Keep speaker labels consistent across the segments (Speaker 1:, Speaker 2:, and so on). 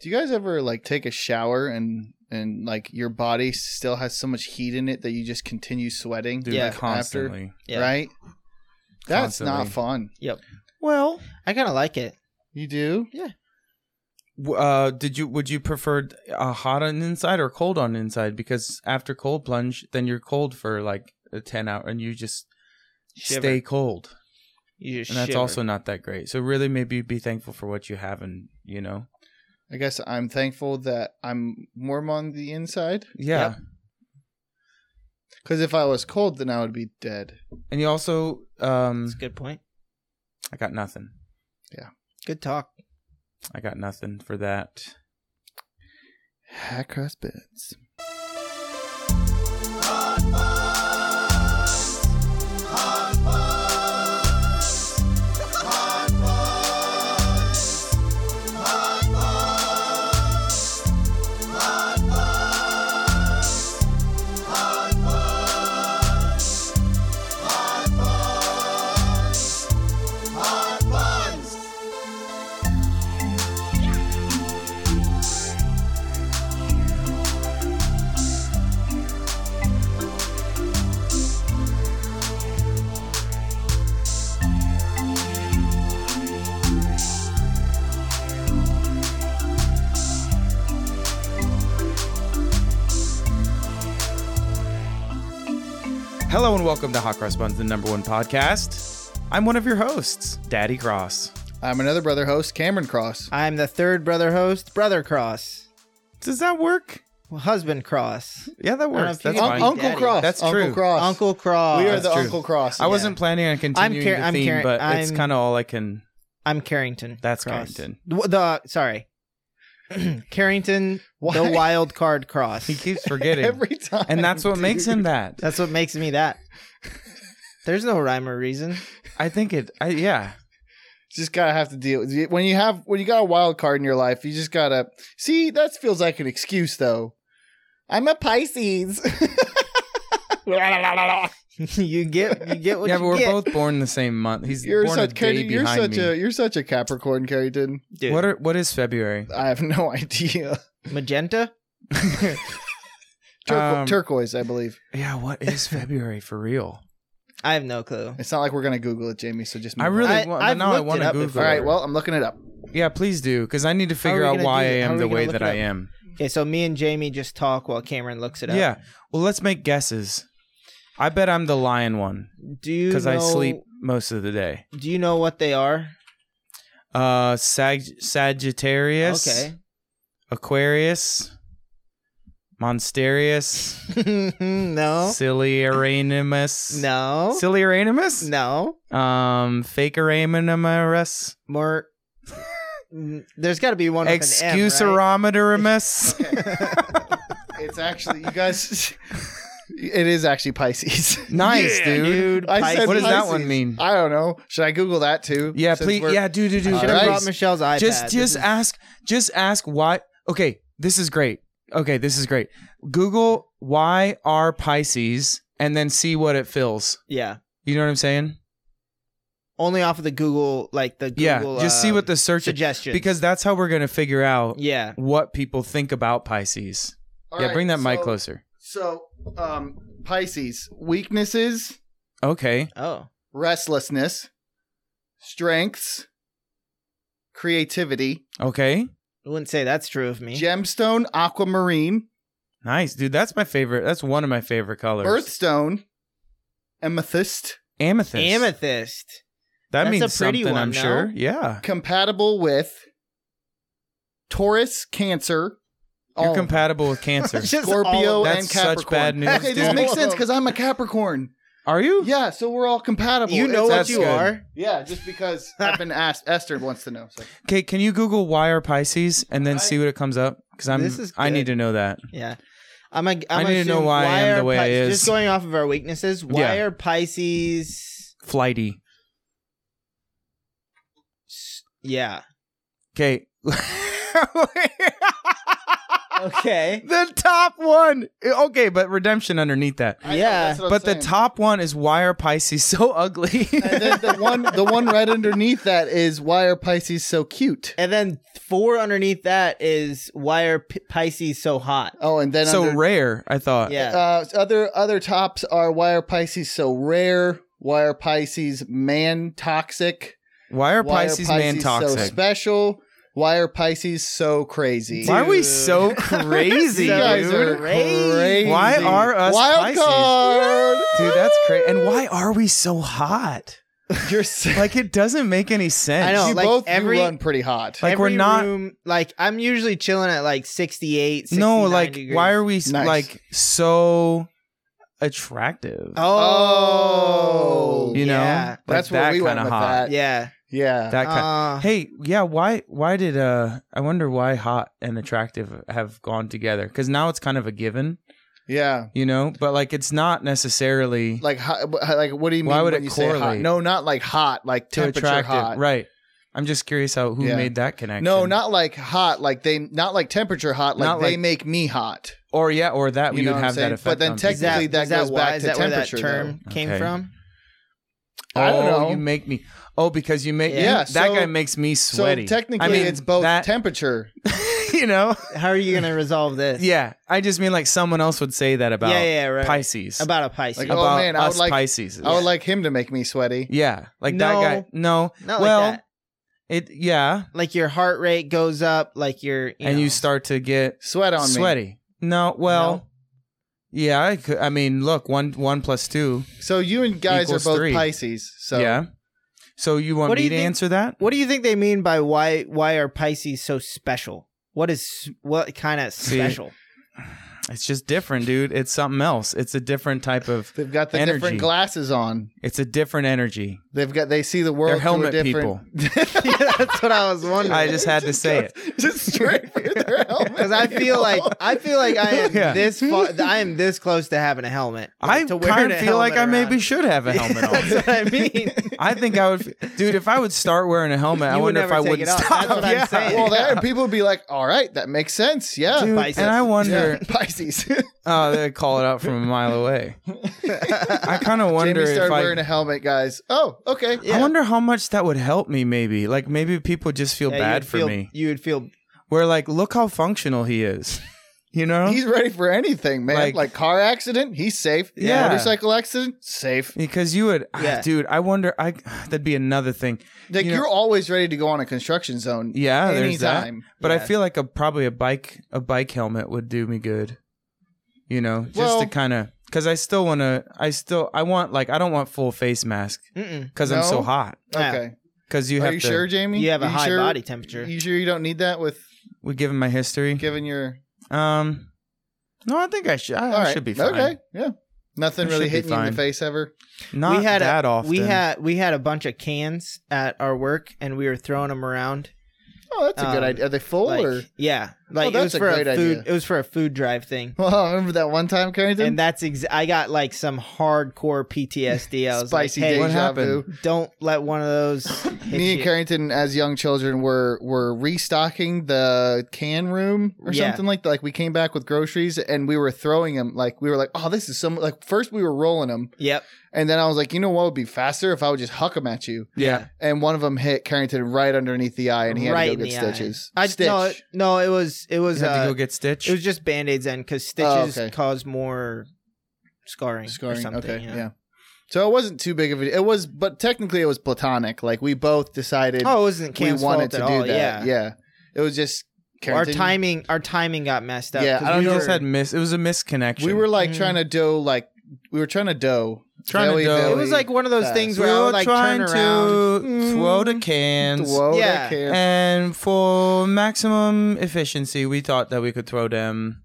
Speaker 1: Do you guys ever like take a shower and and like your body still has so much heat in it that you just continue sweating?
Speaker 2: Dude,
Speaker 1: like,
Speaker 2: yeah,
Speaker 1: after?
Speaker 2: constantly.
Speaker 3: Yeah.
Speaker 1: Right? That's not
Speaker 2: Constantly.
Speaker 1: fun.
Speaker 3: Well, I kind of like it.
Speaker 1: You do?
Speaker 2: W- Uh, did you would you prefer uh, hot on inside or cold on inside? Because after cold plunge, then you're cold for like a ten hour, and you just
Speaker 3: Shiver.
Speaker 2: stay cold,
Speaker 3: You just
Speaker 2: and that's
Speaker 3: shiver.
Speaker 2: also not that great. So really, maybe be thankful for what you have, and you know,
Speaker 1: I guess I'm thankful that I'm warm on the inside.
Speaker 2: yeah.
Speaker 3: Yep.
Speaker 1: Because if I was cold, then I would be dead.
Speaker 2: And you also, um,
Speaker 3: That's a good point.
Speaker 2: I got nothing.
Speaker 3: Good talk.
Speaker 2: I got nothing for that.
Speaker 1: High cross beds.
Speaker 2: Hello and welcome to Hot Cross Buns, the number one podcast. I'm one of your hosts, Daddy Cross.
Speaker 1: I'm another brother host, Cameron Cross.
Speaker 3: I'm the third brother host, brother cross,
Speaker 2: Does that work?
Speaker 3: husband cross,
Speaker 2: Yeah, that
Speaker 3: know
Speaker 2: works.
Speaker 3: Uh, if
Speaker 2: That's
Speaker 3: you can-
Speaker 2: fine.
Speaker 1: Un- Uncle
Speaker 3: Daddy.
Speaker 1: Cross.
Speaker 2: That's
Speaker 1: Uncle
Speaker 2: true.
Speaker 1: Cross.
Speaker 3: uncle cross.
Speaker 1: We are
Speaker 2: That's
Speaker 1: the
Speaker 2: true.
Speaker 1: Uncle Cross.
Speaker 2: I wasn't planning on continuing
Speaker 3: Car-
Speaker 2: the
Speaker 3: I'm
Speaker 2: theme,
Speaker 3: Car-
Speaker 2: but it's
Speaker 3: I'm-
Speaker 2: kind of all I can.
Speaker 3: I'm Carrington.
Speaker 2: That's
Speaker 3: cross.
Speaker 2: Carrington.
Speaker 3: W- The sorry, Carrington.
Speaker 1: Why?
Speaker 3: The wild card cross.
Speaker 2: He keeps forgetting,
Speaker 1: Every time.
Speaker 2: and that's what makes him that.
Speaker 3: That's what makes me that. There's no rhyme or reason.
Speaker 2: I think it. I, yeah,
Speaker 1: Just gotta have to deal with it. when you have when you got a wild card in your life. You just gotta see. That feels like an excuse, though. I'm a Pisces.
Speaker 3: you get you get what
Speaker 2: yeah.
Speaker 3: you
Speaker 2: But we're
Speaker 3: get.
Speaker 2: both born the same month. He's
Speaker 1: You're
Speaker 2: born
Speaker 1: such
Speaker 2: a day
Speaker 1: Carrington, You're
Speaker 2: behind
Speaker 1: such
Speaker 2: me.
Speaker 1: a you're such a Capricorn, Carrington.
Speaker 3: Dude,
Speaker 2: What are what is February?
Speaker 1: I have no idea.
Speaker 3: magenta?
Speaker 1: Turqu-
Speaker 2: Um,
Speaker 1: turquoise, I believe.
Speaker 2: Yeah, what is February for real?
Speaker 3: I have no clue.
Speaker 1: It's not like we're gonna Google it, Jamie. So just move
Speaker 2: I
Speaker 1: on.
Speaker 2: really
Speaker 3: I-
Speaker 2: want.
Speaker 3: I've
Speaker 2: Now I
Speaker 3: looked
Speaker 2: want
Speaker 3: it
Speaker 2: to
Speaker 3: up
Speaker 2: Google.
Speaker 1: All
Speaker 3: before.
Speaker 1: right. Well, I'm looking it up.
Speaker 2: yeah, please do, because I need to
Speaker 3: we
Speaker 2: figure out
Speaker 3: gonna
Speaker 2: why I
Speaker 3: do that? How
Speaker 2: am
Speaker 3: are
Speaker 2: the
Speaker 3: we gonna
Speaker 2: way
Speaker 3: look
Speaker 2: that
Speaker 3: it
Speaker 2: I
Speaker 3: up?
Speaker 2: am.
Speaker 3: Okay, so me and Jamie just talk while Cameron looks it up.
Speaker 2: Yeah. Well, let's make guesses. I bet I'm the lion one
Speaker 3: Do you
Speaker 2: because I
Speaker 3: know-
Speaker 2: sleep most of the day.
Speaker 3: Do you know what they are?
Speaker 2: Uh, Sag- Sagittarius.
Speaker 3: Okay.
Speaker 2: Aquarius. Monsterius.
Speaker 3: no.
Speaker 2: Silurianimus.
Speaker 3: No.
Speaker 2: Silurianimus?
Speaker 3: no.
Speaker 2: Um, Fakeranimus.
Speaker 3: More. N- There's got to be one. with an M, right?
Speaker 2: Excuserometerimus.
Speaker 1: It's actually you guys. It is actually Pisces.
Speaker 2: Nice,
Speaker 3: Yeah,
Speaker 2: dude.
Speaker 3: dude.
Speaker 1: I said
Speaker 2: what does that
Speaker 1: Pisces.
Speaker 2: one mean?
Speaker 1: I don't know. Should I Google that too?
Speaker 2: yeah,
Speaker 1: Since
Speaker 2: please.
Speaker 1: we're-
Speaker 2: Yeah, dude, dude, dude.
Speaker 3: Should
Speaker 1: Alright.
Speaker 3: have brought Michelle's iPad.
Speaker 2: just
Speaker 3: This
Speaker 2: just
Speaker 3: is-
Speaker 2: ask just ask why okay this is great okay this is great google why are pisces and then see what it fills
Speaker 3: yeah.
Speaker 2: you know what i'm saying
Speaker 3: Only off of the Google, like the Google.
Speaker 2: yeah just see
Speaker 3: um,
Speaker 2: what the search
Speaker 3: suggestions.
Speaker 2: because that's how we're gonna figure out
Speaker 3: yeah,
Speaker 2: what people think about pisces
Speaker 1: All
Speaker 2: yeah
Speaker 1: right,
Speaker 2: bring that mic
Speaker 1: so-
Speaker 2: closer
Speaker 1: So, um, Pisces weaknesses,
Speaker 2: okay
Speaker 3: oh,
Speaker 1: restlessness, strengths, creativity,
Speaker 2: okay
Speaker 3: I wouldn't say that's true of me.
Speaker 1: gemstone, aquamarine,
Speaker 2: nice dude that's my favorite that's one of my favorite colors
Speaker 1: birthstone, amethyst,
Speaker 2: amethyst
Speaker 3: Amethyst.
Speaker 2: that
Speaker 3: That's
Speaker 2: means
Speaker 3: a pretty
Speaker 2: something
Speaker 3: one,
Speaker 2: i'm
Speaker 3: no?
Speaker 2: sure yeah
Speaker 1: compatible with Taurus, Cancer. all
Speaker 2: you're
Speaker 1: of them.
Speaker 2: compatible with cancer
Speaker 3: Oh. Just all
Speaker 1: Scorpio
Speaker 3: of them.
Speaker 1: and
Speaker 2: That's such
Speaker 1: Capricorn.
Speaker 2: bad news,
Speaker 1: Okay, this
Speaker 2: dude.
Speaker 1: makes sense because I'm a Capricorn.
Speaker 2: are you
Speaker 1: Yeah, so we're all compatible.
Speaker 3: You know
Speaker 1: It's-
Speaker 3: what
Speaker 2: That's
Speaker 3: you
Speaker 2: good.
Speaker 3: are.
Speaker 1: Yeah, just because I've been asked. Esther wants to know. So.
Speaker 2: Okay, can you Google why are Pisces and then see what it comes up? Because I'm
Speaker 3: This is
Speaker 2: I
Speaker 3: good.
Speaker 2: need to know that.
Speaker 3: Yeah. I'm a, I'm
Speaker 2: I need to know
Speaker 3: assume-
Speaker 2: why I am
Speaker 3: are
Speaker 2: the way I
Speaker 3: Pis-
Speaker 2: is.
Speaker 3: Just going off of our weaknesses, why
Speaker 2: Yeah.
Speaker 3: are Pisces?
Speaker 2: Flighty.
Speaker 3: Yeah.
Speaker 2: Okay.
Speaker 3: Okay.
Speaker 2: the top one. Okay, but redemption underneath that.
Speaker 1: I know,
Speaker 3: Yeah.
Speaker 1: that's what I'm
Speaker 2: But the
Speaker 1: saying.
Speaker 2: top one is why are Pisces so ugly?
Speaker 1: And then the one, the one right underneath that is why are Pisces so cute?
Speaker 3: And then four underneath that is why are P- Pisces so hot?
Speaker 1: Oh, and then
Speaker 2: so
Speaker 1: under-
Speaker 2: rare, I thought.
Speaker 3: Yeah.
Speaker 1: Uh, other other tops are why are Pisces so rare? Why are Pisces man toxic?
Speaker 2: Why are
Speaker 1: Why
Speaker 2: Pisces,
Speaker 1: are
Speaker 2: man toxic?
Speaker 1: so special? Why are Pisces so crazy?
Speaker 2: why are we
Speaker 3: Dude.
Speaker 2: so crazy,
Speaker 1: you guys
Speaker 2: dude?
Speaker 1: are
Speaker 3: Crazy.
Speaker 1: crazy.
Speaker 2: Why are us
Speaker 1: wild
Speaker 2: Pisces?
Speaker 1: card?
Speaker 2: Dude, that's crazy. And why are we so hot?
Speaker 1: You're so,
Speaker 2: Like it doesn't make any sense.
Speaker 3: I know,
Speaker 1: you
Speaker 3: like,
Speaker 1: both do
Speaker 3: every-
Speaker 1: run pretty hot.
Speaker 2: Like, we're
Speaker 3: Every
Speaker 2: not-
Speaker 3: room- like I'm usually chilling at like 68.
Speaker 2: no, like why are we
Speaker 1: Nice.
Speaker 2: like so attractive?
Speaker 3: Oh,
Speaker 1: Oh,
Speaker 2: you know,
Speaker 3: yeah.
Speaker 2: Like,
Speaker 1: That's where
Speaker 2: that
Speaker 1: we went
Speaker 2: kinda
Speaker 1: with
Speaker 2: hot.
Speaker 1: that.
Speaker 3: yeah.
Speaker 1: Yeah.
Speaker 2: That kind.
Speaker 3: Uh,
Speaker 2: hey, yeah. Why? Why did uh? I wonder why hot and attractive have gone together? Because now it's kind of a given,
Speaker 1: yeah.
Speaker 2: you know. But like, it's not necessarily
Speaker 1: Like, hot, like, what do you mean?
Speaker 2: Why would
Speaker 1: when
Speaker 2: it
Speaker 1: you say hot?
Speaker 2: correlate?
Speaker 1: No, not like hot, like
Speaker 2: to
Speaker 1: temperature
Speaker 2: attractive,
Speaker 1: hot.
Speaker 2: right? I'm just curious how who
Speaker 1: Yeah.
Speaker 2: made that connection.
Speaker 1: No, not like hot, like they, not like temperature hot, like
Speaker 2: Not
Speaker 1: they
Speaker 2: like-
Speaker 1: make me hot.
Speaker 2: or yeah, or that
Speaker 1: You
Speaker 2: we
Speaker 1: know
Speaker 2: would
Speaker 1: what I'm
Speaker 2: have that
Speaker 1: saying?
Speaker 2: effect.
Speaker 1: But then
Speaker 2: on people.
Speaker 3: is that,
Speaker 1: Technically, that
Speaker 3: is that
Speaker 1: goes
Speaker 3: why-
Speaker 1: back
Speaker 3: is
Speaker 1: to
Speaker 3: that where that
Speaker 1: temperature,
Speaker 3: term came
Speaker 2: Okay.
Speaker 3: from?
Speaker 1: I don't
Speaker 2: Oh,
Speaker 1: know.
Speaker 2: You make me. Oh, because you make.
Speaker 3: Yeah.
Speaker 2: Yeah,
Speaker 1: Yeah,
Speaker 2: that
Speaker 1: so-
Speaker 2: guy makes me sweaty.
Speaker 1: So technically,
Speaker 2: I mean,
Speaker 1: it's both
Speaker 2: that.
Speaker 1: temperature.
Speaker 2: you know.
Speaker 3: How are you gonna resolve this?
Speaker 2: Yeah, I just mean like someone else would say that about
Speaker 3: yeah, yeah, right.
Speaker 2: Pisces.
Speaker 3: About a Pisces.
Speaker 1: Like, oh,
Speaker 2: about
Speaker 1: man, I would
Speaker 2: us
Speaker 1: like-
Speaker 2: Pisces.
Speaker 1: I would like him to make me sweaty.
Speaker 2: yeah, like
Speaker 3: No.
Speaker 2: that guy. No,
Speaker 3: Not
Speaker 2: well,
Speaker 3: like
Speaker 2: it.
Speaker 3: that.
Speaker 2: Yeah,
Speaker 3: Like your heart rate goes up. Like your you
Speaker 2: and
Speaker 3: know.
Speaker 2: you start to get
Speaker 1: Sweat on me.
Speaker 2: sweaty. No, well,
Speaker 3: No.
Speaker 2: yeah. I could. I mean, look, one one plus two.
Speaker 1: So you and guys
Speaker 2: Equals
Speaker 1: are both
Speaker 2: three.
Speaker 1: Pisces. So
Speaker 2: yeah. So you want
Speaker 3: What do
Speaker 2: me
Speaker 3: you
Speaker 2: to
Speaker 3: think-
Speaker 2: answer that?
Speaker 3: What do you think they mean by why why are Pisces so special? What is what kind of
Speaker 2: See,
Speaker 3: special?
Speaker 2: It's just different, dude. It's something else. It's a different type of.
Speaker 1: they've got the
Speaker 2: Energy.
Speaker 1: different glasses on.
Speaker 2: It's a different energy.
Speaker 1: They've got they see the world.
Speaker 2: They're helmet
Speaker 1: through a
Speaker 2: people.
Speaker 1: different,
Speaker 3: yeah, that's what I was wondering.
Speaker 2: I just had to say it.
Speaker 1: Just straight for their helmet.
Speaker 3: Because I feel like I feel like I am
Speaker 2: Yeah.
Speaker 3: this far, I am this close to having a helmet.
Speaker 2: I
Speaker 3: to wearing
Speaker 2: kind
Speaker 3: a
Speaker 2: of feel like I
Speaker 3: helmet
Speaker 2: maybe
Speaker 3: around.
Speaker 2: should have a helmet on.
Speaker 3: That's what I mean.
Speaker 2: I think I would, dude. If I would start wearing a helmet, I
Speaker 3: You would
Speaker 2: wonder if
Speaker 3: never
Speaker 2: I
Speaker 3: take it
Speaker 2: wouldn't
Speaker 3: off.
Speaker 2: stop.
Speaker 3: That's what I'm
Speaker 2: yeah.
Speaker 3: saying.
Speaker 1: well, there people would be like, "All right, that makes sense." Yeah,
Speaker 2: Dude,
Speaker 3: Pisces.
Speaker 2: and I wonder.
Speaker 1: Yeah, Pisces.
Speaker 2: Oh, they call it out from a mile away. I kind of wonder
Speaker 1: Jamie
Speaker 2: if
Speaker 1: started
Speaker 2: I.
Speaker 1: wearing a helmet, guys. Oh, okay.
Speaker 3: Yeah.
Speaker 2: I wonder how much that would help me. Maybe like maybe people just feel
Speaker 3: Yeah, you
Speaker 2: bad
Speaker 3: would
Speaker 2: for
Speaker 3: feel-
Speaker 2: me.
Speaker 3: You would feel
Speaker 2: Where like, look how functional he is. You know,
Speaker 1: He's ready for anything, man.
Speaker 2: Like-
Speaker 1: Like, car accident, he's safe.
Speaker 2: Yeah.
Speaker 1: Motorcycle accident, safe.
Speaker 2: because you would, ah,
Speaker 3: Yeah.
Speaker 2: dude. I wonder. I that'd be another thing.
Speaker 1: Like
Speaker 2: You
Speaker 1: you
Speaker 2: know-
Speaker 1: are always ready to go on a construction zone.
Speaker 2: Yeah, there's that.
Speaker 1: anytime.
Speaker 2: But I
Speaker 3: Yeah.
Speaker 2: feel like a probably a bike a bike helmet would do me good. You know, just
Speaker 1: Well-
Speaker 2: to kind of because I still want to. I still I want like I don't want full face mask
Speaker 3: mm-mm.
Speaker 2: because I'm so
Speaker 1: No?
Speaker 2: hot.
Speaker 3: Yeah.
Speaker 1: Okay.
Speaker 2: Because you
Speaker 1: Are
Speaker 2: have
Speaker 1: you
Speaker 2: to.
Speaker 1: sure, Jamie?
Speaker 3: you have a
Speaker 1: Are
Speaker 3: high
Speaker 1: sure?
Speaker 3: body temperature.
Speaker 1: You sure you don't need that with
Speaker 2: We give him my history.
Speaker 1: given your?
Speaker 2: Um, no, I think I should. I,
Speaker 1: All
Speaker 2: I
Speaker 1: right.
Speaker 2: should be fine.
Speaker 1: Okay. Yeah. Nothing
Speaker 2: I
Speaker 1: really
Speaker 2: should be
Speaker 1: hit me in the
Speaker 2: fine.
Speaker 1: face ever.
Speaker 2: Not
Speaker 3: we had
Speaker 2: that
Speaker 3: a,
Speaker 2: often.
Speaker 3: We had we had a bunch of cans at our work, and we were throwing them around.
Speaker 1: Oh, that's a good
Speaker 3: Um,
Speaker 1: idea. Are they full
Speaker 3: like,
Speaker 1: or?
Speaker 3: yeah, like it
Speaker 1: Oh, that's
Speaker 3: was
Speaker 1: a
Speaker 3: for a,
Speaker 1: great
Speaker 3: food.
Speaker 1: idea.
Speaker 3: It was for a food drive thing,
Speaker 1: Well, remember that one time, Carrington?
Speaker 3: and that's ex- I got like some hardcore PTSD. I was
Speaker 1: Spicy
Speaker 3: like, hey,
Speaker 1: deja
Speaker 2: What happened?
Speaker 1: vu.
Speaker 3: don't let one of those. Hit
Speaker 1: Me and
Speaker 3: you.
Speaker 1: Carrington, as young children, were were restocking the can room or
Speaker 3: Yeah.
Speaker 1: something like that. Like we came back with groceries and we were throwing them. Like we were like, oh, this is some. Like first we were rolling them,
Speaker 3: Yep.
Speaker 1: and then I was like, you know what would be faster if I would just huck them at you.
Speaker 2: yeah.
Speaker 1: And one of them hit Carrington right underneath the eye, and he had
Speaker 3: right
Speaker 1: to go
Speaker 3: in
Speaker 1: get
Speaker 3: the eye.
Speaker 1: stitches.
Speaker 3: I
Speaker 1: Stitch.
Speaker 3: no, it- no, it was it
Speaker 2: You
Speaker 3: was
Speaker 2: had
Speaker 3: uh,
Speaker 2: to go get Stitch.
Speaker 3: it was just band aids then because
Speaker 1: Oh,
Speaker 3: stitches
Speaker 1: okay.
Speaker 3: cause more scarring, or
Speaker 1: Scoring.
Speaker 3: something.
Speaker 1: Okay.
Speaker 3: yeah.
Speaker 1: Yeah. So it wasn't too big of a. It was, but technically it was platonic. Like we both decided
Speaker 3: Oh, it wasn't
Speaker 1: we
Speaker 3: Cam's
Speaker 1: wanted
Speaker 3: fault
Speaker 1: to
Speaker 3: at
Speaker 1: do
Speaker 3: all.
Speaker 1: that.
Speaker 3: Yeah.
Speaker 1: It was just
Speaker 3: Our
Speaker 1: Carrington-
Speaker 3: timing, our timing got messed up.
Speaker 1: Yeah,
Speaker 3: 'cause
Speaker 1: I don't
Speaker 2: we
Speaker 1: know.
Speaker 2: just had miss. It was a misconnection.
Speaker 1: We were like
Speaker 3: Mm.
Speaker 1: trying to do like we were trying to do
Speaker 2: Trying to
Speaker 1: Zoe,
Speaker 2: dough.
Speaker 1: Zoe.
Speaker 3: It was like one of those
Speaker 1: fast.
Speaker 3: things
Speaker 2: we
Speaker 3: where I
Speaker 2: were
Speaker 3: would like
Speaker 2: trying
Speaker 3: turn around. mm,
Speaker 2: to throw the cans.
Speaker 1: Whoa,
Speaker 3: Yeah.
Speaker 1: that can-
Speaker 2: And for maximum efficiency, we thought that we could throw them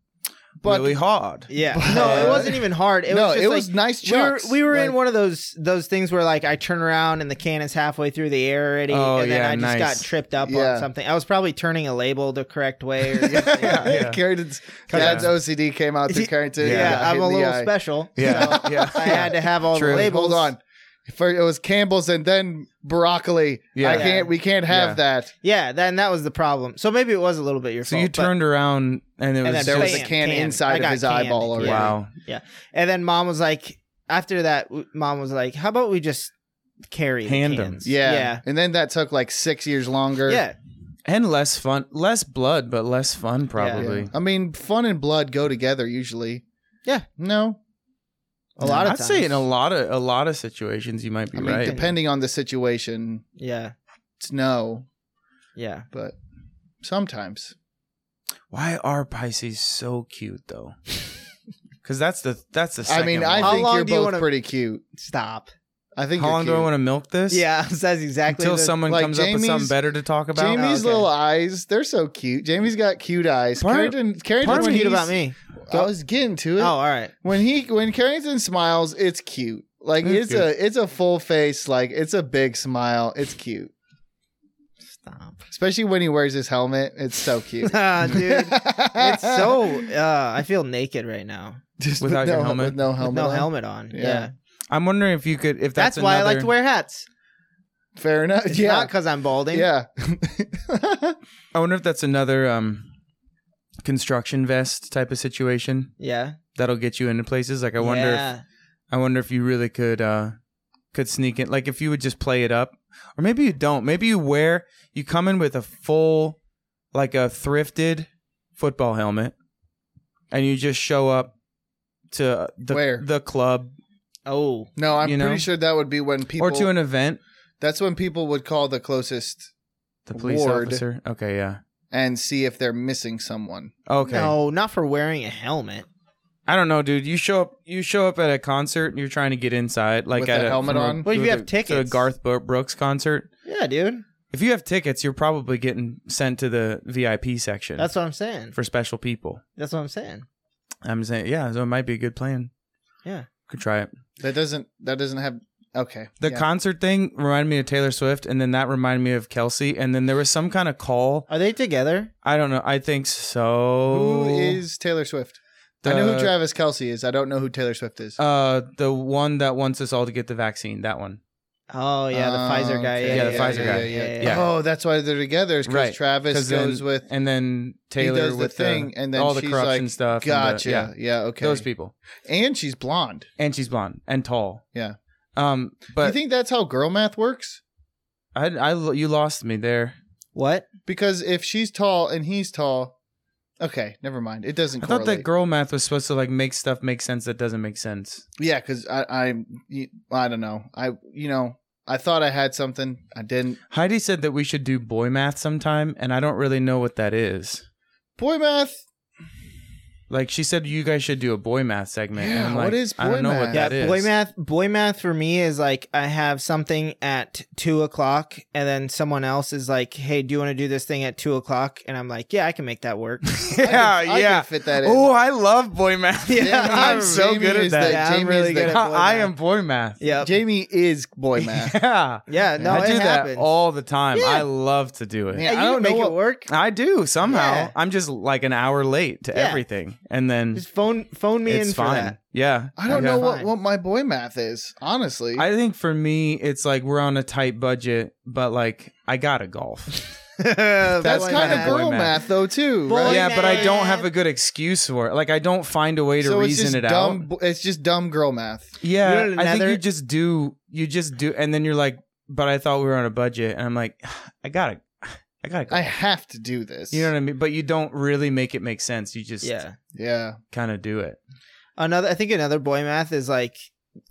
Speaker 1: But-
Speaker 2: really hard.
Speaker 3: Yeah,
Speaker 1: But-
Speaker 3: no, it wasn't even hard. It
Speaker 1: no,
Speaker 3: was just
Speaker 1: it
Speaker 3: like,
Speaker 1: was nice.
Speaker 3: we were,
Speaker 1: Chucks.
Speaker 3: we were in
Speaker 1: Like,
Speaker 3: one of those those things where like I turn around and the can is halfway through the air already,
Speaker 2: Oh,
Speaker 3: and then
Speaker 2: yeah,
Speaker 3: I just
Speaker 2: nice.
Speaker 3: got tripped up on
Speaker 1: Yeah.
Speaker 3: something. I was probably turning a label the correct way. Or something.
Speaker 2: Yeah, yeah.
Speaker 1: Carrington's
Speaker 2: Yeah.
Speaker 1: dad's OCD came out through Carrington.
Speaker 2: Yeah,
Speaker 1: and
Speaker 3: yeah,
Speaker 1: got hit
Speaker 3: I'm
Speaker 1: in
Speaker 3: a
Speaker 1: the
Speaker 3: little
Speaker 1: eye.
Speaker 3: special.
Speaker 2: Yeah,
Speaker 3: so
Speaker 2: yeah.
Speaker 3: I had to have all
Speaker 2: True.
Speaker 3: the
Speaker 1: Like, Hold
Speaker 3: labels.
Speaker 1: on. First, it was Campbell's and then broccoli.
Speaker 2: Yeah.
Speaker 1: I can't. We can't have
Speaker 2: Yeah.
Speaker 1: that.
Speaker 3: Yeah, then that was the problem. So maybe it was a little bit your
Speaker 2: So
Speaker 3: fault.
Speaker 2: you
Speaker 3: but-
Speaker 2: turned around and it was
Speaker 3: And then
Speaker 1: there was
Speaker 2: just-
Speaker 1: a
Speaker 3: bam,
Speaker 1: can inside
Speaker 3: I
Speaker 1: of
Speaker 3: got
Speaker 1: his eyeball
Speaker 3: canned,
Speaker 1: already.
Speaker 3: yeah.
Speaker 2: wow.
Speaker 3: and then mom was like, after that, w- mom was like, how about we just carry
Speaker 2: Hand
Speaker 3: the
Speaker 2: 'em.
Speaker 3: cans?
Speaker 1: Yeah. And then that took like six years longer.
Speaker 3: yeah, yeah.
Speaker 2: And less fun, less blood, but less fun probably.
Speaker 1: Yeah. I mean, fun and blood go together usually.
Speaker 3: Yeah.
Speaker 1: No.
Speaker 3: A lot of
Speaker 2: I'd
Speaker 3: times.
Speaker 2: say in a lot of a lot of situations you might be
Speaker 1: I mean,
Speaker 2: right.
Speaker 1: depending on the situation,
Speaker 3: yeah,
Speaker 1: it's no.
Speaker 3: yeah.
Speaker 1: But sometimes.
Speaker 2: Why are Pisces so cute though? Because that's the that's the. Second
Speaker 1: I mean,
Speaker 2: one.
Speaker 1: I
Speaker 3: How
Speaker 1: think
Speaker 3: long
Speaker 1: you're
Speaker 3: do you
Speaker 1: both
Speaker 3: wanna-
Speaker 1: pretty cute.
Speaker 3: Stop.
Speaker 1: I think
Speaker 2: how
Speaker 1: you're
Speaker 2: long do I
Speaker 1: cute.
Speaker 2: want to milk this?
Speaker 3: Yeah, that's exactly
Speaker 2: until
Speaker 3: the-
Speaker 2: someone
Speaker 1: like,
Speaker 2: comes up with
Speaker 1: Jamie's-
Speaker 2: something better to talk about.
Speaker 1: Jamie's
Speaker 3: Oh, okay.
Speaker 1: little eyes, they're so cute. Jamie's got cute eyes.
Speaker 2: Part-
Speaker 1: Carrington, Carrington
Speaker 3: What's
Speaker 1: when
Speaker 3: cute
Speaker 1: he's-
Speaker 3: about me?
Speaker 1: I was getting to
Speaker 3: Oh,
Speaker 1: it.
Speaker 3: all right.
Speaker 1: When he when Carrington smiles, it's cute. Like
Speaker 2: It's
Speaker 1: it's, a it's a full face, like it's a big smile. It's cute.
Speaker 3: Stop.
Speaker 1: Especially when he wears his helmet. It's so cute.
Speaker 3: Ah, dude. It's
Speaker 1: it's
Speaker 3: so. Uh, I feel naked right now.
Speaker 1: Just
Speaker 2: Without
Speaker 1: with
Speaker 2: your
Speaker 1: no,
Speaker 2: helmet?
Speaker 1: With no helmet.
Speaker 3: With no
Speaker 1: on.
Speaker 3: helmet on. Yeah.
Speaker 1: Yeah.
Speaker 2: I'm wondering if you could, if that's,
Speaker 3: That's, why I
Speaker 2: another-
Speaker 3: like to wear hats.
Speaker 1: Fair enough.
Speaker 3: It's
Speaker 1: yeah.
Speaker 3: not because I'm balding.
Speaker 1: yeah.
Speaker 2: I wonder if that's another um, construction vest type of situation
Speaker 3: Yeah.
Speaker 2: that'll get you into places. Like I wonder, if,
Speaker 3: Yeah.
Speaker 2: I wonder if you really could uh, could sneak in. Like if you would just play it up, or maybe you don't. Maybe you wear you come in with a full, like a thrifted football helmet, and you just show up to uh, the
Speaker 1: Where?
Speaker 2: the club
Speaker 3: Oh.
Speaker 1: no, I'm
Speaker 2: You know?
Speaker 1: pretty sure that would be when people
Speaker 2: or to an event.
Speaker 1: that's when people would call the closest
Speaker 2: The police
Speaker 1: Ward.
Speaker 2: officer. Okay, yeah.
Speaker 1: and see if they're missing someone.
Speaker 2: Okay.
Speaker 3: No, not for wearing a helmet.
Speaker 2: I don't know, dude. You show up. You show up at a concert. and You're trying to get inside, like
Speaker 1: With
Speaker 2: at
Speaker 1: a helmet
Speaker 2: from
Speaker 1: on?
Speaker 3: Well, if you
Speaker 2: to
Speaker 3: have
Speaker 2: a- to a
Speaker 3: tickets.
Speaker 2: Garth Bro- Brooks concert.
Speaker 3: Yeah, dude.
Speaker 2: If you have tickets, you're probably getting sent to the VIP section
Speaker 3: That's what I'm saying.
Speaker 2: for special people.
Speaker 3: That's what I'm saying.
Speaker 2: I'm saying, yeah, so it might be a good plan.
Speaker 3: Yeah.
Speaker 2: could try it.
Speaker 1: That doesn't that doesn't have okay.
Speaker 2: The
Speaker 1: yeah.
Speaker 2: concert thing reminded me of Taylor Swift, and then that reminded me of Kelsey, and then there was some kind of call.
Speaker 3: Are they together?
Speaker 2: I don't know. I think so.
Speaker 1: who is Taylor Swift? I
Speaker 2: The-
Speaker 1: know who Travis Kelsey is. I don't know who Taylor Swift is.
Speaker 2: Uh, the one that wants us all to get the vaccine. That one.
Speaker 3: Oh yeah, the
Speaker 1: Oh,
Speaker 3: Pfizer guy.
Speaker 1: okay.
Speaker 3: Yeah,
Speaker 2: Yeah, the Pfizer guy.
Speaker 3: Yeah, yeah, yeah.
Speaker 2: Yeah.
Speaker 1: Oh, that's why they're together. Is because
Speaker 2: Right.
Speaker 1: Travis
Speaker 2: 'Cause then-
Speaker 1: goes with
Speaker 2: and then Taylor
Speaker 1: he does
Speaker 2: with
Speaker 1: the thing, and then
Speaker 2: all the
Speaker 1: she's
Speaker 2: corruption
Speaker 1: like,
Speaker 2: stuff. and the-
Speaker 1: Gotcha.
Speaker 2: yeah,
Speaker 1: yeah. Okay.
Speaker 2: those people.
Speaker 1: and she's blonde.
Speaker 2: And she's blonde and tall.
Speaker 1: Yeah.
Speaker 2: Um,
Speaker 1: Do
Speaker 2: but
Speaker 1: you think that's how girl math works?
Speaker 2: I, I, you lost me there.
Speaker 3: What?
Speaker 1: Because if she's tall and he's tall, okay, never mind. It doesn't.
Speaker 2: I thought that
Speaker 1: correlate.
Speaker 2: girl math was supposed to like make stuff make sense that doesn't make sense.
Speaker 1: Yeah, because I, I, you- I don't know. I, you know, I thought I had something. I didn't.
Speaker 2: Heidi said that we should do boy math sometime, and I don't really know what that is.
Speaker 1: Boy math.
Speaker 2: Like she said, you guys should do a boy math segment. and
Speaker 1: Yeah,
Speaker 2: I'm
Speaker 1: what
Speaker 2: like,
Speaker 1: is
Speaker 2: I
Speaker 1: boy
Speaker 2: don't know
Speaker 1: math?
Speaker 2: what
Speaker 3: Yeah,
Speaker 2: that is.
Speaker 3: boy math. Boy math for me is like I have something at two o'clock, and then someone else is like, "Hey, do you want to do this thing at two o'clock?" And I'm like, "Yeah, I can make that work."
Speaker 1: I
Speaker 2: yeah,
Speaker 1: can, I
Speaker 2: yeah.
Speaker 1: can fit that in.
Speaker 2: Oh, I love boy math.
Speaker 3: Yeah,
Speaker 1: Jamie-
Speaker 2: I'm so
Speaker 1: Jamie
Speaker 2: good at
Speaker 1: is
Speaker 2: that.
Speaker 1: the-
Speaker 3: Yeah, I'm
Speaker 1: Jamie
Speaker 3: really
Speaker 1: is the-
Speaker 3: good at boy
Speaker 2: I
Speaker 3: math.
Speaker 2: am boy math.
Speaker 3: yeah,
Speaker 1: Jamie is boy math.
Speaker 2: Yeah.
Speaker 3: yeah. No,
Speaker 2: I
Speaker 3: it
Speaker 2: do
Speaker 3: happens.
Speaker 2: that all the time.
Speaker 3: Yeah.
Speaker 2: I love to do it.
Speaker 1: Man,
Speaker 3: Yeah, you
Speaker 1: I
Speaker 3: can
Speaker 1: don't know
Speaker 3: make it
Speaker 1: what-
Speaker 3: work.
Speaker 2: I do somehow.
Speaker 3: Yeah.
Speaker 2: I'm just like an hour late to
Speaker 3: Yeah.
Speaker 2: everything, and then
Speaker 3: Just phone phone me
Speaker 2: it's
Speaker 3: in for
Speaker 2: fine.
Speaker 3: that.
Speaker 2: Yeah,
Speaker 1: I don't
Speaker 2: Yeah.
Speaker 1: know what,
Speaker 3: Fine.
Speaker 1: what my boy math is. Honestly,
Speaker 2: I think for me, it's like we're on a tight budget, but like I gotta golf.
Speaker 1: that's
Speaker 2: boy
Speaker 1: kind
Speaker 2: math.
Speaker 1: of
Speaker 2: Boy
Speaker 1: girl
Speaker 2: math.
Speaker 1: math. though, too.
Speaker 3: Boy
Speaker 1: right?
Speaker 2: yeah, but I don't
Speaker 3: math.
Speaker 2: have a good excuse for it. Like I don't find a way to
Speaker 1: so it's
Speaker 2: reason
Speaker 1: just
Speaker 2: it
Speaker 1: dumb.
Speaker 2: out.
Speaker 1: bo- It's just dumb girl math.
Speaker 2: Yeah,
Speaker 3: You know
Speaker 2: I think
Speaker 3: another-
Speaker 2: you just do. You just do, and then you're like, "But I thought we were on a budget," and I'm like, "I gotta, I gotta." Go.
Speaker 1: I have to do this.
Speaker 2: you know what I mean? But you don't really make it make sense. You just
Speaker 3: Yeah.
Speaker 1: yeah.
Speaker 2: kind of do it.
Speaker 3: Another, I think another boy math is like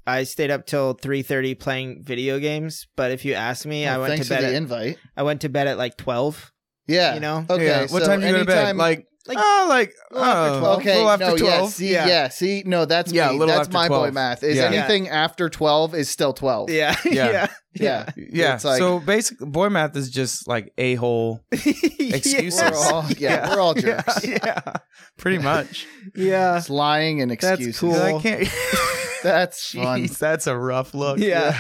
Speaker 3: I stayed up till three thirty playing video games. But if you ask me, I
Speaker 1: Well,
Speaker 3: went
Speaker 1: Oh, thanks
Speaker 3: to bed.
Speaker 1: for the
Speaker 3: At,
Speaker 1: invite.
Speaker 3: I went to bed at like twelve.
Speaker 1: Yeah.
Speaker 3: You know?
Speaker 1: Okay.
Speaker 2: Yeah, What
Speaker 1: so
Speaker 2: time do you go to bed?
Speaker 1: anytime-
Speaker 2: Like,
Speaker 3: Like-
Speaker 2: oh, like
Speaker 3: Well, after
Speaker 2: oh,
Speaker 3: 12.
Speaker 1: Okay.
Speaker 2: well, after
Speaker 1: no, Yeah.
Speaker 2: 12,
Speaker 1: See.
Speaker 3: yeah.
Speaker 1: Yeah. See. No. That's
Speaker 2: Yeah, a
Speaker 1: Me.
Speaker 2: little
Speaker 1: That's
Speaker 2: after
Speaker 1: my
Speaker 2: 12.
Speaker 1: boy math. Is
Speaker 2: Yeah.
Speaker 1: anything after twelve is still twelve.
Speaker 3: Yeah,
Speaker 2: Yeah.
Speaker 1: Yeah.
Speaker 2: Yeah.
Speaker 1: It's like-
Speaker 2: so basic boy math is just like a hole excuses.
Speaker 1: We're all. Yeah.
Speaker 2: Yeah.
Speaker 1: We're all jerks.
Speaker 2: Yeah, yeah. Pretty much.
Speaker 3: Yeah.
Speaker 1: It's lying and
Speaker 3: That's
Speaker 1: excuses.
Speaker 3: cool.
Speaker 2: I can't.
Speaker 1: That's fun.
Speaker 2: Jeez, that's a rough look.
Speaker 3: Yeah.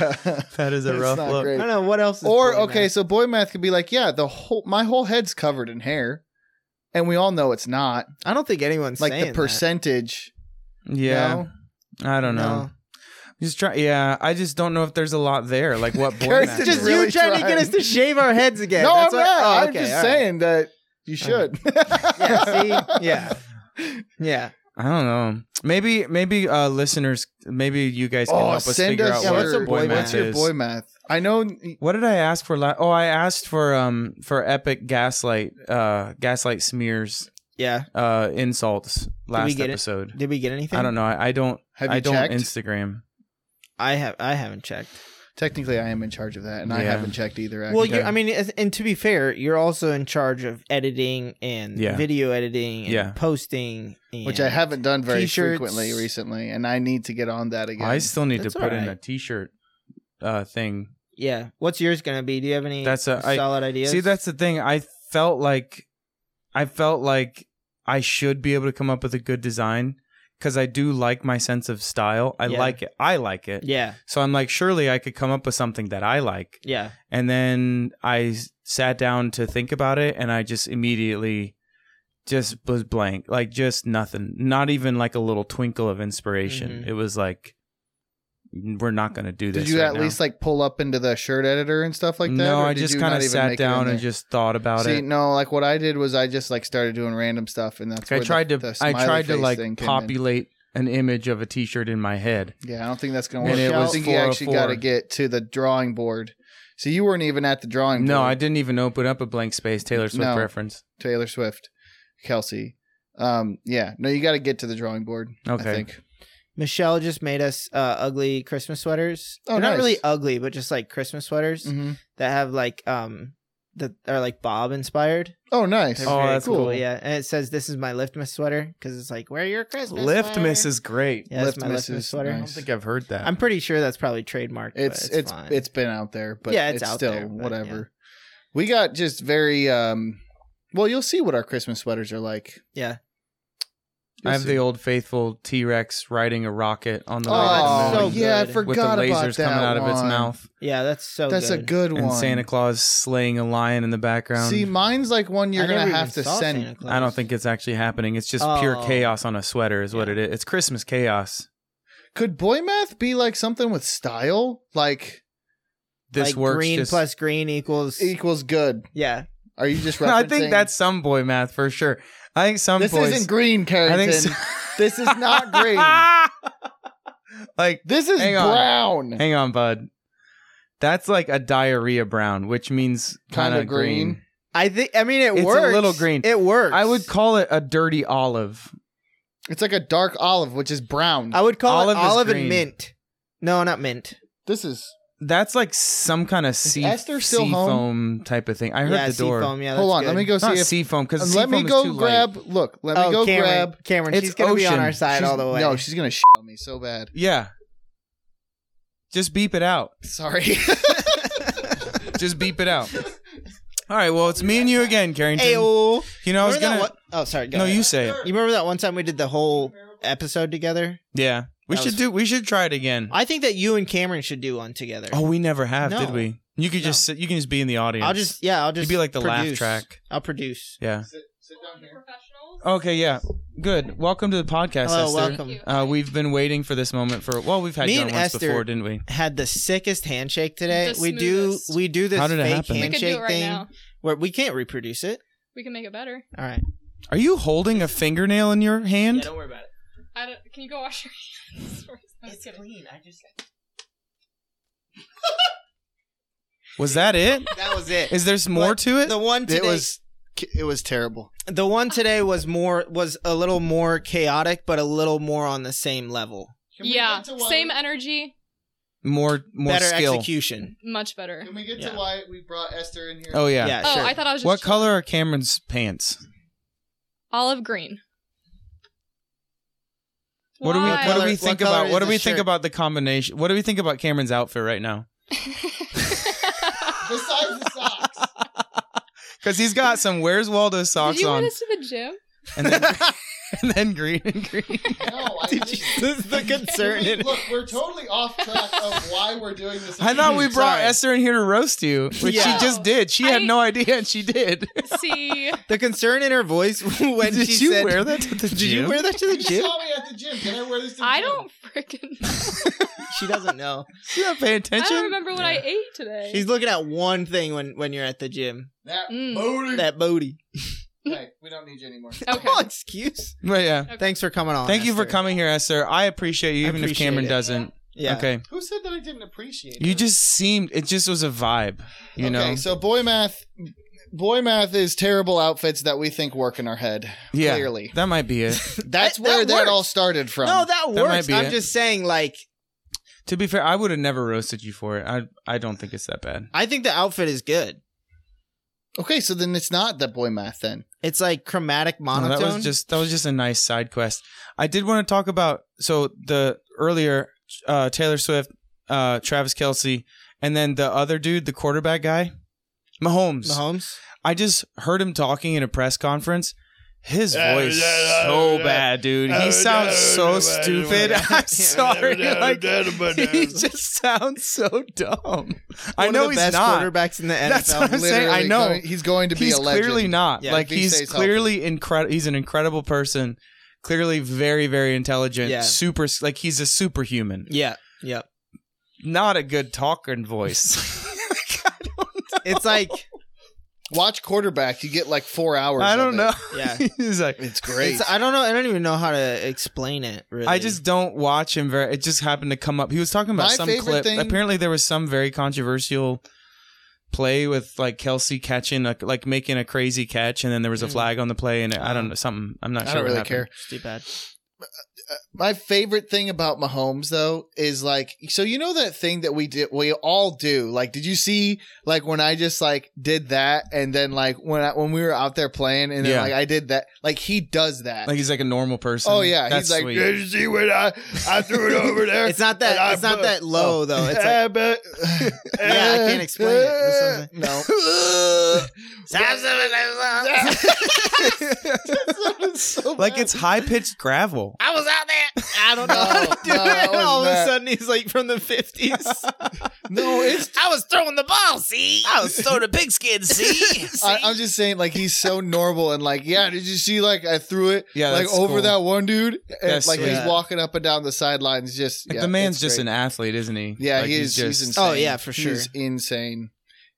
Speaker 2: That is a
Speaker 1: That's
Speaker 2: rough
Speaker 1: not
Speaker 2: look.
Speaker 1: great.
Speaker 3: I don't know what else. Is
Speaker 1: or
Speaker 3: boy
Speaker 1: okay,
Speaker 3: math?
Speaker 1: so boy math could be like, yeah, the whole my whole head's covered in hair, and we all know it's not.
Speaker 3: I don't think anyone's
Speaker 1: Like
Speaker 3: saying
Speaker 1: the
Speaker 3: that.
Speaker 1: percentage.
Speaker 2: Yeah.
Speaker 1: No?
Speaker 2: I don't know. Just try. Yeah, I just don't know if there's a lot there. Like what boy?
Speaker 1: Carrie's
Speaker 2: match-
Speaker 1: Didn't
Speaker 3: just
Speaker 1: really
Speaker 3: you trying to
Speaker 1: try.
Speaker 3: get us to shave our heads again.
Speaker 1: no, I'm
Speaker 3: That's
Speaker 1: not.
Speaker 3: what- oh,
Speaker 1: I'm
Speaker 3: okay,
Speaker 1: just
Speaker 3: all right. Uh,
Speaker 1: saying that you should.
Speaker 3: Yeah, see? Yeah. Yeah.
Speaker 2: I don't know. Maybe maybe uh listeners, maybe you guys can
Speaker 1: Oh,
Speaker 2: help us
Speaker 1: send
Speaker 2: figure
Speaker 1: us
Speaker 2: out
Speaker 3: Yeah,
Speaker 2: what
Speaker 3: what's your
Speaker 2: boy,
Speaker 3: boy
Speaker 2: match
Speaker 1: What's your
Speaker 2: is.
Speaker 1: boy math? I know.
Speaker 2: What did I ask for? La- oh, I asked for um for epic gaslight uh gaslight smears
Speaker 3: Yeah.
Speaker 2: uh insults last
Speaker 3: get it?
Speaker 2: episode.
Speaker 3: Did we get anything?
Speaker 2: I don't know. I, I don't.
Speaker 1: Have you
Speaker 2: I don't
Speaker 1: checked?
Speaker 2: Instagram.
Speaker 3: I have. I haven't checked.
Speaker 1: Technically, I am in charge of that, and I
Speaker 2: Yeah.
Speaker 1: haven't checked either. Actually.
Speaker 3: Well,
Speaker 2: Okay.
Speaker 3: you. I mean, as- and to be fair, you're also in charge of editing and
Speaker 2: Yeah.
Speaker 3: video editing and
Speaker 2: Yeah.
Speaker 3: posting, and
Speaker 1: which I haven't done very
Speaker 3: T-shirts.
Speaker 1: frequently recently, and I need to get on that again.
Speaker 2: I still need to
Speaker 3: That's
Speaker 2: put in a
Speaker 3: alright.
Speaker 2: T-shirt uh thing.
Speaker 3: Yeah. What's yours gonna be? Do you have any
Speaker 2: That's a- I-
Speaker 3: solid ideas?
Speaker 2: See, that's the thing. I felt like, I felt like I should be able to come up with a good design because I do like my sense of style. I
Speaker 3: Yeah.
Speaker 2: like it. I like it.
Speaker 3: Yeah.
Speaker 2: So I'm like, surely I could come up with something that I like.
Speaker 3: Yeah.
Speaker 2: And then I s- sat down to think about it, and I just immediately just was blank, like just nothing, not even like a little twinkle of inspiration.
Speaker 3: Mhm.
Speaker 2: It was like, we're not going to do this.
Speaker 1: Mm-hmm. Did you
Speaker 2: right
Speaker 1: at
Speaker 2: now.
Speaker 1: least like pull up into the shirt editor and stuff like that?
Speaker 2: no,
Speaker 1: or
Speaker 2: I
Speaker 1: did
Speaker 2: just
Speaker 1: you
Speaker 2: kind
Speaker 1: not
Speaker 2: of
Speaker 1: even
Speaker 2: sat
Speaker 1: make it in
Speaker 2: down and
Speaker 1: there?
Speaker 2: just thought about
Speaker 1: See,
Speaker 2: it.
Speaker 1: no, like what I did was I just like started doing random stuff, and that's
Speaker 2: I
Speaker 1: where the-
Speaker 2: tried
Speaker 1: the
Speaker 2: to I
Speaker 1: smiley
Speaker 2: tried to
Speaker 1: face
Speaker 2: like
Speaker 1: thing came in.
Speaker 2: populate an image of a T-shirt in my head.
Speaker 1: Yeah, I don't think that's gonna
Speaker 2: And
Speaker 1: work.
Speaker 2: it
Speaker 1: I
Speaker 2: was
Speaker 1: think you actually got to
Speaker 2: 404.
Speaker 1: get to the drawing board. So you weren't even at the drawing board.
Speaker 2: No, I didn't even open up a blank space. Taylor Swift
Speaker 1: No.
Speaker 2: reference.
Speaker 1: Taylor Swift, Kelsey. Um, yeah, no, you got to get to the drawing board.
Speaker 2: Okay.
Speaker 1: I think.
Speaker 3: Michelle just made us uh, ugly Christmas sweaters.
Speaker 1: Oh,
Speaker 3: They're not
Speaker 1: nice.
Speaker 3: really ugly, but just like Christmas sweaters
Speaker 1: Mhm.
Speaker 3: that have like um that are like Bob inspired.
Speaker 1: Oh, nice.
Speaker 3: They're
Speaker 2: Oh,
Speaker 3: very
Speaker 2: that's cool.
Speaker 3: Yeah, and it says this is my Liftmas sweater because it's like wear your Christmas
Speaker 2: Lift
Speaker 3: sweater.
Speaker 2: miss is great.
Speaker 3: Yeah, that's my
Speaker 1: Liftmas
Speaker 3: Liftmas
Speaker 1: is
Speaker 3: sweater.
Speaker 2: I don't
Speaker 1: nice.
Speaker 2: think I've heard that.
Speaker 3: I'm pretty sure that's probably trademarked. but
Speaker 1: it's it's
Speaker 3: fine.
Speaker 1: it's been out there, but
Speaker 3: Yeah,
Speaker 1: it's,
Speaker 3: it's out
Speaker 1: still
Speaker 3: there, but
Speaker 1: whatever. We got just very um well, you'll see what our Christmas sweaters are like.
Speaker 3: yeah.
Speaker 2: I have the old faithful T-Rex riding a rocket on the way to
Speaker 1: Oh,
Speaker 2: the
Speaker 3: that's
Speaker 2: moon
Speaker 3: so
Speaker 1: yeah, I
Speaker 3: good.
Speaker 1: forgot
Speaker 2: with the
Speaker 1: about
Speaker 2: lasers
Speaker 1: that
Speaker 2: coming out of its
Speaker 1: one.
Speaker 2: mouth
Speaker 3: Yeah, that's so.
Speaker 1: That's
Speaker 3: good.
Speaker 1: a good one.
Speaker 2: and Santa Claus slaying a lion in the background.
Speaker 1: See, mine's like one you're
Speaker 3: I
Speaker 1: gonna
Speaker 3: never
Speaker 1: have
Speaker 3: even
Speaker 1: to
Speaker 3: saw
Speaker 1: send.
Speaker 3: Santa Claus.
Speaker 2: I don't think it's actually happening. It's just pure
Speaker 3: Oh.
Speaker 2: chaos on a sweater is what
Speaker 3: Yeah.
Speaker 2: it is. It's Christmas chaos.
Speaker 1: Could boy math be like something with style, like
Speaker 2: This
Speaker 3: like
Speaker 2: works
Speaker 3: Green
Speaker 2: just
Speaker 3: plus green equals.
Speaker 1: equals good?
Speaker 3: yeah,
Speaker 1: Are you just? Referencing?
Speaker 2: I think that's some boy math for sure. I think some
Speaker 1: this
Speaker 2: boys
Speaker 1: isn't green, Carrington.
Speaker 2: I think so.
Speaker 1: This is not green.
Speaker 2: like,
Speaker 1: This is
Speaker 2: Hang on.
Speaker 1: brown.
Speaker 2: hang on, bud. That's like a diarrhea brown, which means kind
Speaker 1: Kinda
Speaker 2: of green.
Speaker 1: green.
Speaker 3: I think. I mean, it
Speaker 2: It's a
Speaker 3: works.
Speaker 2: little green.
Speaker 3: It works.
Speaker 2: I would call it a dirty olive.
Speaker 1: It's like a dark olive, which is brown.
Speaker 3: I would call
Speaker 2: Olive
Speaker 3: it
Speaker 2: is
Speaker 3: olive and
Speaker 2: green.
Speaker 3: mint. No, not mint.
Speaker 1: this is
Speaker 2: That's like some kind of sea,
Speaker 1: Esther still
Speaker 2: sea
Speaker 1: home?
Speaker 2: foam type of thing. I heard
Speaker 3: yeah,
Speaker 2: the door.
Speaker 3: Seafoam, yeah,
Speaker 1: hold
Speaker 3: that's
Speaker 1: on. Let
Speaker 3: good.
Speaker 1: me go see
Speaker 2: Not
Speaker 1: if.
Speaker 2: sea foam because
Speaker 1: Let me go grab. Look, let me
Speaker 3: oh,
Speaker 1: go
Speaker 3: Cameron,
Speaker 1: grab.
Speaker 3: Cameron.
Speaker 2: It's
Speaker 3: she's gonna be on
Speaker 2: ocean.
Speaker 3: our side
Speaker 1: She's-
Speaker 3: all the way.
Speaker 1: No, she's gonna sh- on me so bad.
Speaker 2: Yeah. Just beep it out.
Speaker 1: Sorry.
Speaker 2: Just beep it out. All right. Well, it's me and you again, Carrington.
Speaker 3: Ayo.
Speaker 2: you know, I was
Speaker 3: oh. Remember
Speaker 2: gonna.
Speaker 3: that one- Oh, sorry. Go
Speaker 2: No,
Speaker 3: ahead.
Speaker 2: you say it.
Speaker 3: You remember that one time we did the whole episode together?
Speaker 2: Yeah. We
Speaker 3: That
Speaker 2: should
Speaker 3: was-
Speaker 2: do. We should try it again.
Speaker 3: I think that you and Cameron should do one together.
Speaker 2: Oh, we never have, did
Speaker 3: No.
Speaker 2: we? You could just sit. You can just be in the audience.
Speaker 3: I'll just yeah, I'll
Speaker 2: You'd
Speaker 3: just
Speaker 2: be like the laugh
Speaker 3: produce.
Speaker 2: track.
Speaker 3: I'll produce.
Speaker 2: Yeah.
Speaker 4: professionals.
Speaker 2: Okay. Yeah. Good. Welcome to the podcast,
Speaker 3: Hello,
Speaker 2: Esther.
Speaker 3: welcome.
Speaker 2: Uh, we've been waiting for this moment for. Well, we've had
Speaker 3: Me
Speaker 2: you on
Speaker 3: and
Speaker 2: once
Speaker 3: Esther-
Speaker 2: before, didn't we?
Speaker 3: Had the sickest handshake today.
Speaker 4: The
Speaker 3: we do
Speaker 4: smoothest.
Speaker 3: we do this
Speaker 2: How did it
Speaker 3: fake
Speaker 2: happen? We
Speaker 4: We could do
Speaker 3: handshake
Speaker 4: it right
Speaker 3: thing
Speaker 4: now.
Speaker 3: where we can't reproduce it.
Speaker 4: We can make it better.
Speaker 3: All right.
Speaker 2: Are you holding a fingernail in your hand?
Speaker 3: worry about it.
Speaker 4: I don't, can you go wash your hands first? I'm just kidding.
Speaker 3: clean. I just
Speaker 2: Was that it?
Speaker 3: that was it.
Speaker 2: Is there some more
Speaker 3: But
Speaker 2: to it?
Speaker 3: The one today
Speaker 1: it was. It was terrible.
Speaker 3: the one today was more was a little more chaotic, but a little more on the same level.
Speaker 4: Yeah, same energy,
Speaker 2: more more
Speaker 3: Better
Speaker 2: skill.
Speaker 3: execution.
Speaker 4: much better.
Speaker 1: Can we get
Speaker 3: Yeah.
Speaker 1: to why we brought Esther in here?
Speaker 2: Oh yeah.
Speaker 3: Yeah.
Speaker 4: oh,
Speaker 3: sure.
Speaker 4: I thought I was just
Speaker 2: What color are Cameron's pants?
Speaker 4: olive green.
Speaker 2: What do we
Speaker 4: Why?
Speaker 2: What do we
Speaker 3: What
Speaker 2: think
Speaker 3: color
Speaker 2: about?
Speaker 3: is
Speaker 2: What do
Speaker 3: the
Speaker 2: we think
Speaker 3: shirt?
Speaker 2: about the combination? What do we think about Cameron's outfit right now?
Speaker 1: Besides the socks.
Speaker 2: Because he's got some Where's Waldo socks
Speaker 4: Did you
Speaker 2: on,
Speaker 4: want us to the gym?
Speaker 2: and then and then green and green.
Speaker 5: No, I
Speaker 3: Did
Speaker 5: think-
Speaker 3: you- this is the concern. in it.
Speaker 5: Look, we're totally off track of why we're doing this.
Speaker 2: I thought we brought
Speaker 3: Sorry.
Speaker 2: Esther in here to roast you, which
Speaker 3: Yeah.
Speaker 2: she just did. She had
Speaker 4: I-
Speaker 2: no idea, and she did.
Speaker 4: See,
Speaker 3: The concern in her voice when
Speaker 2: did
Speaker 3: she
Speaker 2: you
Speaker 3: said,
Speaker 2: wear that to the
Speaker 3: "Did you wear that to the
Speaker 5: You
Speaker 3: gym?"
Speaker 5: saw me at the gym. Can I wear this? To the
Speaker 4: I
Speaker 5: gym?
Speaker 4: don't freaking.
Speaker 3: she doesn't know.
Speaker 2: You're not paying
Speaker 4: I
Speaker 2: attention.
Speaker 4: don't remember what I ate today.
Speaker 3: She's looking at one thing when when you're at the gym.
Speaker 5: That
Speaker 4: Mm.
Speaker 5: booty.
Speaker 3: That booty.
Speaker 5: Hey, we don't need you anymore.
Speaker 4: okay.
Speaker 3: Oh, excuse.
Speaker 2: But yeah,
Speaker 3: Thanks for coming on.
Speaker 2: thank you for
Speaker 3: Esther.
Speaker 2: coming here, Esther. I appreciate you,
Speaker 3: I
Speaker 2: even
Speaker 3: appreciate
Speaker 2: if Cameron
Speaker 3: it.
Speaker 2: doesn't.
Speaker 3: Yeah.
Speaker 2: Okay,
Speaker 5: Who said that I didn't appreciate?
Speaker 2: you
Speaker 5: it?
Speaker 2: just seemed. It just was a vibe, you
Speaker 1: okay,
Speaker 2: know.
Speaker 1: so boy math, boy math is terrible outfits that we think work in our head.
Speaker 2: yeah,
Speaker 1: Clearly,
Speaker 2: that might be it.
Speaker 1: that's
Speaker 3: That-
Speaker 1: where
Speaker 3: that
Speaker 1: that all
Speaker 3: works.
Speaker 1: started from.
Speaker 3: No, that
Speaker 2: That might
Speaker 3: works.
Speaker 2: be
Speaker 3: I'm
Speaker 2: it.
Speaker 3: just saying, like,
Speaker 2: to be fair, I would have never roasted you for it. I I don't think it's that bad.
Speaker 3: I think the outfit is good.
Speaker 1: okay, so then it's not the boy math then.
Speaker 3: It's like chromatic
Speaker 2: No,
Speaker 3: monotone.
Speaker 2: that was just that was just a nice side quest. I did want to talk about so the earlier uh, Taylor Swift, uh, Travis Kelsey, and then the other dude, the quarterback guy, Mahomes.
Speaker 3: Mahomes.
Speaker 2: I just heard him talking in a press conference. His
Speaker 1: Uh,
Speaker 2: voice
Speaker 1: yeah,
Speaker 2: so
Speaker 1: uh,
Speaker 2: bad, dude.
Speaker 1: uh,
Speaker 2: He sounds
Speaker 1: uh,
Speaker 2: so
Speaker 1: uh,
Speaker 2: stupid.
Speaker 1: uh,
Speaker 2: I'm sorry, like he
Speaker 1: He's
Speaker 2: just sounds so dumb. I
Speaker 3: One
Speaker 2: know
Speaker 3: of the
Speaker 2: he's
Speaker 3: best
Speaker 2: not.
Speaker 3: quarterbacks in the NFL.
Speaker 2: That's what I'm saying. I
Speaker 1: literally
Speaker 2: know.
Speaker 1: going- he's going to be
Speaker 2: he's
Speaker 1: a legend.
Speaker 2: clearly not
Speaker 3: Yeah,
Speaker 2: like
Speaker 1: if he
Speaker 2: he's
Speaker 1: stays healthy.
Speaker 2: clearly incredible he's an incredible person clearly very very intelligent
Speaker 3: Yeah.
Speaker 2: super like he's a superhuman
Speaker 3: yeah. Yeah.
Speaker 2: not a good talking voice
Speaker 3: It's like
Speaker 1: Watch quarterback. You get like four hours.
Speaker 2: i
Speaker 1: of
Speaker 2: don't
Speaker 1: it.
Speaker 2: know
Speaker 3: Yeah.
Speaker 2: he's like
Speaker 1: It's great.
Speaker 3: It's, I don't know. I don't even know how to explain it. Really,
Speaker 2: I just don't watch him very. It just happened to come up. He was talking about
Speaker 1: My
Speaker 2: some
Speaker 1: favorite
Speaker 2: clip.
Speaker 1: thing-
Speaker 2: Apparently, there was some very controversial play with like Kelsey catching, like, like making a crazy catch, and then there was a
Speaker 3: Mm.
Speaker 2: flag on the play, and I don't know something. I'm
Speaker 1: Oh.
Speaker 2: not
Speaker 1: I
Speaker 2: sure.
Speaker 1: don't
Speaker 2: what
Speaker 1: really
Speaker 2: happened.
Speaker 1: care.
Speaker 3: It's too bad.
Speaker 1: My favorite thing about Mahomes though is like so you know that thing that we did we all do. Like did you see like when I just like did that and then like when I, when we were out there playing and then
Speaker 2: Yeah.
Speaker 1: like I did that like he does that.
Speaker 2: Like he's like a normal person.
Speaker 1: oh yeah,
Speaker 2: That's
Speaker 1: he's like
Speaker 2: sweet.
Speaker 1: did you see what I I threw it over there?
Speaker 3: It's not
Speaker 1: And I
Speaker 3: that. It's not
Speaker 1: put-
Speaker 3: that low
Speaker 1: Oh.
Speaker 3: though. It's like
Speaker 1: Yeah, but-
Speaker 3: Yeah, I can't explain it. That's
Speaker 1: No.
Speaker 2: like it's high pitched gravel.
Speaker 3: I was out there. I don't know.
Speaker 1: No,
Speaker 3: how to do
Speaker 1: no,
Speaker 3: it.
Speaker 1: that
Speaker 3: And all of
Speaker 1: was
Speaker 3: a
Speaker 1: not-
Speaker 3: sudden, he's like from the fifties.
Speaker 1: No, it's
Speaker 3: I was throwing the ball. See, I was throwing a pigskin. See,
Speaker 1: I, I'm just saying, like he's so normal and like, yeah. Did you see? Like I threw it,
Speaker 2: Yeah,
Speaker 1: like
Speaker 2: that's
Speaker 1: over
Speaker 2: cool.
Speaker 1: that one dude, and
Speaker 2: That's
Speaker 1: like
Speaker 2: sweet.
Speaker 1: he's
Speaker 3: Yeah.
Speaker 1: walking up and down the sidelines. Just
Speaker 2: Like
Speaker 1: yeah,
Speaker 2: the man's
Speaker 1: it's
Speaker 2: just
Speaker 1: great.
Speaker 2: an athlete, isn't he?
Speaker 1: yeah.
Speaker 2: Like,
Speaker 1: he is. He's, insane.
Speaker 3: Oh, yeah, for sure.
Speaker 1: He's insane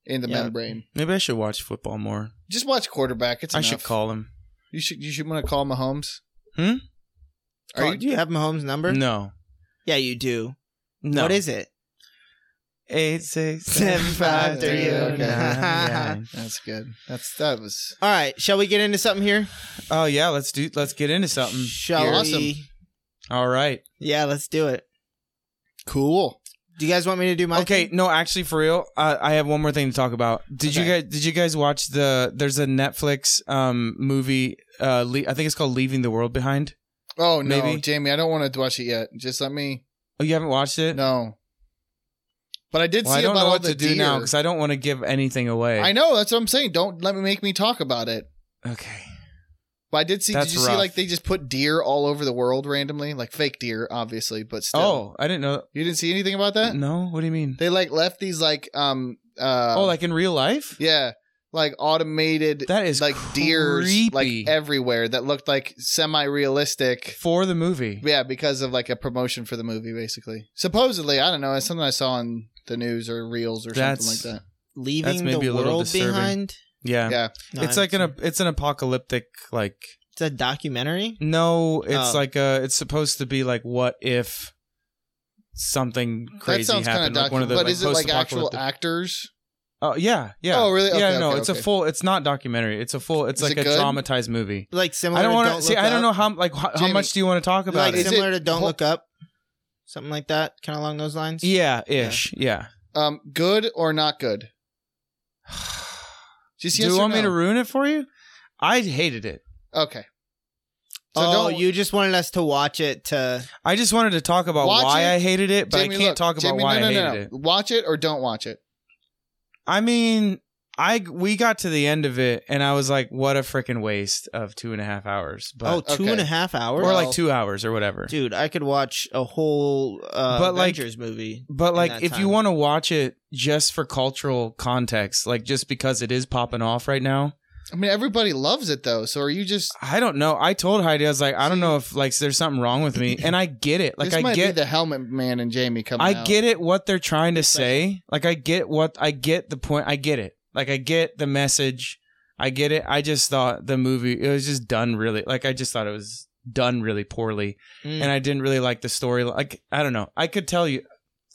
Speaker 1: in the
Speaker 3: Yeah.
Speaker 1: membrane.
Speaker 2: Maybe I should watch football more.
Speaker 1: Just watch quarterback. It's
Speaker 2: I
Speaker 1: enough.
Speaker 2: should call him.
Speaker 1: You should. You should want to call Mahomes.
Speaker 2: Hmm?
Speaker 1: Are you?
Speaker 3: do you have Mahomes' number?
Speaker 2: No,
Speaker 3: Yeah, you do.
Speaker 2: no.
Speaker 3: What is it?
Speaker 2: eight six
Speaker 3: Seven, five,
Speaker 1: three, oh, nine,
Speaker 3: nine.
Speaker 1: That's good. That's that was.
Speaker 3: All right, shall we get into something here?
Speaker 2: Oh yeah, let's do. Let's get into something.
Speaker 3: Shall
Speaker 1: You're
Speaker 3: we?
Speaker 1: awesome.
Speaker 2: All right.
Speaker 3: Yeah, let's do it.
Speaker 1: Cool.
Speaker 3: Do you guys want me to do my?
Speaker 2: okay.
Speaker 3: thing?
Speaker 2: No, actually, for real, I, I have one more thing to talk about. Did you
Speaker 3: Okay.
Speaker 2: guys? Did you guys watch the? There's a Netflix um movie. Uh, Le- I think it's called Leaving the World Behind.
Speaker 1: Oh no,
Speaker 2: Maybe.
Speaker 1: Jamie, I don't want to watch it yet. Just let me.
Speaker 2: Oh, you haven't watched it?
Speaker 1: No. But I did
Speaker 2: Well,
Speaker 1: see
Speaker 2: I don't
Speaker 1: about
Speaker 2: know
Speaker 1: all
Speaker 2: what
Speaker 1: the
Speaker 2: to do now
Speaker 1: deer.
Speaker 2: because I don't want to give anything away.
Speaker 1: I know that's what I'm saying. Don't let me make me talk about it.
Speaker 2: Okay.
Speaker 1: But I did see.
Speaker 2: That's
Speaker 1: did you see
Speaker 2: rough.
Speaker 1: like they just put deer all over the world randomly, like fake deer, obviously, but still.
Speaker 2: Oh, I didn't know.
Speaker 1: you didn't see anything about that?
Speaker 2: No, what do you mean?
Speaker 1: They like left these like um uh
Speaker 2: oh, like in real life?
Speaker 1: yeah like automated
Speaker 2: That is
Speaker 1: like deers
Speaker 2: creepy.
Speaker 1: like everywhere that looked like semi realistic.
Speaker 2: For the movie.
Speaker 1: Yeah, because of like a promotion for the movie, basically. Supposedly, I don't know. It's something I saw on the news or reels or
Speaker 2: That's-
Speaker 1: something like that.
Speaker 3: leaving
Speaker 2: maybe
Speaker 3: the
Speaker 2: a little
Speaker 3: world
Speaker 2: disturbing.
Speaker 3: behind.
Speaker 2: Yeah.
Speaker 1: Yeah.
Speaker 3: No,
Speaker 2: it's
Speaker 3: I
Speaker 2: like an
Speaker 3: haven't
Speaker 2: ap- it's an apocalyptic like
Speaker 3: seen- it's a documentary.
Speaker 2: no, it's
Speaker 3: Oh.
Speaker 2: like a it's supposed to be like what if something crazy
Speaker 1: that sounds
Speaker 2: happened
Speaker 1: kind of
Speaker 2: like one of the
Speaker 1: but
Speaker 2: like,
Speaker 1: is it like actual
Speaker 2: post-apocalyptic-
Speaker 1: actors?
Speaker 2: Oh yeah, yeah.
Speaker 1: Oh, really?
Speaker 2: yeah,
Speaker 1: Okay,
Speaker 2: no,
Speaker 1: okay,
Speaker 2: it's a
Speaker 1: okay.
Speaker 2: full it's not documentary. It's a full it's
Speaker 1: Is
Speaker 2: like
Speaker 1: it
Speaker 2: a
Speaker 1: good?
Speaker 2: traumatized movie.
Speaker 3: Like similar.
Speaker 2: I don't
Speaker 3: want
Speaker 2: want to see I don't know how like how, how
Speaker 1: Jamie,
Speaker 2: much do you want to talk about
Speaker 3: Like
Speaker 1: Is
Speaker 2: it?
Speaker 1: it-
Speaker 3: similar to Don't
Speaker 1: hol-
Speaker 3: Look Up, something like that, kind of along those lines.
Speaker 2: Yeah, ish. Yeah.
Speaker 1: Um, good or not good? Just
Speaker 2: Do
Speaker 1: yes
Speaker 2: you
Speaker 1: or
Speaker 2: want me to
Speaker 1: no?
Speaker 2: ruin it for you? I hated it.
Speaker 1: Okay. So
Speaker 3: oh,
Speaker 1: don't
Speaker 3: you just wanted us to watch it to.
Speaker 2: I just wanted to talk about
Speaker 1: Watch
Speaker 2: why
Speaker 1: it.
Speaker 2: I hated it, but
Speaker 1: Jamie,
Speaker 2: I can't
Speaker 1: look,
Speaker 2: talk about
Speaker 1: Jamie,
Speaker 2: why
Speaker 1: no, no,
Speaker 2: I hated
Speaker 1: no, no.
Speaker 2: it.
Speaker 1: Watch it or don't watch it.
Speaker 2: I mean, I we got to the end of it and I was like, what a freaking waste of two and a half hours.
Speaker 3: Oh,
Speaker 2: But
Speaker 3: two and
Speaker 1: okay.
Speaker 3: a half hours,
Speaker 2: or like two hours or whatever.
Speaker 3: Dude, I could watch a whole uh,
Speaker 2: But, like-
Speaker 3: Avengers movie.
Speaker 2: But
Speaker 3: in
Speaker 2: like,
Speaker 3: that
Speaker 2: if you
Speaker 3: time.
Speaker 2: want to watch it just for cultural context, like just because it is popping off right now,
Speaker 1: I mean, everybody loves it though. So are you just
Speaker 2: I don't know. I told Heidi, I was like, I don't know if like there's something wrong with me, and I get it. Like,
Speaker 1: this
Speaker 2: I
Speaker 1: might
Speaker 2: get,
Speaker 1: be the helmet man and Jamie coming.
Speaker 2: I
Speaker 1: out.
Speaker 2: get it. What they're trying to say, like, I get what I get the point. I get it. Like, I get the message. I get it. I just thought the movie it was just done really. Like, I just thought it was done really poorly,
Speaker 3: Mm.
Speaker 2: and I didn't really like the story. Like, I don't know. I could tell you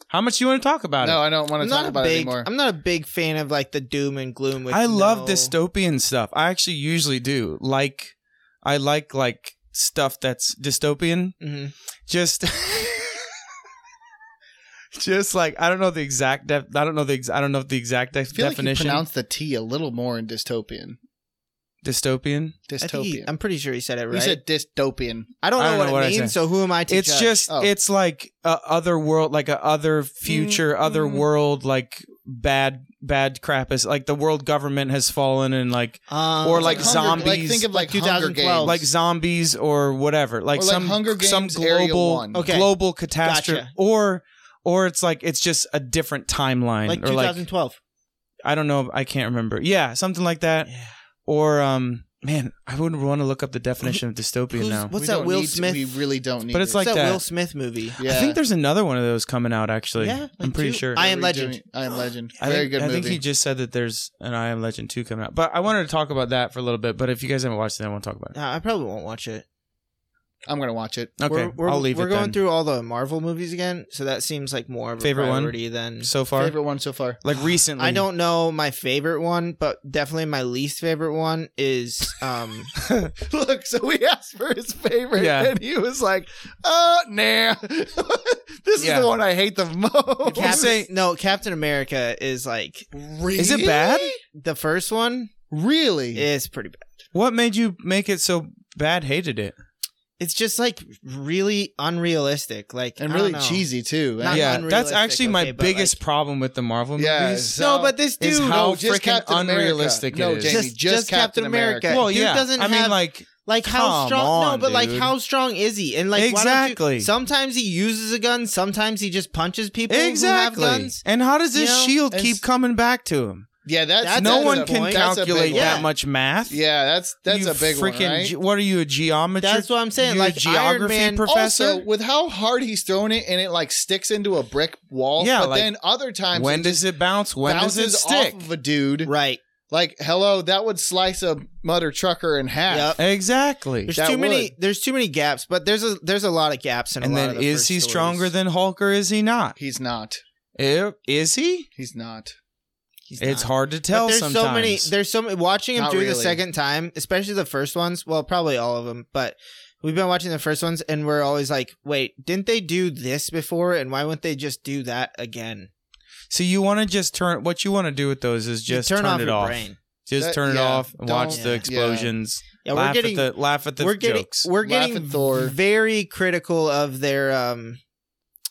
Speaker 2: how much you want to talk about it.
Speaker 1: No, I don't want
Speaker 3: I'm
Speaker 1: to
Speaker 3: not
Speaker 1: talk
Speaker 3: a
Speaker 1: about it
Speaker 3: big.
Speaker 1: anymore.
Speaker 3: I'm not a big fan of like the doom and gloom. With
Speaker 2: I love
Speaker 3: no-
Speaker 2: dystopian stuff. I actually usually do. Like I like like stuff that's dystopian.
Speaker 3: Mhm.
Speaker 2: Just just like I don't know the exact def- I don't know the ex- I don't know the exact def-
Speaker 1: I feel like you
Speaker 2: definition.
Speaker 1: pronounce the T a little more in dystopian.
Speaker 2: dystopian.
Speaker 3: I think he,
Speaker 1: Dystopian.
Speaker 3: I'm pretty sure he said it
Speaker 1: You
Speaker 3: right.
Speaker 1: said dystopian.
Speaker 3: I don't know
Speaker 2: I don't
Speaker 3: what
Speaker 2: know
Speaker 3: it
Speaker 2: what I
Speaker 3: means,
Speaker 2: said.
Speaker 3: so who am I to
Speaker 2: It's
Speaker 3: judge?
Speaker 2: just
Speaker 1: Oh.
Speaker 2: it's like a other world like a other future other
Speaker 3: mm.
Speaker 2: world like bad bad crap is like the world government has fallen and like
Speaker 3: Um,
Speaker 2: or
Speaker 1: It's
Speaker 2: like
Speaker 1: Hunger- Like
Speaker 2: zombies,
Speaker 1: think of like,
Speaker 3: like
Speaker 1: Hunger
Speaker 3: 2012.
Speaker 1: Games.
Speaker 2: like zombies or whatever like
Speaker 1: Or like
Speaker 2: some
Speaker 1: Hunger Games
Speaker 2: some
Speaker 1: Area
Speaker 2: global
Speaker 1: One.
Speaker 3: Okay.
Speaker 2: global catastrophe
Speaker 3: Gotcha.
Speaker 2: or or it's like it's just a different timeline
Speaker 3: like
Speaker 2: or like
Speaker 3: 2012.
Speaker 2: I don't know I can't remember yeah something like that
Speaker 3: Yeah.
Speaker 2: or um man I wouldn't want to look up the definition of dystopian
Speaker 3: who's-
Speaker 2: now
Speaker 3: what's
Speaker 1: We
Speaker 3: that
Speaker 1: don't
Speaker 3: Will
Speaker 1: need to-
Speaker 3: Smith-
Speaker 1: we really don't need.
Speaker 2: But it's
Speaker 1: it.
Speaker 2: like
Speaker 3: What's that,
Speaker 2: that.
Speaker 3: Will Smith movie.
Speaker 1: yeah.
Speaker 2: I think there's another one of those coming out actually
Speaker 3: Yeah, like
Speaker 2: I'm pretty
Speaker 3: two-
Speaker 2: sure
Speaker 1: What
Speaker 3: I
Speaker 1: are
Speaker 3: Am
Speaker 1: we
Speaker 3: Legend.
Speaker 1: doing? I am Legend.
Speaker 2: I
Speaker 1: Very
Speaker 2: think,
Speaker 1: good
Speaker 2: I
Speaker 1: movie.
Speaker 2: think he just said that there's an I Am Legend 2 coming out. But I wanted to talk about that for a little bit. But if you guys haven't watched it, I won't talk about
Speaker 3: Nah, I probably won't watch it.
Speaker 1: I'm gonna watch it.
Speaker 2: it. Okay.
Speaker 3: we're, we're,
Speaker 2: I'll leave
Speaker 3: We're
Speaker 2: it
Speaker 3: going
Speaker 2: then.
Speaker 3: through all the Marvel movies again, so that seems like more of a
Speaker 2: Favorite one?
Speaker 3: priority than.
Speaker 2: so far.
Speaker 1: Favorite one so far.
Speaker 2: Like recently.
Speaker 3: I don't know my favorite one, but definitely my least favorite one is um
Speaker 1: Look, so we asked for his favorite,
Speaker 2: Yeah.
Speaker 1: and he was like, "Uh, nah, this is
Speaker 2: Yeah.
Speaker 1: the one I hate the most."
Speaker 2: Cap-
Speaker 3: Captain,
Speaker 2: say-
Speaker 3: no Captain America is like
Speaker 1: really?
Speaker 2: Is it bad?
Speaker 3: the first one
Speaker 1: Really?
Speaker 3: is pretty bad.
Speaker 2: What made you make it so bad? Hated it.
Speaker 3: It's just like really unrealistic, like
Speaker 1: and
Speaker 3: I don't
Speaker 1: really
Speaker 3: know.
Speaker 1: cheesy too.
Speaker 3: Not
Speaker 2: yeah, that's
Speaker 3: unrealistic,
Speaker 2: actually my
Speaker 3: okay, but,
Speaker 2: biggest
Speaker 3: like-
Speaker 2: problem with the Marvel
Speaker 1: Yeah,
Speaker 2: movies.
Speaker 1: so-
Speaker 3: no, but this
Speaker 2: is
Speaker 3: dude,
Speaker 2: how
Speaker 1: no, just
Speaker 2: freaking
Speaker 1: Captain America.
Speaker 2: unrealistic
Speaker 1: No,
Speaker 2: it is.
Speaker 1: Jamie,
Speaker 3: Just-
Speaker 1: just,
Speaker 3: just Captain
Speaker 1: Captain
Speaker 3: America.
Speaker 1: America.
Speaker 2: well,
Speaker 3: dude
Speaker 2: yeah.
Speaker 3: doesn't
Speaker 2: I mean,
Speaker 3: have-
Speaker 2: like
Speaker 3: like how
Speaker 2: Come
Speaker 3: strong?
Speaker 2: on,
Speaker 3: no, but like
Speaker 2: dude.
Speaker 3: how strong is he? And like why don't you-
Speaker 2: Exactly.
Speaker 3: sometimes he uses a gun, sometimes he just punches people
Speaker 2: exactly.
Speaker 3: who have guns.
Speaker 2: And how does this
Speaker 3: You know?
Speaker 2: shield
Speaker 1: And
Speaker 2: keep
Speaker 1: s-
Speaker 2: coming back to him?
Speaker 1: yeah, that's,
Speaker 3: That's
Speaker 2: no
Speaker 3: a
Speaker 2: one
Speaker 3: good
Speaker 2: can
Speaker 3: point.
Speaker 1: that's a big
Speaker 2: calculate
Speaker 1: one.
Speaker 2: that
Speaker 3: Yeah.
Speaker 2: much math.
Speaker 1: Yeah, that's that's
Speaker 2: You
Speaker 1: a big
Speaker 2: freaking.
Speaker 1: one, right?
Speaker 2: ge- what are you a geometry?
Speaker 3: That's what I'm saying,
Speaker 2: you're a
Speaker 3: like, Iron
Speaker 2: geography
Speaker 3: Man-
Speaker 2: professor.
Speaker 1: Also, with how hard he's throwing it, and it like sticks into a brick wall.
Speaker 2: Yeah,
Speaker 1: but
Speaker 2: like,
Speaker 1: then other times
Speaker 2: when
Speaker 1: it
Speaker 2: does
Speaker 1: just
Speaker 2: it bounce? When does it
Speaker 1: bounces
Speaker 2: stick?
Speaker 1: off of a dude?
Speaker 3: Right.
Speaker 1: Like, hello, that would slice a mother trucker in half.
Speaker 3: Yep.
Speaker 2: Exactly.
Speaker 3: There's
Speaker 1: That
Speaker 3: too many.
Speaker 1: would.
Speaker 3: There's too many gaps, but there's a there's a lot of gaps in. a
Speaker 2: And
Speaker 3: lot
Speaker 2: then
Speaker 3: of the
Speaker 2: is
Speaker 3: first
Speaker 2: he
Speaker 3: stories.
Speaker 2: stronger than Hulk or is he not?
Speaker 1: He's not.
Speaker 2: Eh, Is he?
Speaker 1: He's not.
Speaker 3: He's
Speaker 2: It's
Speaker 3: not.
Speaker 2: hard to
Speaker 3: But
Speaker 2: tell
Speaker 3: there's
Speaker 2: sometimes.
Speaker 3: so many. There's so many. Watching him
Speaker 1: Not
Speaker 3: through the
Speaker 1: really.
Speaker 3: second time, especially the first ones. Well, probably all of them, but we've been watching the first ones, and we're always like, "Wait, didn't they do this before? And why wouldn't they just do that again?
Speaker 2: so you want to just turn what you want to do with those is
Speaker 3: You
Speaker 2: just turn,
Speaker 3: off
Speaker 2: it
Speaker 3: your
Speaker 2: off.
Speaker 3: brain.
Speaker 2: Just
Speaker 1: That-
Speaker 2: turn it
Speaker 1: yeah,
Speaker 2: off and watch
Speaker 3: don't-
Speaker 2: the
Speaker 3: yeah.
Speaker 2: explosions.
Speaker 3: Yeah,
Speaker 2: laugh
Speaker 3: we're getting
Speaker 2: at the laugh at the
Speaker 3: we're getting
Speaker 2: jokes.
Speaker 3: we're
Speaker 1: Laugh
Speaker 3: getting
Speaker 1: at Thor.
Speaker 3: very critical of their um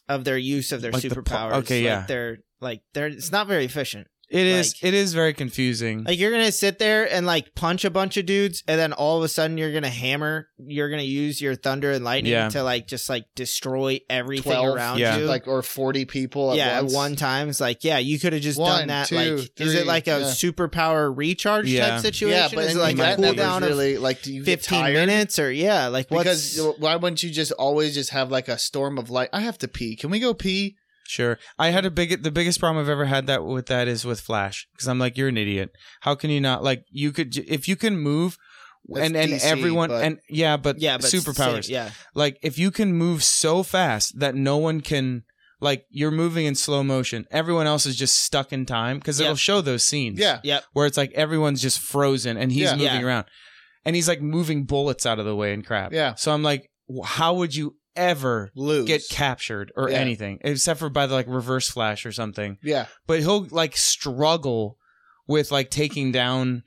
Speaker 3: of their use of their
Speaker 2: Like the po-
Speaker 3: superpowers.
Speaker 2: okay,
Speaker 3: Like,
Speaker 2: yeah.
Speaker 3: they're like they're it's not very efficient.
Speaker 2: It is
Speaker 3: like-
Speaker 2: it is very confusing.
Speaker 3: Like you're gonna sit there and like punch a bunch of dudes, and then all of a sudden you're gonna hammer. You're gonna use your thunder and lightning
Speaker 2: Yeah.
Speaker 3: to like just like destroy everything
Speaker 1: 12,
Speaker 3: around
Speaker 2: yeah.
Speaker 3: you.
Speaker 1: Like, or 40 people at
Speaker 3: yeah, at
Speaker 1: once.
Speaker 3: one time it's like yeah, you could have just
Speaker 1: One,
Speaker 3: done that.
Speaker 1: two,
Speaker 3: like, is
Speaker 1: three,
Speaker 3: it like a
Speaker 1: yeah.
Speaker 3: superpower recharge
Speaker 2: Yeah.
Speaker 3: type situation?
Speaker 1: Yeah, but
Speaker 3: is
Speaker 1: then
Speaker 3: it like
Speaker 1: you
Speaker 3: a
Speaker 1: might
Speaker 3: cool
Speaker 1: never
Speaker 3: down of
Speaker 1: really, like, do you get
Speaker 3: fifteen
Speaker 1: tired?
Speaker 3: minutes or yeah? Like
Speaker 1: Because
Speaker 3: what's
Speaker 1: why wouldn't you just always just have like a storm of light? I have to pee. Can we go pee?
Speaker 2: Sure. I had a big the biggest problem I've ever had that with that is with Flash cuz I'm like you're an idiot. How can you not like you could j- if you can move
Speaker 1: That's
Speaker 2: and and
Speaker 1: DC,
Speaker 2: everyone
Speaker 1: but-
Speaker 2: and yeah, but
Speaker 3: yeah, but same-
Speaker 2: superpowers.
Speaker 3: yeah,
Speaker 2: Like if you can move so fast that no one can like you're moving in slow motion, everyone else is just stuck in time because
Speaker 3: Yeah.
Speaker 2: it'll show those scenes.
Speaker 1: Yeah.
Speaker 3: Yep.
Speaker 2: Where it's like everyone's just frozen and he's
Speaker 1: Yeah.
Speaker 2: moving
Speaker 3: Yeah.
Speaker 2: around. And he's like moving bullets out of the way and crap.
Speaker 1: Yeah.
Speaker 2: So I'm like, w- how would you ever
Speaker 1: Lose.
Speaker 2: get captured or
Speaker 1: Yeah.
Speaker 2: anything except for by the like reverse flash or something?
Speaker 1: yeah.
Speaker 2: But he'll like struggle with like taking down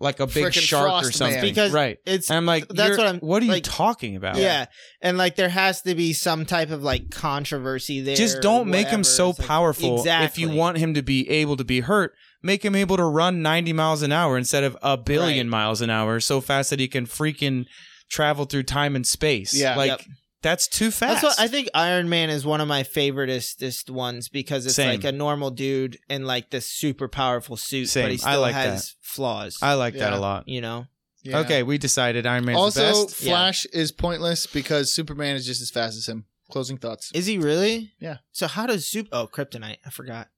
Speaker 2: like a big
Speaker 1: Frickin'
Speaker 2: shark or
Speaker 1: Frost Man.
Speaker 2: something.
Speaker 3: Because
Speaker 2: right.
Speaker 3: It's
Speaker 2: And I'm like,
Speaker 3: that's
Speaker 2: that's
Speaker 3: what
Speaker 2: what
Speaker 3: I'm-
Speaker 2: What are you
Speaker 3: like-
Speaker 2: talking about?
Speaker 3: yeah. and like there has to be some type of like controversy there.
Speaker 2: Just don't
Speaker 3: or
Speaker 2: make him
Speaker 3: whatever.
Speaker 2: so
Speaker 3: It's like-
Speaker 2: powerful.
Speaker 3: Exactly.
Speaker 2: If you want him to be able to be hurt, make him able to run 90 miles an hour instead of a billion
Speaker 3: Right.
Speaker 2: miles an hour so fast that he can freaking travel through time and space.
Speaker 1: Yeah.
Speaker 2: Like,
Speaker 3: Yep.
Speaker 2: that's too fast.
Speaker 3: That's what I think Iron Man is one of my favoriteest ones because it's
Speaker 2: Same.
Speaker 3: like a normal dude in like this super powerful suit,
Speaker 2: Same.
Speaker 3: but he
Speaker 2: I
Speaker 3: still
Speaker 2: like
Speaker 3: has flaws.
Speaker 2: I like that
Speaker 1: Yeah.
Speaker 2: a lot.
Speaker 3: you know,
Speaker 1: Yeah.
Speaker 2: Okay, we decided Iron Man's the
Speaker 1: Also,
Speaker 2: best.
Speaker 3: Yeah.
Speaker 1: Flash is pointless because Superman is just as fast as him. Closing thoughts.
Speaker 3: is he really?
Speaker 1: Yeah.
Speaker 3: So how does super? Oh, kryptonite. I forgot.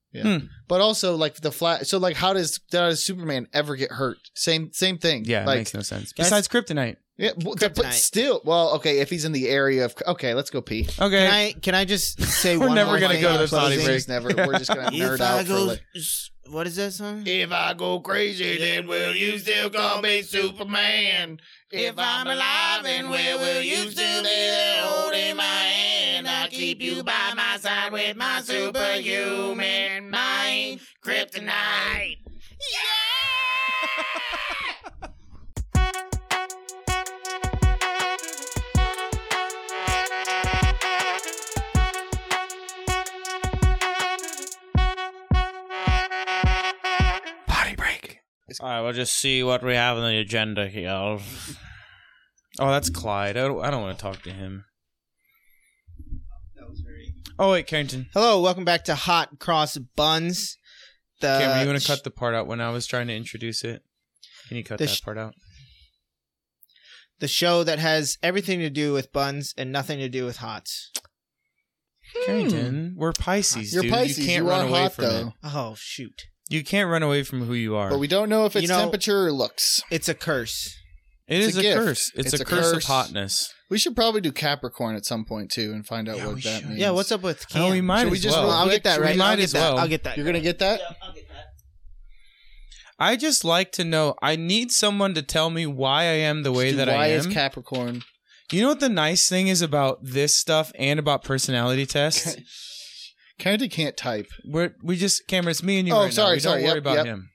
Speaker 1: But also, like the Flash. So, like, how does how does Superman ever get hurt? Same same thing.
Speaker 2: Yeah, it
Speaker 1: like
Speaker 2: makes no sense. Besides Kryptonite.
Speaker 1: yeah, well, th- but
Speaker 3: Kryptonite.
Speaker 1: still, well, okay, if he's in the area of okay, let's go pee.
Speaker 2: Okay.
Speaker 3: Can I? Can I just say
Speaker 2: We're
Speaker 3: one
Speaker 2: never
Speaker 3: more
Speaker 2: gonna
Speaker 3: thing
Speaker 2: go to
Speaker 3: about
Speaker 2: the potty
Speaker 3: closing?
Speaker 2: break.
Speaker 1: It's Never. We're just gonna nerd
Speaker 3: If I
Speaker 1: out for
Speaker 3: go,
Speaker 1: like.
Speaker 3: what is that song?
Speaker 1: If I go crazy, then will you still call me Superman?
Speaker 3: If I'm alive and well, will you still be there holding my hand? I'll keep you by my side with my superhuman mind, kryptonite.
Speaker 2: Potty break.
Speaker 6: All right, we'll just see what we have on the agenda here.
Speaker 2: Oh, that's Clyde. I don't, I don't want to talk to him. Oh wait, Carrington.
Speaker 3: Hello, welcome back to Hot Cross Buns. The
Speaker 2: Cameron, you want to cut the part out when I was trying to introduce it? Can you cut
Speaker 3: The
Speaker 2: that
Speaker 3: sh-
Speaker 2: part out?
Speaker 3: the show that has everything to do with buns and nothing to do with hots.
Speaker 2: Carrington, we're Pisces,
Speaker 1: You're
Speaker 2: dude.
Speaker 1: Pisces.
Speaker 2: You
Speaker 1: You,
Speaker 2: can't
Speaker 1: are
Speaker 2: run away
Speaker 1: hot
Speaker 2: from
Speaker 1: though,
Speaker 2: it.
Speaker 3: Oh shoot.
Speaker 2: You can't run away from who you are.
Speaker 1: but we don't know if it's
Speaker 3: You know-
Speaker 1: temperature or looks.
Speaker 3: It's a curse.
Speaker 2: it
Speaker 1: it's
Speaker 2: is
Speaker 1: a
Speaker 2: a,
Speaker 1: gift.
Speaker 2: curse. It's, a, curse, of hotness.
Speaker 1: We should probably do Capricorn at some point too and find out
Speaker 2: Yeah, we
Speaker 1: what that
Speaker 2: should.
Speaker 1: means.
Speaker 3: Yeah, what's up with Cam?
Speaker 2: Oh, we might
Speaker 1: Should we
Speaker 2: as
Speaker 1: just
Speaker 2: well.
Speaker 1: roll
Speaker 3: I'll get that
Speaker 1: Should we
Speaker 3: right.
Speaker 2: might
Speaker 3: I'll get
Speaker 2: as
Speaker 3: that.
Speaker 2: well.
Speaker 3: I'll get that.
Speaker 1: You're gonna get that?
Speaker 3: I'll get that.
Speaker 2: I just like to know. I need someone to tell me why I am the way
Speaker 1: Dude,
Speaker 2: that
Speaker 1: why
Speaker 2: I am.
Speaker 1: is Capricorn?
Speaker 2: you know what the nice thing is about this stuff and about personality tests?
Speaker 1: Kennedy can't type.
Speaker 2: We're, we just Cameron, it's me and you.
Speaker 1: Oh,
Speaker 2: right now.
Speaker 1: sorry,
Speaker 2: We
Speaker 1: sorry.
Speaker 2: Don't worry
Speaker 1: Yep,
Speaker 2: about
Speaker 1: yep.
Speaker 2: him.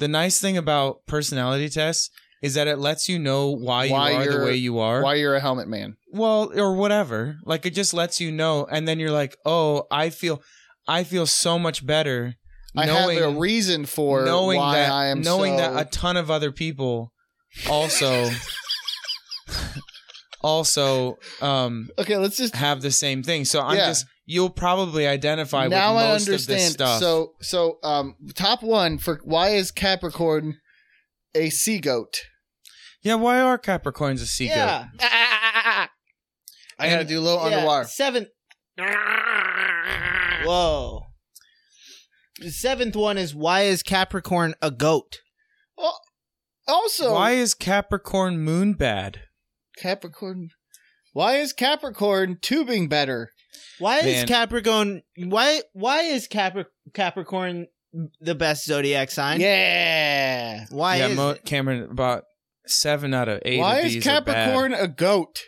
Speaker 2: The nice thing about personality tests is that it lets you know why,
Speaker 1: Why
Speaker 2: you are the
Speaker 1: you're-
Speaker 2: way you are.
Speaker 1: Why you're a helmet man?
Speaker 2: Well, or whatever. Like it just lets you know, and then you're like, oh, I feel, I feel so much better
Speaker 1: I
Speaker 2: knowing,
Speaker 1: have a reason for
Speaker 2: knowing
Speaker 1: why
Speaker 2: that
Speaker 1: I am
Speaker 2: knowing
Speaker 1: so-
Speaker 2: that a ton of other people also also um
Speaker 1: okay, let's just
Speaker 2: have the same thing. So I'm
Speaker 1: Yeah.
Speaker 2: just you'll probably identify
Speaker 1: now
Speaker 2: with
Speaker 1: I
Speaker 2: most of this
Speaker 1: understand.
Speaker 2: stuff.
Speaker 1: So so um top one for why is Capricorn a sea goat?
Speaker 2: yeah, why are Capricorns a sea goat?
Speaker 3: Yeah.
Speaker 1: I gotta do low
Speaker 3: Yeah,
Speaker 1: underwater.
Speaker 3: Seventh. Whoa. The seventh one is why is Capricorn a goat?
Speaker 1: Also,
Speaker 2: why is Capricorn moon bad?
Speaker 1: Capricorn? Why is Capricorn tubing better?
Speaker 3: Why is
Speaker 2: Man.
Speaker 3: Capricorn why why is Capri- Capricorn the best zodiac sign?
Speaker 1: yeah.
Speaker 3: Why
Speaker 2: yeah,
Speaker 3: is
Speaker 2: Mo-
Speaker 3: it?
Speaker 2: Cameron about seven out of eight.
Speaker 1: Why
Speaker 2: of
Speaker 1: is
Speaker 2: these are bad.
Speaker 1: Capricorn a goat?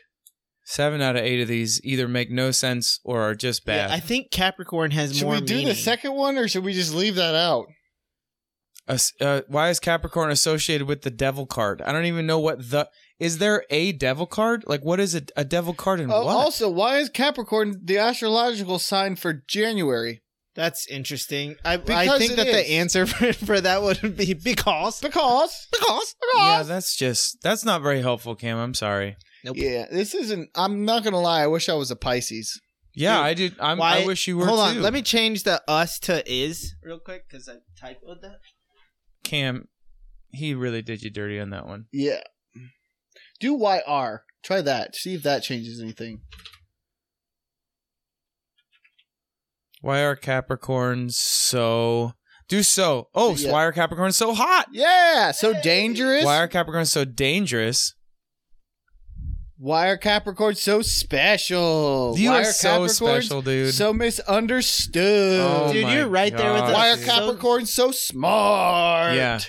Speaker 2: Seven out of eight of these either make no sense or are just bad.
Speaker 3: Yeah, I think Capricorn has
Speaker 1: Should
Speaker 3: more
Speaker 1: we do
Speaker 3: meaning.
Speaker 1: the second one or should we just leave that out?
Speaker 2: A s- uh, why is Capricorn associated with the devil card? I don't even know what the is there a devil card? Like what is a, a devil card and
Speaker 1: Oh,
Speaker 2: what?
Speaker 1: also, why is Capricorn the astrological sign for January?
Speaker 3: That's interesting. I, I
Speaker 1: Because
Speaker 3: think
Speaker 1: it
Speaker 3: that the
Speaker 1: is.
Speaker 3: answer for, for that would be because
Speaker 1: Because.
Speaker 3: because
Speaker 2: yeah, that's just that's not very helpful, Cam. I'm sorry.
Speaker 1: Yeah, this isn't. I'm not going to lie. I wish I was a Pisces.
Speaker 2: Yeah,
Speaker 3: Dude,
Speaker 2: I did. I'm,
Speaker 3: why-
Speaker 2: I wish you were.
Speaker 3: Hold on,
Speaker 2: too.
Speaker 3: let me change the us to is real quick because I typoed that.
Speaker 2: Cam, he really did you dirty on that one.
Speaker 1: Yeah. Do YR. Try that. See if that changes anything.
Speaker 2: Why are Capricorns so? Do so. Oh, so
Speaker 1: Yeah.
Speaker 2: why are Capricorns so hot?
Speaker 1: Yeah. So dangerous.
Speaker 2: Why are Capricorns so dangerous?
Speaker 1: Why are Capricorn so special?
Speaker 2: You
Speaker 1: Why
Speaker 2: are, so
Speaker 1: Capricorns
Speaker 2: special, dude.
Speaker 1: So misunderstood.
Speaker 2: Oh
Speaker 3: Dude,
Speaker 2: my
Speaker 3: you're right there with
Speaker 2: God,
Speaker 3: the-
Speaker 1: Why are
Speaker 2: dude.
Speaker 3: Cap-
Speaker 1: Capricorn so smart?
Speaker 2: Yeah.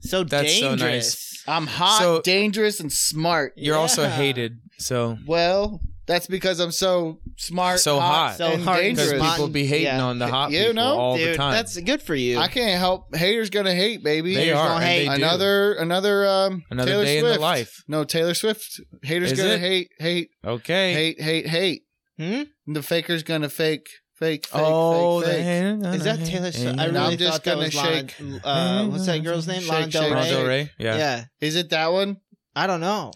Speaker 3: So
Speaker 2: That's so
Speaker 3: dangerous.
Speaker 2: nice.
Speaker 1: I'm hot,
Speaker 2: So-
Speaker 1: dangerous, and smart.
Speaker 2: You're also
Speaker 3: Yeah.
Speaker 2: hated. So
Speaker 1: Well, That's because I'm so smart,
Speaker 2: So hot.
Speaker 7: So
Speaker 1: and
Speaker 7: hot and
Speaker 1: dangerous.
Speaker 2: Because
Speaker 7: smart.
Speaker 2: people be hating
Speaker 7: Yeah.
Speaker 2: on the hot
Speaker 1: You
Speaker 2: people
Speaker 1: know?
Speaker 2: all
Speaker 7: Dude,
Speaker 2: the time.
Speaker 7: that's good for you.
Speaker 1: I can't help. Haters gonna hate, baby.
Speaker 2: they
Speaker 7: Haters
Speaker 2: are.
Speaker 7: gonna
Speaker 2: and
Speaker 7: hate.
Speaker 2: they do.
Speaker 1: another another um
Speaker 2: Another
Speaker 1: Taylor
Speaker 2: day in
Speaker 1: Swift.
Speaker 2: the life.
Speaker 1: No, Taylor Swift. Haters
Speaker 2: Is
Speaker 1: gonna
Speaker 2: it?
Speaker 1: hate, hate,
Speaker 2: Okay.
Speaker 1: hate, hate, hate.
Speaker 7: Hmm?
Speaker 1: The faker's gonna fake, fake, fake,
Speaker 2: oh,
Speaker 1: fake, fake.
Speaker 2: they-
Speaker 7: Is that Taylor Swift? I
Speaker 1: I'm
Speaker 7: really
Speaker 1: just
Speaker 7: thought that
Speaker 1: gonna
Speaker 7: was Lana,
Speaker 1: shake.
Speaker 7: uh, what's that girl's name?
Speaker 1: Shake,
Speaker 7: Lana Del
Speaker 1: shake,
Speaker 7: Rey.
Speaker 2: Lana Del Rey? Mm-hmm. Yeah.
Speaker 7: Yeah.
Speaker 1: Is it that one?
Speaker 7: I don't know.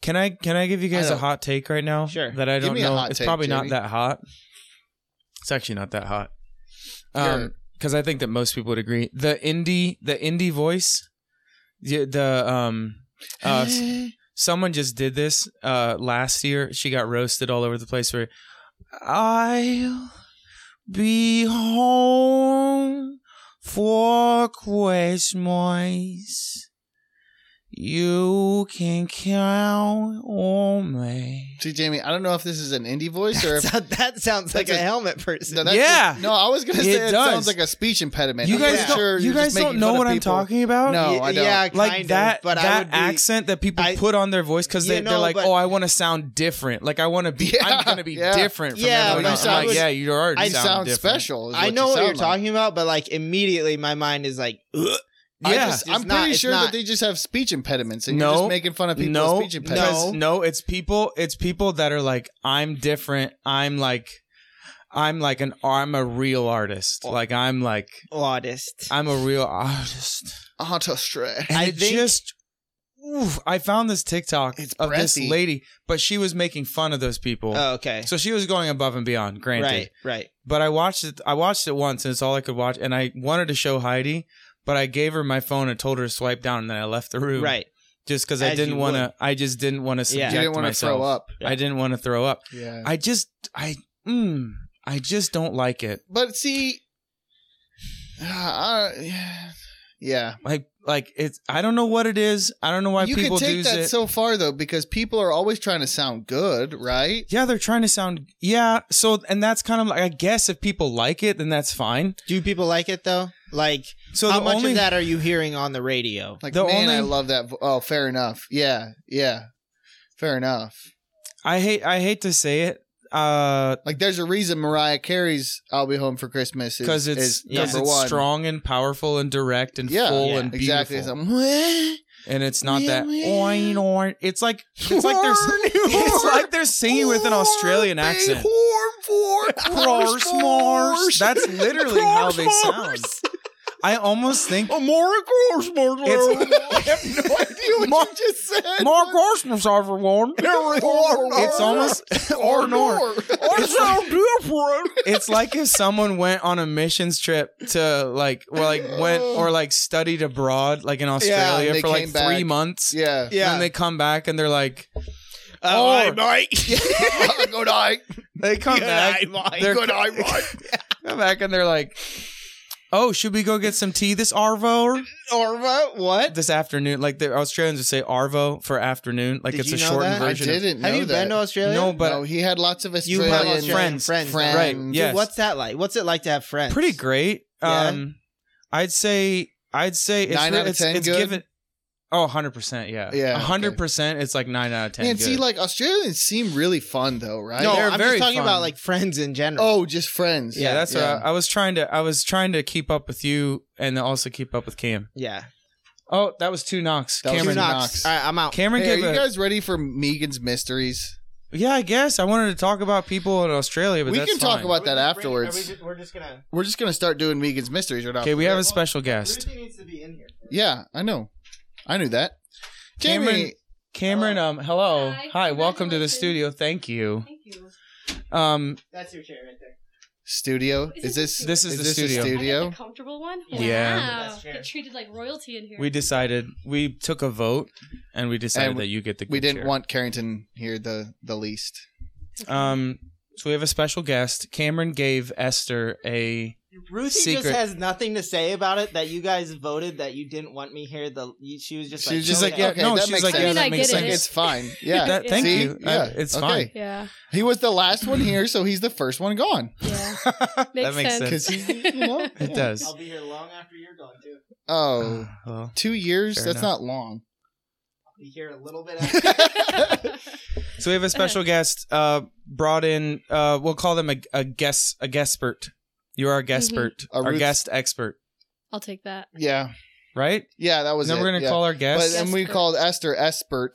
Speaker 2: Can I can I give you guys
Speaker 1: I
Speaker 2: a
Speaker 1: don't-
Speaker 2: hot take right now?
Speaker 7: Sure.
Speaker 2: That I
Speaker 1: Give
Speaker 2: don't
Speaker 1: me a
Speaker 2: know.
Speaker 1: hot
Speaker 2: it's
Speaker 1: take,
Speaker 2: probably
Speaker 1: Jamie.
Speaker 2: not that hot. It's actually not that hot.
Speaker 1: Sure.
Speaker 2: Um, because I think that most people would agree. The indie the indie voice, the, the um, uh, s- someone just did this uh last year. She got roasted all over the place. Where I'll be home for Christmas. You can count on me.
Speaker 1: See, Jamie, I don't know if this is an indie voice or
Speaker 7: That,
Speaker 1: if.
Speaker 7: sound- that sounds like
Speaker 1: That's
Speaker 7: a,
Speaker 1: a-
Speaker 7: helmet person.
Speaker 1: No, that's
Speaker 2: Yeah.
Speaker 1: just- no, I was gonna
Speaker 2: It
Speaker 1: say it,
Speaker 2: does.
Speaker 1: sounds like a speech impediment.
Speaker 2: You
Speaker 1: I'm
Speaker 2: guys
Speaker 1: pretty
Speaker 7: don't-
Speaker 1: sure
Speaker 2: you
Speaker 1: you're
Speaker 2: guys
Speaker 1: just making
Speaker 2: don't know
Speaker 1: fun of
Speaker 2: what I'm
Speaker 1: people.
Speaker 2: talking about.
Speaker 7: Y-
Speaker 1: No, I don't.
Speaker 7: Yeah,
Speaker 2: like
Speaker 7: kind
Speaker 2: that
Speaker 7: Of, but
Speaker 2: that
Speaker 7: I would be,
Speaker 2: accent that people
Speaker 7: I-
Speaker 2: put on their voice because they,
Speaker 7: You know,
Speaker 2: they're like,
Speaker 7: but-
Speaker 2: oh, I want to sound different. Like I want to be,
Speaker 1: Yeah,
Speaker 2: I'm gonna be
Speaker 1: yeah.
Speaker 2: different. From
Speaker 7: Yeah,
Speaker 2: everyone
Speaker 1: but
Speaker 2: else.
Speaker 1: I
Speaker 2: I'm like,
Speaker 1: would-
Speaker 2: yeah, you already
Speaker 1: I
Speaker 7: I
Speaker 1: sound,
Speaker 2: sound different.
Speaker 1: special. is
Speaker 7: I
Speaker 1: what
Speaker 7: know
Speaker 1: you
Speaker 7: what
Speaker 1: sound
Speaker 7: you're
Speaker 1: like.
Speaker 7: talking about, but like immediately my mind is like, "Ugh."
Speaker 1: I
Speaker 2: Yeah.
Speaker 1: just,
Speaker 7: It's
Speaker 1: I'm
Speaker 7: not-
Speaker 1: pretty
Speaker 7: it's
Speaker 1: sure
Speaker 7: not-
Speaker 1: that they just have speech impediments, and
Speaker 2: No.
Speaker 1: you're just making fun of people's
Speaker 2: no,
Speaker 1: speech impediments.
Speaker 2: because no, it's people. It's people that are like, I'm different. I'm like, I'm like an, I'm a real artist. Like I'm like,
Speaker 7: artist.
Speaker 2: I'm a real artist.
Speaker 1: Auto stray.
Speaker 2: And
Speaker 7: I
Speaker 2: it
Speaker 7: think-
Speaker 2: just oof, I found this TikTok
Speaker 1: It's
Speaker 2: of this
Speaker 1: breathy.
Speaker 2: lady, but she was making fun of those people.
Speaker 7: Oh, okay.
Speaker 2: so she was going above and beyond, granted.
Speaker 7: Right, right.
Speaker 2: But I watched it I watched it once and it's all I could watch and I wanted to show Heidi, but I gave her my phone and told her to swipe down and then I left the room.
Speaker 7: Right.
Speaker 2: Just cuz
Speaker 7: As
Speaker 2: I
Speaker 7: you
Speaker 2: didn't want to I just didn't want to
Speaker 7: Yeah.
Speaker 2: subject
Speaker 1: you didn't want to
Speaker 2: myself.
Speaker 1: throw up.
Speaker 2: I didn't want to throw up.
Speaker 1: Yeah.
Speaker 2: I just I mm, I just don't like it.
Speaker 1: But see, uh, yeah.
Speaker 2: Like like it's I don't know what it is. I don't know why
Speaker 1: you can
Speaker 2: people
Speaker 1: take
Speaker 2: do
Speaker 1: that
Speaker 2: it.
Speaker 1: so far though, because people are always trying to sound good, right?
Speaker 2: Yeah, they're trying to sound yeah. So and that's kind of like I guess if people like it, then that's fine.
Speaker 7: Do people like it though? Like,
Speaker 2: So
Speaker 7: how
Speaker 2: the
Speaker 7: much
Speaker 2: only
Speaker 7: of that are you hearing on the radio?
Speaker 1: Like,
Speaker 2: The
Speaker 1: man,
Speaker 2: only-
Speaker 1: I love that. Vo- oh, fair enough. Yeah, yeah, fair enough.
Speaker 2: I hate I hate to say it uh, because
Speaker 1: Like, there's a reason Mariah Carey's "I'll Be Home for Christmas" is
Speaker 2: it's
Speaker 1: is
Speaker 7: yeah,
Speaker 2: because
Speaker 1: number
Speaker 2: it's
Speaker 1: one.
Speaker 2: strong and powerful and direct and
Speaker 1: Yeah,
Speaker 2: full
Speaker 7: yeah,
Speaker 2: and beautiful.
Speaker 1: Exactly. It's, like, "What?"
Speaker 2: And it's not
Speaker 1: Yeah,
Speaker 2: that
Speaker 1: yeah.
Speaker 2: oin, oin. It's like it's like they're it's like they're singing with an Australian accent. Crors, mors. That's literally how they sound. I almost think
Speaker 1: more course, more.
Speaker 2: It's-
Speaker 1: I have no idea what
Speaker 2: More-
Speaker 1: you just said.
Speaker 2: more Christmas, everyone. It's
Speaker 1: It's
Speaker 2: almost or nor. It's like-
Speaker 1: different.
Speaker 2: it's like if someone went on a missions trip to like or like went or like studied abroad like in australia
Speaker 1: they
Speaker 2: for like
Speaker 1: came
Speaker 2: three
Speaker 1: back.
Speaker 2: months
Speaker 1: Yeah.
Speaker 2: and then they come back and they're like
Speaker 7: Oh,
Speaker 2: or-
Speaker 1: Good night.
Speaker 2: they come back they're
Speaker 1: Good night, Mike.
Speaker 2: come back and they're like oh should we go get some tea this arvo
Speaker 7: Orva, what?
Speaker 2: this afternoon like the australians would say arvo for afternoon like
Speaker 7: Did
Speaker 2: it's
Speaker 7: you
Speaker 2: a
Speaker 7: know
Speaker 2: shortened
Speaker 7: that?
Speaker 1: I
Speaker 2: version of-
Speaker 1: didn't know
Speaker 7: Have you
Speaker 1: that.
Speaker 7: been to Australia?
Speaker 2: no
Speaker 1: but
Speaker 2: but
Speaker 1: no, he had lots of
Speaker 7: You
Speaker 1: Australian
Speaker 7: have
Speaker 2: Australian
Speaker 7: Australian
Speaker 2: friends.
Speaker 7: friends,
Speaker 1: friends.
Speaker 7: right?
Speaker 2: Right,
Speaker 7: Dude,
Speaker 2: yes.
Speaker 7: what's that like? What's it like to have friends?
Speaker 2: pretty great.
Speaker 7: Yeah.
Speaker 2: Um, I'd say I'd say it's
Speaker 1: Nine
Speaker 2: re-
Speaker 1: out of
Speaker 2: it's,
Speaker 1: 10
Speaker 2: it's
Speaker 1: good?
Speaker 2: given. Oh, 100 percent, yeah,
Speaker 1: Yeah, okay.
Speaker 2: 100 percent. It's like nine out of ten.
Speaker 1: Man, see,
Speaker 2: good.
Speaker 1: like Australians seem really fun though, right?
Speaker 7: No,
Speaker 2: They're
Speaker 7: I'm
Speaker 2: very
Speaker 7: just talking
Speaker 2: fun.
Speaker 7: about like friends in general.
Speaker 1: oh, just friends.
Speaker 2: yeah, that's
Speaker 1: yeah.
Speaker 2: what I, I was trying to. I was trying to keep up with you and then also keep up with Cam.
Speaker 7: yeah.
Speaker 2: Oh, that was two knocks.
Speaker 1: That was
Speaker 2: Cameron,
Speaker 1: two knocks.
Speaker 7: All right, I'm out.
Speaker 2: Cameron
Speaker 1: Hey, are
Speaker 2: gave
Speaker 1: you
Speaker 2: a,
Speaker 1: guys ready for Megan's mysteries?
Speaker 2: yeah, I guess I wanted to talk about people in Australia, but
Speaker 1: we
Speaker 2: that's
Speaker 1: can talk
Speaker 2: fine.
Speaker 1: about that afterwards.
Speaker 7: We're just gonna.
Speaker 1: We're just gonna start doing Megan's mysteries right now.
Speaker 2: Okay, we have a special guest,
Speaker 7: needs to be in here.
Speaker 1: Yeah, I know. I knew that. Jamie,
Speaker 2: Cameron- Cameron. Um, hello,
Speaker 4: Hi,
Speaker 2: hi, welcome to the
Speaker 4: congratulations.
Speaker 2: studio. Thank you.
Speaker 4: Thank you.
Speaker 2: Um,
Speaker 7: That's your chair right there.
Speaker 1: studio.
Speaker 4: Is it
Speaker 1: Is this
Speaker 4: studio?
Speaker 2: This is the
Speaker 1: this a
Speaker 2: studio.
Speaker 4: I
Speaker 1: studio?
Speaker 4: got the comfortable one.
Speaker 2: Yeah.
Speaker 4: Wow.
Speaker 2: Yeah.
Speaker 7: That's fair.
Speaker 4: Get treated like royalty in here.
Speaker 2: we decided we took a vote and we decided
Speaker 1: And
Speaker 2: that you get the.
Speaker 1: We
Speaker 2: good
Speaker 1: didn't
Speaker 2: chair.
Speaker 1: want Carrington here the the least.
Speaker 2: Um, so we have a special guest. Cameron gave Esther a.
Speaker 7: Ruthie
Speaker 2: Secret.
Speaker 7: just has nothing to say about it. That you guys voted that you didn't want me here. The you- she was just
Speaker 1: She
Speaker 7: like,
Speaker 1: was just
Speaker 2: like, yeah,
Speaker 1: okay,
Speaker 2: no,
Speaker 1: that
Speaker 2: she's
Speaker 1: makes
Speaker 2: like,
Speaker 1: sense.
Speaker 2: yeah,
Speaker 4: I mean, I
Speaker 2: that makes
Speaker 4: get
Speaker 1: Like
Speaker 2: sense.
Speaker 1: it's fine. Yeah.
Speaker 2: That,
Speaker 4: Yeah.
Speaker 2: thank
Speaker 1: See?
Speaker 2: you.
Speaker 1: Yeah.
Speaker 2: Uh, it's
Speaker 1: Okay.
Speaker 2: fine.
Speaker 4: Yeah.
Speaker 1: He was the last one here, so he's the first one gone.
Speaker 4: Yeah.
Speaker 2: that
Speaker 4: Makes sense.
Speaker 1: Because he, you know,
Speaker 2: It
Speaker 1: yeah.
Speaker 2: does. Uh,
Speaker 7: I'll be here long after you're gone too.
Speaker 1: Oh,
Speaker 2: well,
Speaker 1: two years?
Speaker 2: Fair
Speaker 1: That's
Speaker 2: enough.
Speaker 1: not long.
Speaker 7: I'll be here a little bit. after
Speaker 2: So we have a special guest uh, brought in. Uh, we'll call them a, a guest a guestpert. You're our guestpert,
Speaker 1: A
Speaker 2: our
Speaker 1: Ruth-
Speaker 2: guest expert,
Speaker 8: I'll take that.
Speaker 1: Yeah,
Speaker 2: right?
Speaker 1: yeah, that was.
Speaker 2: Then
Speaker 1: it.
Speaker 2: we're gonna
Speaker 1: yeah.
Speaker 2: call our
Speaker 1: But
Speaker 2: guest.
Speaker 1: then we
Speaker 8: Espert.
Speaker 1: called Esther Espert,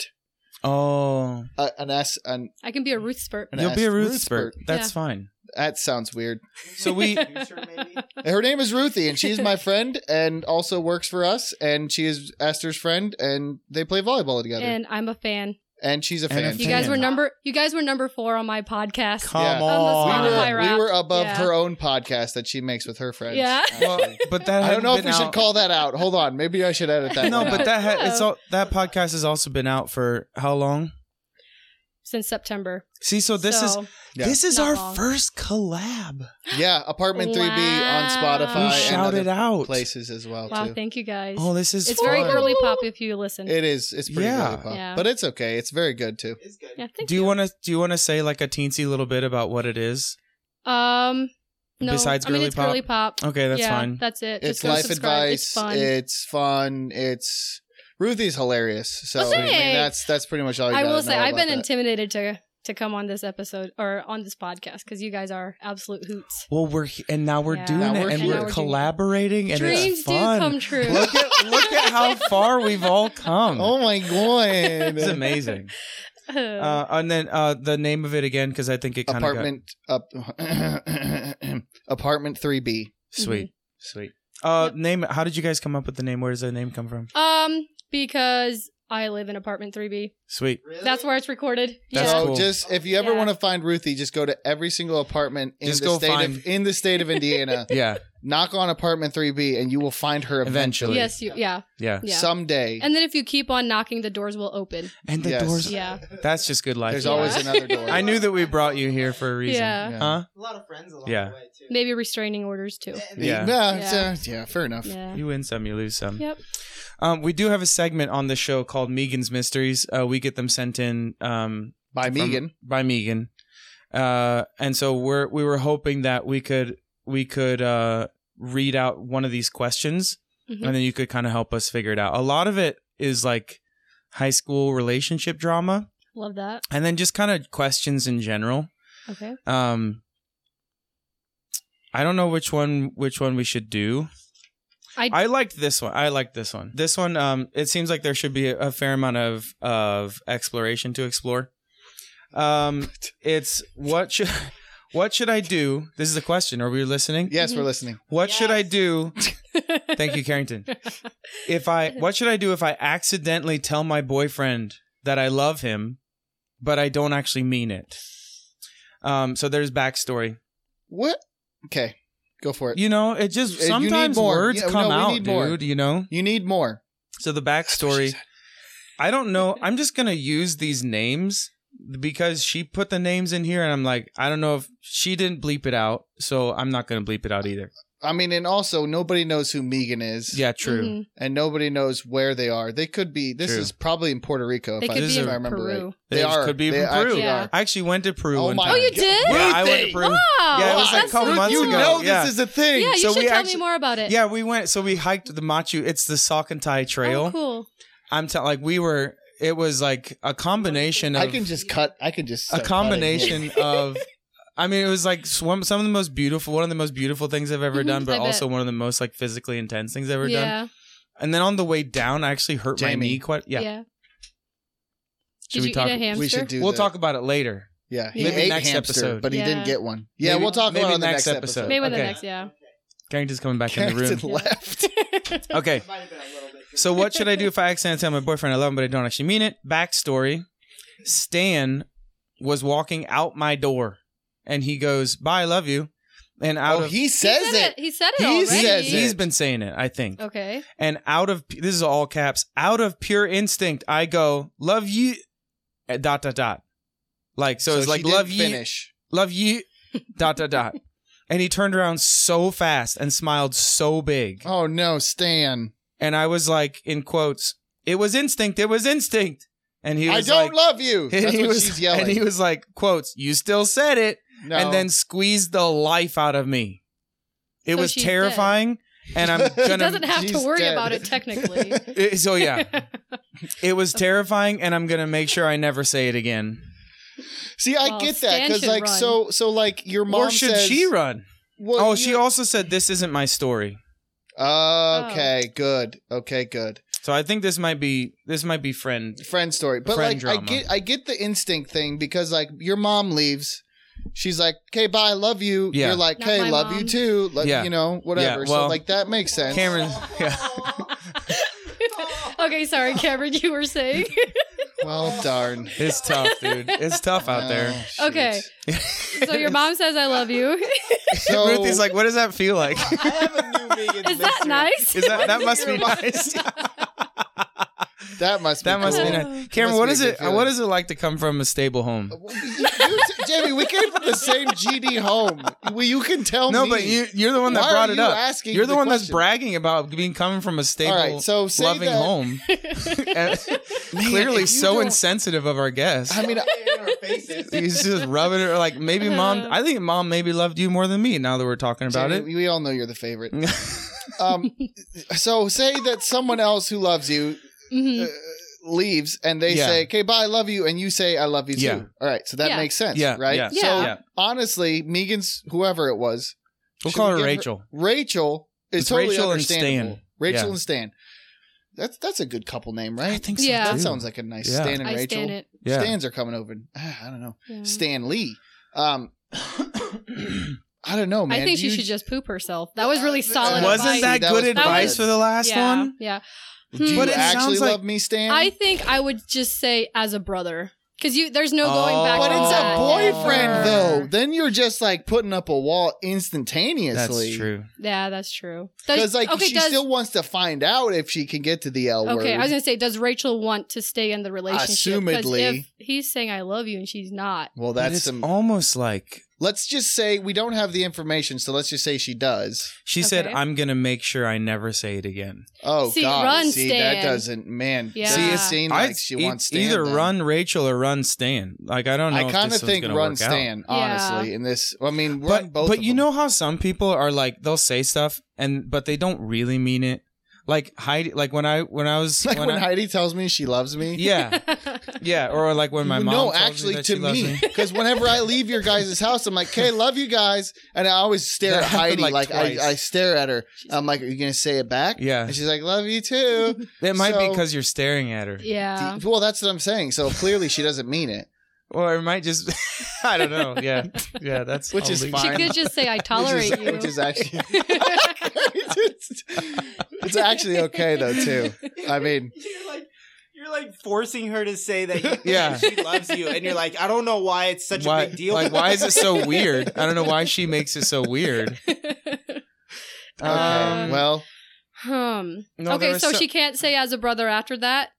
Speaker 2: oh,
Speaker 1: uh, an S, an,
Speaker 8: I can be
Speaker 2: Mm.
Speaker 8: a Ruth Spurt.
Speaker 1: an
Speaker 2: you'll be a
Speaker 1: Est-
Speaker 2: Ruthspert.
Speaker 1: Ruthspert.
Speaker 2: That's
Speaker 8: Yeah.
Speaker 2: fine.
Speaker 1: That sounds weird.
Speaker 2: So we
Speaker 1: Her name is Ruthie, and she's my friend, and also works for us, and she is Esther's friend, and they play volleyball together, and,
Speaker 8: and I'm a fan.
Speaker 1: she's a
Speaker 2: And a
Speaker 1: fan.
Speaker 8: You guys
Speaker 2: Fan.
Speaker 8: were number you guys were number four on my podcast.
Speaker 2: come
Speaker 1: Yeah.
Speaker 8: On
Speaker 2: on.
Speaker 1: we,
Speaker 8: Spotify
Speaker 1: were, we
Speaker 8: Wrapped,
Speaker 1: were above
Speaker 8: yeah.
Speaker 1: her own podcast that she makes with her friends.
Speaker 8: Yeah.
Speaker 2: Well, but that
Speaker 1: I don't
Speaker 2: hadn't
Speaker 1: know if
Speaker 2: been
Speaker 1: we should
Speaker 2: out-
Speaker 1: call that out. Hold on, maybe I should edit that.
Speaker 2: No,
Speaker 1: one out.
Speaker 2: but that ha- it's
Speaker 8: No.
Speaker 2: all that podcast has also been out for how long?
Speaker 8: since September.
Speaker 2: See, so this is
Speaker 1: Yeah.
Speaker 2: this is
Speaker 8: Not
Speaker 2: our
Speaker 8: long. Uh,
Speaker 2: first collab.
Speaker 1: yeah, Apartment 3B on
Speaker 8: Wow.
Speaker 2: We
Speaker 1: Spotify and
Speaker 2: shout it
Speaker 1: other
Speaker 2: out.
Speaker 1: places as well
Speaker 8: wow,
Speaker 1: too.
Speaker 8: thank you guys.
Speaker 2: Oh, this is
Speaker 8: it's
Speaker 2: fun.
Speaker 8: very early pop if you listen.
Speaker 1: It is. It's pretty
Speaker 2: Yeah.
Speaker 1: early pop.
Speaker 8: Yeah.
Speaker 1: but it's okay. It's very good too.
Speaker 7: It's good.
Speaker 8: yeah, thank
Speaker 2: Do you want to do you want to say like a teensy little bit about what it is?
Speaker 8: um no,
Speaker 2: Besides
Speaker 8: I mean
Speaker 2: girly
Speaker 8: it's
Speaker 2: pop?
Speaker 8: girly pop.
Speaker 2: Okay, that's
Speaker 8: yeah,
Speaker 2: fine.
Speaker 8: That's it. Just
Speaker 1: it's
Speaker 8: go
Speaker 1: life
Speaker 8: subscribe.
Speaker 1: advice.
Speaker 8: It's fun.
Speaker 1: It's fun. It's Ruthie's hilarious. So
Speaker 8: Oh,
Speaker 1: I mean,
Speaker 8: thanks.
Speaker 1: that's that's pretty much all you
Speaker 8: I
Speaker 1: gotta
Speaker 8: will say
Speaker 1: know
Speaker 8: I've
Speaker 1: about
Speaker 8: been
Speaker 1: that.
Speaker 8: intimidated to to come on this episode or on this podcast because you guys are absolute hoots.
Speaker 2: Well, we're he- and now we're
Speaker 8: Yeah.
Speaker 2: doing
Speaker 1: Now
Speaker 2: it
Speaker 1: we're
Speaker 2: and
Speaker 1: here.
Speaker 2: we're
Speaker 1: Now we're
Speaker 8: doing-
Speaker 2: collaborating and
Speaker 8: Dreams
Speaker 2: it's
Speaker 8: do
Speaker 2: fun.
Speaker 8: come true.
Speaker 2: Look at look at how far we've all come.
Speaker 1: Oh my
Speaker 2: it's
Speaker 1: god!
Speaker 2: amazing. Uh, and then uh, the name of it again because I think it kind of got
Speaker 1: apartment up, apartment three B.
Speaker 2: sweet, sweet.
Speaker 8: Mm-hmm.
Speaker 2: Uh, name. How did you guys come up with the name? Where does the name come from?
Speaker 8: um, because I live in apartment 3B.
Speaker 2: Sweet.
Speaker 8: That's where it's recorded.
Speaker 2: That's
Speaker 8: yeah.
Speaker 1: so
Speaker 2: cool.
Speaker 1: just if you ever
Speaker 8: Yeah.
Speaker 1: want to find Ruthie, just go to every single apartment in
Speaker 2: Just
Speaker 1: the
Speaker 2: go
Speaker 1: state
Speaker 2: find-
Speaker 1: of in the state of Indiana.
Speaker 2: Yeah,
Speaker 1: knock on apartment three B, and you will find her
Speaker 2: Eventually.
Speaker 1: eventually.
Speaker 8: Yes, you. Yeah,
Speaker 2: yeah.
Speaker 8: yeah.
Speaker 1: Someday,
Speaker 8: and then if you keep on knocking, the doors will open.
Speaker 2: And the
Speaker 1: Yes.
Speaker 2: doors.
Speaker 8: Yeah,
Speaker 2: That's just good life.
Speaker 1: there's
Speaker 8: Yeah.
Speaker 1: always another door.
Speaker 2: I knew that we brought you here for a reason.
Speaker 8: Yeah.
Speaker 1: Yeah.
Speaker 2: Huh?
Speaker 7: A lot of friends along
Speaker 2: Yeah.
Speaker 7: the way too.
Speaker 8: maybe restraining orders too.
Speaker 2: Yeah.
Speaker 1: Yeah,
Speaker 8: Yeah.
Speaker 1: yeah, yeah, fair enough.
Speaker 8: Yeah.
Speaker 2: You win some, you lose some.
Speaker 8: Yep.
Speaker 2: Um, we do have a segment on the show called Megan's Mysteries. Uh, we get them sent in um,
Speaker 1: By
Speaker 2: from-
Speaker 1: Megan.
Speaker 2: by Megan, uh, and so we're we were hoping that we could we could uh, read out one of these questions,
Speaker 8: Mhm.
Speaker 2: and then you could kind of help us figure it out. A lot of it is like high school relationship drama,
Speaker 8: Love that.
Speaker 2: and then just kind of questions in general.
Speaker 8: Okay.
Speaker 2: Um, I don't know which one which one we should do.
Speaker 8: I-
Speaker 2: I liked this one. I liked this one. This one. Um, it seems like there should be a, a fair amount of of exploration to explore. Um, it's what should what should I do? This is a question. Are we listening?
Speaker 1: Yes, we're
Speaker 8: Mhm.
Speaker 1: listening.
Speaker 2: What should I
Speaker 7: Yes.
Speaker 2: do? Thank you, Carrington. If I what should I do if I accidentally tell my boyfriend that I love him, but I don't actually mean it? Um, so there's backstory.
Speaker 1: What? Okay, go for it.
Speaker 2: You know, it just
Speaker 1: Uh, you need
Speaker 2: sometimes
Speaker 1: more.
Speaker 2: words
Speaker 1: Yeah, no,
Speaker 2: come
Speaker 1: we
Speaker 2: out,
Speaker 1: need
Speaker 2: dude.
Speaker 1: more.
Speaker 2: You know.
Speaker 1: You need more.
Speaker 2: So the backstory. I don't know. I'm just gonna use these names because she put the names in here, and I'm like, I don't know if she didn't bleep it out, so I'm not gonna bleep it out either.
Speaker 1: I mean, and also nobody knows who Megan is.
Speaker 2: Yeah, true.
Speaker 8: Mhm.
Speaker 1: And nobody knows where they are. They could be. This
Speaker 2: True.
Speaker 1: is probably in Puerto Rico.
Speaker 8: They
Speaker 1: if, I,
Speaker 8: could
Speaker 2: this
Speaker 8: be
Speaker 2: is
Speaker 8: in
Speaker 1: if I remember
Speaker 8: Peru.
Speaker 1: right. They
Speaker 2: This
Speaker 1: are.
Speaker 2: could be
Speaker 1: They
Speaker 2: from Peru.
Speaker 1: actually
Speaker 8: Yeah.
Speaker 1: are.
Speaker 2: I actually went to Peru.
Speaker 1: Oh
Speaker 2: one
Speaker 1: my
Speaker 2: time.
Speaker 8: Oh, you did?
Speaker 2: Yeah, I went to
Speaker 1: Ruthie!
Speaker 2: Peru.
Speaker 8: Wow.
Speaker 2: Yeah, it was like a
Speaker 8: Oh, That's
Speaker 2: couple
Speaker 8: so
Speaker 2: months
Speaker 1: you
Speaker 8: cool.
Speaker 2: ago.
Speaker 1: know
Speaker 2: Yeah.
Speaker 1: this is a thing.
Speaker 8: Yeah, you
Speaker 2: So
Speaker 8: should
Speaker 2: we
Speaker 8: tell
Speaker 2: actually-
Speaker 8: me more about it.
Speaker 2: Yeah, we went. So we hiked the Machu. It's the Salcantay Trail.
Speaker 8: Oh, cool.
Speaker 2: I'm telling, like, we were. It was like a combination of
Speaker 1: I can just cut. I can just
Speaker 2: a
Speaker 1: start cutting
Speaker 2: combination of I mean, it was like swim, some of the most beautiful, one of the most beautiful things I've ever
Speaker 8: Mhm,
Speaker 2: done,
Speaker 8: I
Speaker 2: but
Speaker 8: bet.
Speaker 2: also one of the most like physically intense things I've ever done.
Speaker 8: yeah.
Speaker 2: And then on the way down, I actually hurt my
Speaker 1: Jamie.
Speaker 2: knee quite. Yeah,
Speaker 8: Did
Speaker 2: we
Speaker 8: you
Speaker 2: talk-
Speaker 8: eat a
Speaker 1: it.
Speaker 8: hamster?
Speaker 1: We should do.
Speaker 2: we'll
Speaker 1: the-
Speaker 2: talk about it later.
Speaker 1: Yeah, he
Speaker 8: Maybe
Speaker 1: ate
Speaker 2: next
Speaker 1: hamster,
Speaker 2: episode.
Speaker 1: but he
Speaker 8: Yeah.
Speaker 1: didn't get one. Yeah,
Speaker 2: Maybe-
Speaker 1: we'll talk
Speaker 2: maybe
Speaker 1: about it on the
Speaker 2: next
Speaker 1: next,
Speaker 2: episode.
Speaker 1: episode.
Speaker 8: Maybe with the
Speaker 2: Okay.
Speaker 8: next, yeah.
Speaker 2: Carrington's coming back in the
Speaker 1: Carrington
Speaker 2: room.
Speaker 1: left.
Speaker 2: Okay,
Speaker 7: Might have been a little bit.
Speaker 2: so what should I do if I accidentally tell my boyfriend I love him, but I don't actually mean it? Backstory: Stan was walking out my door, and he goes, "Bye, I love you," and out
Speaker 1: oh,
Speaker 2: of
Speaker 1: he
Speaker 8: He
Speaker 1: says
Speaker 8: said
Speaker 1: it.
Speaker 8: it. He said it
Speaker 1: He
Speaker 8: already.
Speaker 1: says it.
Speaker 2: he's been saying it, I think.
Speaker 8: Okay.
Speaker 2: and out of this is all caps out of pure instinct i go love you eh, dot dot dot like so, it's
Speaker 1: she
Speaker 2: like
Speaker 1: didn't
Speaker 2: love you
Speaker 1: Finish.
Speaker 2: love you dot dot dot and he turned around so fast and smiled so big
Speaker 1: Oh no, Stan.
Speaker 2: and i was like in quotes it was instinct it was instinct and he
Speaker 1: I
Speaker 2: was
Speaker 1: don't
Speaker 2: like
Speaker 1: love you.
Speaker 2: and
Speaker 1: That's
Speaker 2: he
Speaker 1: what
Speaker 2: was,
Speaker 1: she's yelling.
Speaker 2: and he was like quotes you still said it
Speaker 1: no.
Speaker 2: and then squeezed the life out of me it
Speaker 8: So
Speaker 2: was
Speaker 8: she's dead.
Speaker 2: terrifying and i'm
Speaker 1: She
Speaker 2: gonna
Speaker 8: He doesn't have to
Speaker 1: She's
Speaker 8: worry
Speaker 1: dead.
Speaker 8: about it technically.
Speaker 2: Uh, Eh, so yeah It was terrifying, and I'm gonna make sure I never say it again.
Speaker 1: See, I
Speaker 8: Well,
Speaker 1: get that
Speaker 8: Stan
Speaker 1: because
Speaker 8: should
Speaker 1: like
Speaker 8: run.
Speaker 1: so so like your mom
Speaker 2: or should
Speaker 1: says,
Speaker 2: she run?
Speaker 1: Well,
Speaker 2: oh,
Speaker 1: you-
Speaker 2: she also said this isn't my story.
Speaker 8: Oh.
Speaker 1: Okay, good. Okay, good.
Speaker 2: So I think this might be this might be friend.
Speaker 1: friend story. But
Speaker 2: Friend
Speaker 1: like I
Speaker 2: drama.
Speaker 1: get I get the instinct thing because like your mom leaves. She's like, "Okay, bye, I love you."
Speaker 2: Yeah.
Speaker 1: You're like,
Speaker 8: Not
Speaker 1: "Hey,
Speaker 8: my
Speaker 1: love you
Speaker 8: mom.
Speaker 1: too." Like,
Speaker 2: Yeah.
Speaker 1: you know, whatever. so
Speaker 2: well,
Speaker 1: like that makes sense.
Speaker 2: Cameron, yeah.
Speaker 8: okay, sorry, Cameron, you were saying.
Speaker 1: Well, darn.
Speaker 2: It's tough, dude. It's tough out there.
Speaker 1: Oh, shoot.
Speaker 8: Okay. so your mom says I love you.
Speaker 1: So
Speaker 2: Ruthie's like, what does that feel like?
Speaker 7: I have a new vegan
Speaker 8: Is that
Speaker 7: mystery.
Speaker 8: nice?
Speaker 2: Is that that must be nice?
Speaker 1: that must be
Speaker 2: that must be
Speaker 1: cool.
Speaker 2: nice. Cameron,
Speaker 1: Must
Speaker 2: what
Speaker 1: be a
Speaker 2: is
Speaker 1: good
Speaker 2: it?
Speaker 1: feeling.
Speaker 2: What is it like to come from a stable home?
Speaker 1: You- you t- Jamie, we came from the same GD home. Well, you can tell
Speaker 2: No,
Speaker 1: me.
Speaker 2: but you, you're the one that
Speaker 1: Why
Speaker 2: brought
Speaker 1: are
Speaker 2: it
Speaker 1: you
Speaker 2: up.
Speaker 1: asking
Speaker 2: you're the,
Speaker 1: the
Speaker 2: one that's
Speaker 1: question?
Speaker 2: bragging about being coming from a stable,
Speaker 1: All right, so say
Speaker 2: loving
Speaker 1: that-
Speaker 2: home. And clearly,
Speaker 1: if you
Speaker 2: so
Speaker 1: don't-
Speaker 2: insensitive of our guest.
Speaker 1: I mean, uh, I-
Speaker 5: in our faces.
Speaker 2: He's just rubbing it. Like maybe mom. I think mom maybe loved you more than me. Now that we're talking about
Speaker 1: Jamie, we all know you're the favorite. Um, so say that someone else who loves you
Speaker 8: Mhm.
Speaker 1: uh, leaves and they
Speaker 2: Yeah.
Speaker 1: say, "Okay, bye, I love you," and you say, "I love you
Speaker 2: Yeah.
Speaker 1: too." All right, so that
Speaker 8: Yeah.
Speaker 1: makes sense,
Speaker 2: Yeah,
Speaker 1: right?
Speaker 2: yeah,
Speaker 1: So
Speaker 8: yeah.
Speaker 1: honestly, Megan's whoever it was,
Speaker 2: we'll
Speaker 1: Should
Speaker 2: call
Speaker 1: we
Speaker 2: her
Speaker 1: give her-
Speaker 2: Rachel.
Speaker 1: Rachel is
Speaker 2: It's
Speaker 1: totally
Speaker 2: Rachel and
Speaker 1: understandable.
Speaker 2: Stan.
Speaker 1: Rachel
Speaker 2: Yeah.
Speaker 1: and Stan. That's that's a good couple name,
Speaker 2: I
Speaker 1: right?
Speaker 2: think so.
Speaker 8: Yeah.
Speaker 1: That
Speaker 2: too.
Speaker 1: sounds like a nice
Speaker 2: Yeah.
Speaker 1: Stan and
Speaker 8: I
Speaker 1: Rachel.
Speaker 8: stand it. Mm-hmm.
Speaker 2: yeah.
Speaker 1: Stans are coming over. Ah, I don't know.
Speaker 8: Yeah.
Speaker 1: Stan Lee. Um, I don't know, man.
Speaker 8: I think she
Speaker 1: You-
Speaker 8: should just poop herself. That was really solid.
Speaker 2: Wasn't
Speaker 8: advice.
Speaker 2: that
Speaker 1: That
Speaker 2: good
Speaker 1: was
Speaker 2: advice
Speaker 1: bad.
Speaker 2: for the last
Speaker 8: yeah,
Speaker 2: one?
Speaker 8: Yeah. Hmm.
Speaker 1: Do you
Speaker 2: But it sounds
Speaker 1: actually
Speaker 2: like-
Speaker 1: love me, Stan?
Speaker 8: I think I would just say as a brother. Because you there's no going
Speaker 2: Oh.
Speaker 8: back
Speaker 1: but
Speaker 8: on
Speaker 1: it's a
Speaker 8: that.
Speaker 1: boyfriend,
Speaker 8: Never.
Speaker 1: though. Then you're just like putting up a wall
Speaker 2: That's
Speaker 1: instantaneously.
Speaker 2: true.
Speaker 8: Yeah, that's true. Does-
Speaker 1: Because like
Speaker 8: okay,
Speaker 1: she
Speaker 8: does,
Speaker 1: still wants to find out if she can get to the L word.
Speaker 8: Okay, I was gonna say, does Rachel want to stay in the relationship? 'Cause
Speaker 1: Assumedly.
Speaker 8: if he's saying I love you and she's not,
Speaker 1: well,
Speaker 2: That's
Speaker 1: that's some.
Speaker 2: almost like
Speaker 1: let's just say we don't have the information, so let's just say she does.
Speaker 2: she said,
Speaker 8: Okay.
Speaker 2: "I'm gonna make sure I never say it again."
Speaker 1: Oh
Speaker 8: See,
Speaker 1: God!
Speaker 8: run,
Speaker 1: See, that
Speaker 8: Stan.
Speaker 1: doesn't man.
Speaker 8: Yeah.
Speaker 1: doesn't
Speaker 8: See, it's-
Speaker 1: seem
Speaker 2: I-
Speaker 1: like she
Speaker 2: e-
Speaker 1: wants Stan
Speaker 2: either
Speaker 1: then.
Speaker 2: run Rachel or run Stan. Like I don't know.
Speaker 1: I
Speaker 2: if
Speaker 1: kind of
Speaker 2: this one's
Speaker 1: think
Speaker 2: gonna
Speaker 1: run
Speaker 2: work out.
Speaker 1: Stan,
Speaker 8: Yeah.
Speaker 1: honestly. In this, I mean, run
Speaker 2: But
Speaker 1: both.
Speaker 2: but
Speaker 1: of
Speaker 2: you
Speaker 1: them.
Speaker 2: know how some people are like they'll say stuff and but they don't really mean it. Like Heidi, like when I when I was
Speaker 1: like when,
Speaker 2: I,
Speaker 1: Heidi tells me she loves me.
Speaker 2: yeah yeah or like when my mom
Speaker 1: no,
Speaker 2: tells me
Speaker 1: actually,
Speaker 2: that she
Speaker 1: to
Speaker 2: loves
Speaker 1: me, because whenever I leave your guys' house, I'm like, "Okay, love you guys," and I always stare
Speaker 2: That
Speaker 1: at
Speaker 2: happened,
Speaker 1: Heidi.
Speaker 2: like,
Speaker 1: Like,
Speaker 2: twice.
Speaker 1: I, I stare at her. I'm like, "Are you gonna say it back?"
Speaker 2: Yeah.
Speaker 1: and she's like, "Love you too."
Speaker 2: It might be
Speaker 1: So-
Speaker 2: because you're staring at her,
Speaker 8: yeah.
Speaker 1: well, that's what I'm saying. So clearly, she doesn't mean it,
Speaker 2: or it might just I don't know. Yeah, yeah, that's
Speaker 1: Which is
Speaker 2: probably-
Speaker 1: fine.
Speaker 8: She could just say I
Speaker 1: which is,
Speaker 8: tolerate you.
Speaker 1: which is actually it's, it's actually okay though too. I mean,
Speaker 7: You're like, you're like forcing her to say that you,
Speaker 2: Yeah.
Speaker 7: she loves you, and you're like, I don't know why it's such
Speaker 2: why,
Speaker 7: a big deal.
Speaker 2: Like, why is it so weird? I don't know why she makes it so weird.
Speaker 1: okay,
Speaker 2: Um,
Speaker 1: well,
Speaker 8: Hmm.
Speaker 2: No, there
Speaker 8: okay,
Speaker 2: was
Speaker 8: so
Speaker 2: some-
Speaker 8: she can't say as a brother after that.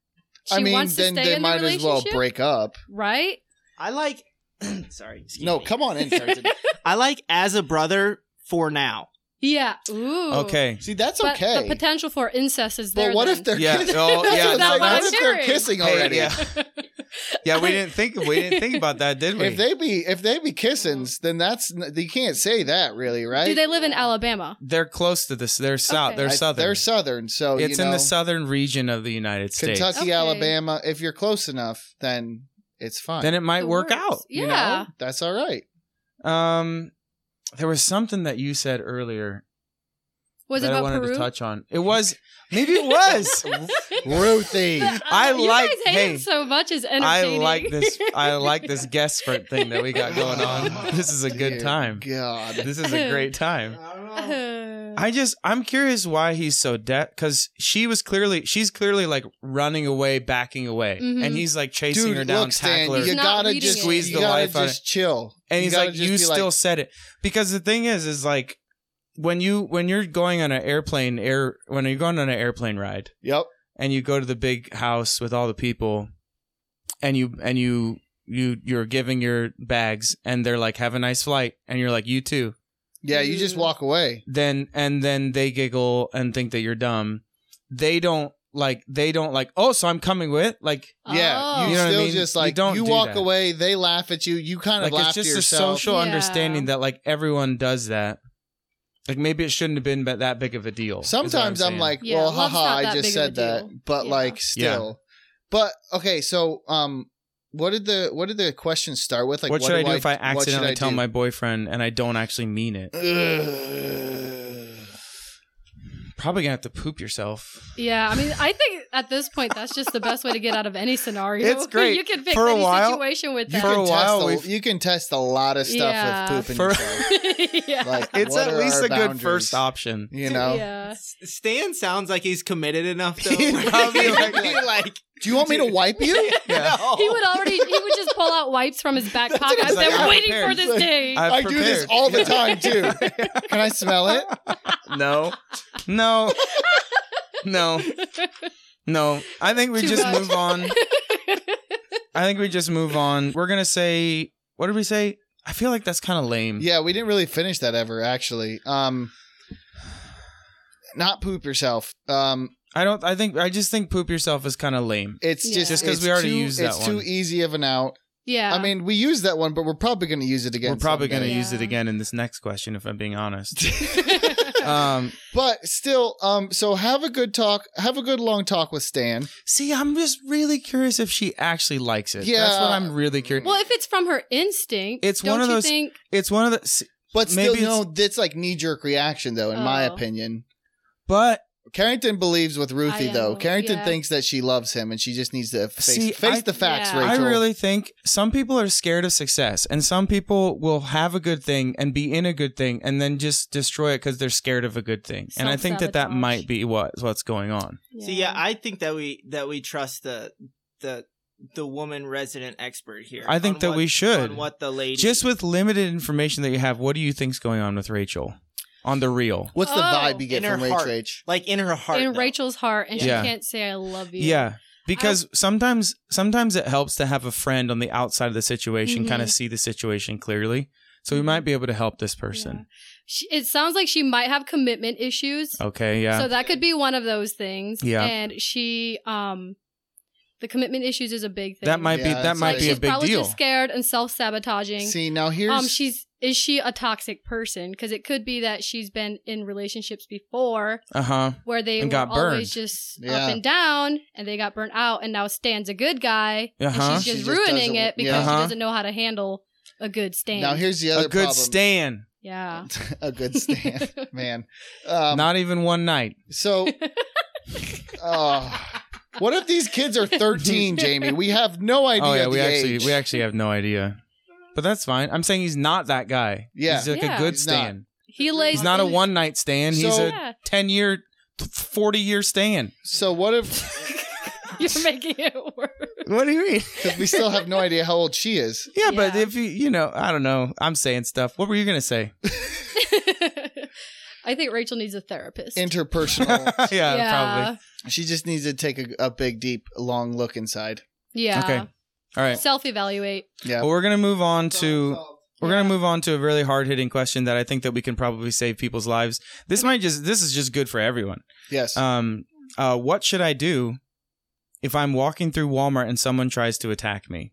Speaker 8: She
Speaker 1: I mean,
Speaker 8: wants to
Speaker 1: then
Speaker 8: stay
Speaker 1: they
Speaker 8: in
Speaker 1: might
Speaker 8: the
Speaker 1: as well
Speaker 8: relationship,
Speaker 1: break up.
Speaker 8: right?
Speaker 7: I like. sorry. excuse
Speaker 1: No,
Speaker 7: me.
Speaker 1: come on in, Sergeant.
Speaker 7: I like as a brother for now.
Speaker 8: Yeah. Ooh.
Speaker 2: Okay.
Speaker 1: See, that's
Speaker 8: But
Speaker 1: okay.
Speaker 8: the potential for incest is there.
Speaker 1: but what
Speaker 8: then.
Speaker 1: if they're
Speaker 2: Yeah.
Speaker 1: kissing?
Speaker 2: Oh,
Speaker 1: That's
Speaker 2: yeah.
Speaker 1: what I'm
Speaker 8: not
Speaker 2: No,
Speaker 1: saying. What
Speaker 8: my
Speaker 2: that's
Speaker 1: if they're
Speaker 8: theory.
Speaker 1: kissing
Speaker 2: Hey,
Speaker 1: already?
Speaker 2: yeah. yeah, we didn't think we didn't think about that, did we?
Speaker 1: If they be if they be kissins, then that's you can't say that really, right?
Speaker 8: Do they live in Alabama?
Speaker 2: they're close to this. They're south.
Speaker 8: Okay.
Speaker 2: They're
Speaker 1: I-
Speaker 2: southern.
Speaker 1: They're southern, so
Speaker 2: it's
Speaker 1: you
Speaker 2: in
Speaker 1: know,
Speaker 2: the southern region of the United States.
Speaker 1: Kentucky,
Speaker 8: Okay.
Speaker 1: Alabama. If you're close enough, then it's fine.
Speaker 2: Then it might
Speaker 8: It
Speaker 2: work
Speaker 8: works. Yeah.
Speaker 1: you know? that's all right.
Speaker 2: out. Um, there was something that you said earlier
Speaker 8: Was
Speaker 2: that
Speaker 8: it
Speaker 2: I
Speaker 8: about
Speaker 2: wanted
Speaker 8: Peru?
Speaker 2: to touch on. It was maybe it was.
Speaker 1: Ruthie,
Speaker 2: I
Speaker 8: you
Speaker 2: like-
Speaker 8: guys hate
Speaker 2: hey,
Speaker 8: it so much is
Speaker 2: I
Speaker 8: entertaining.
Speaker 2: like this. I like this guest spurt thing that we got going on. This is a good
Speaker 1: Dear
Speaker 2: time.
Speaker 1: God,
Speaker 2: This is a great time.
Speaker 8: Uh,
Speaker 2: I just I'm curious why he's so dead because she was clearly she's clearly like running away, backing away,
Speaker 8: Mhm.
Speaker 2: and he's like chasing
Speaker 1: dude,
Speaker 2: her down,
Speaker 1: look, Stan,
Speaker 2: tackle her,
Speaker 1: you
Speaker 8: He's not
Speaker 1: gotta
Speaker 8: reading
Speaker 1: just
Speaker 8: it.
Speaker 2: Squeeze
Speaker 1: you
Speaker 2: the
Speaker 1: gotta
Speaker 2: life out of
Speaker 1: just chill.
Speaker 2: and he's
Speaker 1: gotta
Speaker 2: like,
Speaker 1: just
Speaker 2: "You
Speaker 1: be
Speaker 2: still said it." Because the thing is, is like when you when you're going on an airplane air when you're going on an airplane ride
Speaker 1: yep,
Speaker 2: and you go to the big house with all the people, and you and you you you're giving your bags and they're like, "Have a nice flight," and you're like, "You too."
Speaker 1: yeah." You just walk away.
Speaker 2: then and then they giggle and think that you're dumb. They don't like they don't like, "Oh, so I'm coming with?" Like
Speaker 1: Yeah,
Speaker 8: oh.
Speaker 1: you
Speaker 2: You know what I
Speaker 1: still
Speaker 2: mean?
Speaker 1: just
Speaker 2: You
Speaker 1: like you,
Speaker 2: don't do
Speaker 1: walk
Speaker 2: that.
Speaker 1: away. They laugh at you. You kind of
Speaker 2: like
Speaker 1: laugh
Speaker 2: it's just
Speaker 1: to
Speaker 2: a
Speaker 1: yourself.
Speaker 2: social
Speaker 8: Yeah.
Speaker 2: understanding that like everyone does that. Like maybe it shouldn't have been ba- that big of a deal. is what
Speaker 1: Sometimes I'm,
Speaker 2: saying.
Speaker 1: like,
Speaker 8: Yeah,
Speaker 1: well,
Speaker 8: love's
Speaker 1: haha,
Speaker 8: not
Speaker 1: I
Speaker 8: that
Speaker 1: just
Speaker 8: big of a
Speaker 1: said that,
Speaker 8: deal.
Speaker 1: but
Speaker 8: Yeah.
Speaker 1: like still. But okay, so um, what did the what did the question start with? Like,
Speaker 2: what, should I do if I
Speaker 1: what should
Speaker 2: accidentally tell
Speaker 1: do?
Speaker 2: my boyfriend and I don't actually mean it? Probably gonna have to poop yourself.
Speaker 8: Yeah, I mean, I think at this point that's just the best way to get out of any scenario.
Speaker 2: It's great.
Speaker 8: you can fix
Speaker 2: For a
Speaker 8: any
Speaker 2: while,
Speaker 8: situation with
Speaker 1: You
Speaker 8: that.
Speaker 2: For a
Speaker 1: can test
Speaker 2: while, we've-
Speaker 1: a, you can test a lot of stuff
Speaker 8: Yeah.
Speaker 1: with pooping
Speaker 2: For-
Speaker 1: yourself.
Speaker 8: yeah.
Speaker 1: Like,
Speaker 2: It's
Speaker 1: what
Speaker 2: at
Speaker 1: are
Speaker 2: least
Speaker 1: our
Speaker 2: a good
Speaker 1: boundaries?
Speaker 2: first option.
Speaker 1: You know.
Speaker 8: yeah.
Speaker 7: S- Stan sounds like he's committed enough though.
Speaker 2: He'd probably
Speaker 1: like-
Speaker 7: Be like,
Speaker 1: Do you want me to wipe you?
Speaker 2: Yeah.
Speaker 7: no.
Speaker 8: He would already. He would just pull out wipes from his back pocket.
Speaker 2: what
Speaker 8: I've
Speaker 2: I'm
Speaker 8: been
Speaker 2: saying. I'm
Speaker 8: waiting for
Speaker 2: prepared.
Speaker 8: this day.
Speaker 2: I've
Speaker 1: I do this
Speaker 2: prepared.
Speaker 1: all the
Speaker 2: Yeah.
Speaker 1: time too. Can I smell it?
Speaker 2: no, no, no, no. I think we
Speaker 8: Too
Speaker 2: just
Speaker 8: much.
Speaker 2: move on. I think we just move on. We're gonna say, what did we say? I feel like that's kind of lame.
Speaker 1: Yeah, we didn't really finish that ever actually. Um, not poop yourself. Um,
Speaker 2: I don't. I think I just think poop yourself is kind of lame.
Speaker 1: it's
Speaker 8: Yeah.
Speaker 1: just
Speaker 2: Just 'cause
Speaker 1: it's
Speaker 2: we already
Speaker 1: too-
Speaker 2: used that
Speaker 1: It's too
Speaker 2: one.
Speaker 1: easy of an out.
Speaker 8: yeah.
Speaker 1: I mean, we used that one, but we're probably going to use it again.
Speaker 2: We're probably gonna
Speaker 1: someday.
Speaker 8: Yeah.
Speaker 2: use it again in this next question, if I'm being honest. um,
Speaker 1: But still, um, so have a good talk. Have a good long talk with Stan.
Speaker 2: see, I'm just really curious if she actually likes it. that's
Speaker 1: Yeah.
Speaker 2: what I'm really curious.
Speaker 8: well, if it's from her instinct,
Speaker 2: It's
Speaker 8: don't
Speaker 2: one of
Speaker 8: you
Speaker 2: those-
Speaker 8: Think,
Speaker 2: It's one of the. see,
Speaker 1: But still,
Speaker 2: Maybe
Speaker 1: you know, that's like knee jerk reaction, though, in my
Speaker 8: Oh.
Speaker 1: opinion.
Speaker 2: But
Speaker 1: Carrington believes with Ruthie,
Speaker 8: I
Speaker 1: though.
Speaker 8: know,
Speaker 1: Carrington
Speaker 8: yeah.
Speaker 1: thinks that she loves him, and she just needs to face,
Speaker 2: See,
Speaker 1: face
Speaker 2: I-
Speaker 1: the facts,
Speaker 8: Yeah.
Speaker 1: Rachel.
Speaker 2: I really think some people are scared of success, and some people will have a good thing and be in a good thing, and then just destroy it because they're scared of a good thing. And I think that that
Speaker 8: Self-sabotage.
Speaker 2: might be what what's going on.
Speaker 7: So yeah, I think that we that we trust the the the woman resident expert here.
Speaker 2: I think
Speaker 7: on
Speaker 2: that
Speaker 7: what-
Speaker 2: we should.
Speaker 7: on what the lady
Speaker 2: Just with limited information that you have, what do you think's going on with Rachel on the real?
Speaker 1: What's the
Speaker 8: Oh.
Speaker 1: vibe you get
Speaker 7: In her
Speaker 1: from Rach
Speaker 7: heart.
Speaker 1: Rach?
Speaker 7: like in her heart.
Speaker 8: in
Speaker 7: though.
Speaker 8: Rachel's heart, and she
Speaker 2: Yeah.
Speaker 8: can't say "I love you."
Speaker 2: Yeah. Because sometimes sometimes it helps to have a friend on the outside of the situation kind of
Speaker 8: Mhm.
Speaker 2: see the situation clearly. So we might
Speaker 8: Mm-hmm.
Speaker 2: be able to help this person.
Speaker 8: She, it sounds like she might have commitment issues.
Speaker 2: Okay, yeah.
Speaker 8: So that could be one of those things.
Speaker 2: Yeah.
Speaker 8: And she, um, the commitment issues is a big thing.
Speaker 2: that might be
Speaker 1: Yeah,
Speaker 2: that
Speaker 1: it's
Speaker 2: might
Speaker 8: like
Speaker 2: be
Speaker 8: she's
Speaker 2: a big
Speaker 8: probably
Speaker 2: deal.
Speaker 8: just scared and self sabotaging.
Speaker 1: See, now here's.
Speaker 8: Um, she's is she a toxic person? Because it could be that she's been in relationships before
Speaker 2: uh-huh.
Speaker 8: where they
Speaker 2: And
Speaker 8: were
Speaker 2: got
Speaker 8: always
Speaker 2: burned.
Speaker 8: just
Speaker 1: Yeah.
Speaker 8: up and down, and they got burnt out, and now Stan's a good guy,
Speaker 2: Uh-huh.
Speaker 8: and she's
Speaker 1: She just
Speaker 8: just
Speaker 1: doesn't-
Speaker 8: ruining it because
Speaker 2: yeah.
Speaker 8: she
Speaker 2: Uh-huh.
Speaker 8: doesn't know how to handle a good Stan.
Speaker 1: now here's the other
Speaker 2: A good
Speaker 1: problem.
Speaker 2: stand.
Speaker 8: yeah,
Speaker 1: a good Stan, man. Um,
Speaker 2: Not even one night.
Speaker 1: So, uh, what if these kids are 13, Jamie? We have no idea.
Speaker 2: Oh yeah,
Speaker 1: the
Speaker 2: we actually
Speaker 1: age.
Speaker 2: we actually have no idea. But that's fine. I'm saying he's not that guy.
Speaker 1: Yeah.
Speaker 2: He's like
Speaker 8: Yeah.
Speaker 2: a good
Speaker 1: He's not.
Speaker 2: stand.
Speaker 8: he lays.
Speaker 2: He's not a one night stand. He's
Speaker 1: So-
Speaker 2: a
Speaker 8: Yeah,
Speaker 2: ten year forty year stand.
Speaker 1: So what if?
Speaker 8: you're making it worse.
Speaker 2: What do you mean?
Speaker 1: Because we still have no idea how old she is.
Speaker 2: Yeah, but
Speaker 8: Yeah.
Speaker 2: if you you know, I don't know. I'm saying stuff. What were you gonna say?
Speaker 8: I think Rachel needs a therapist.
Speaker 2: yeah,
Speaker 1: Interpersonal.
Speaker 2: probably.
Speaker 1: she just needs to take a, a big, deep, long look inside.
Speaker 8: Yeah.
Speaker 2: Okay. All right.
Speaker 8: Self evaluate.
Speaker 1: Yeah.
Speaker 2: Well, we're gonna move on
Speaker 5: Problem
Speaker 2: to
Speaker 5: solved.
Speaker 2: we're gonna move on to a really hard hitting question that I think that we can probably save people's lives. This might just this is just good for everyone.
Speaker 1: Yes.
Speaker 2: Um, uh, what should I do if I'm walking through Walmart and someone tries to attack me?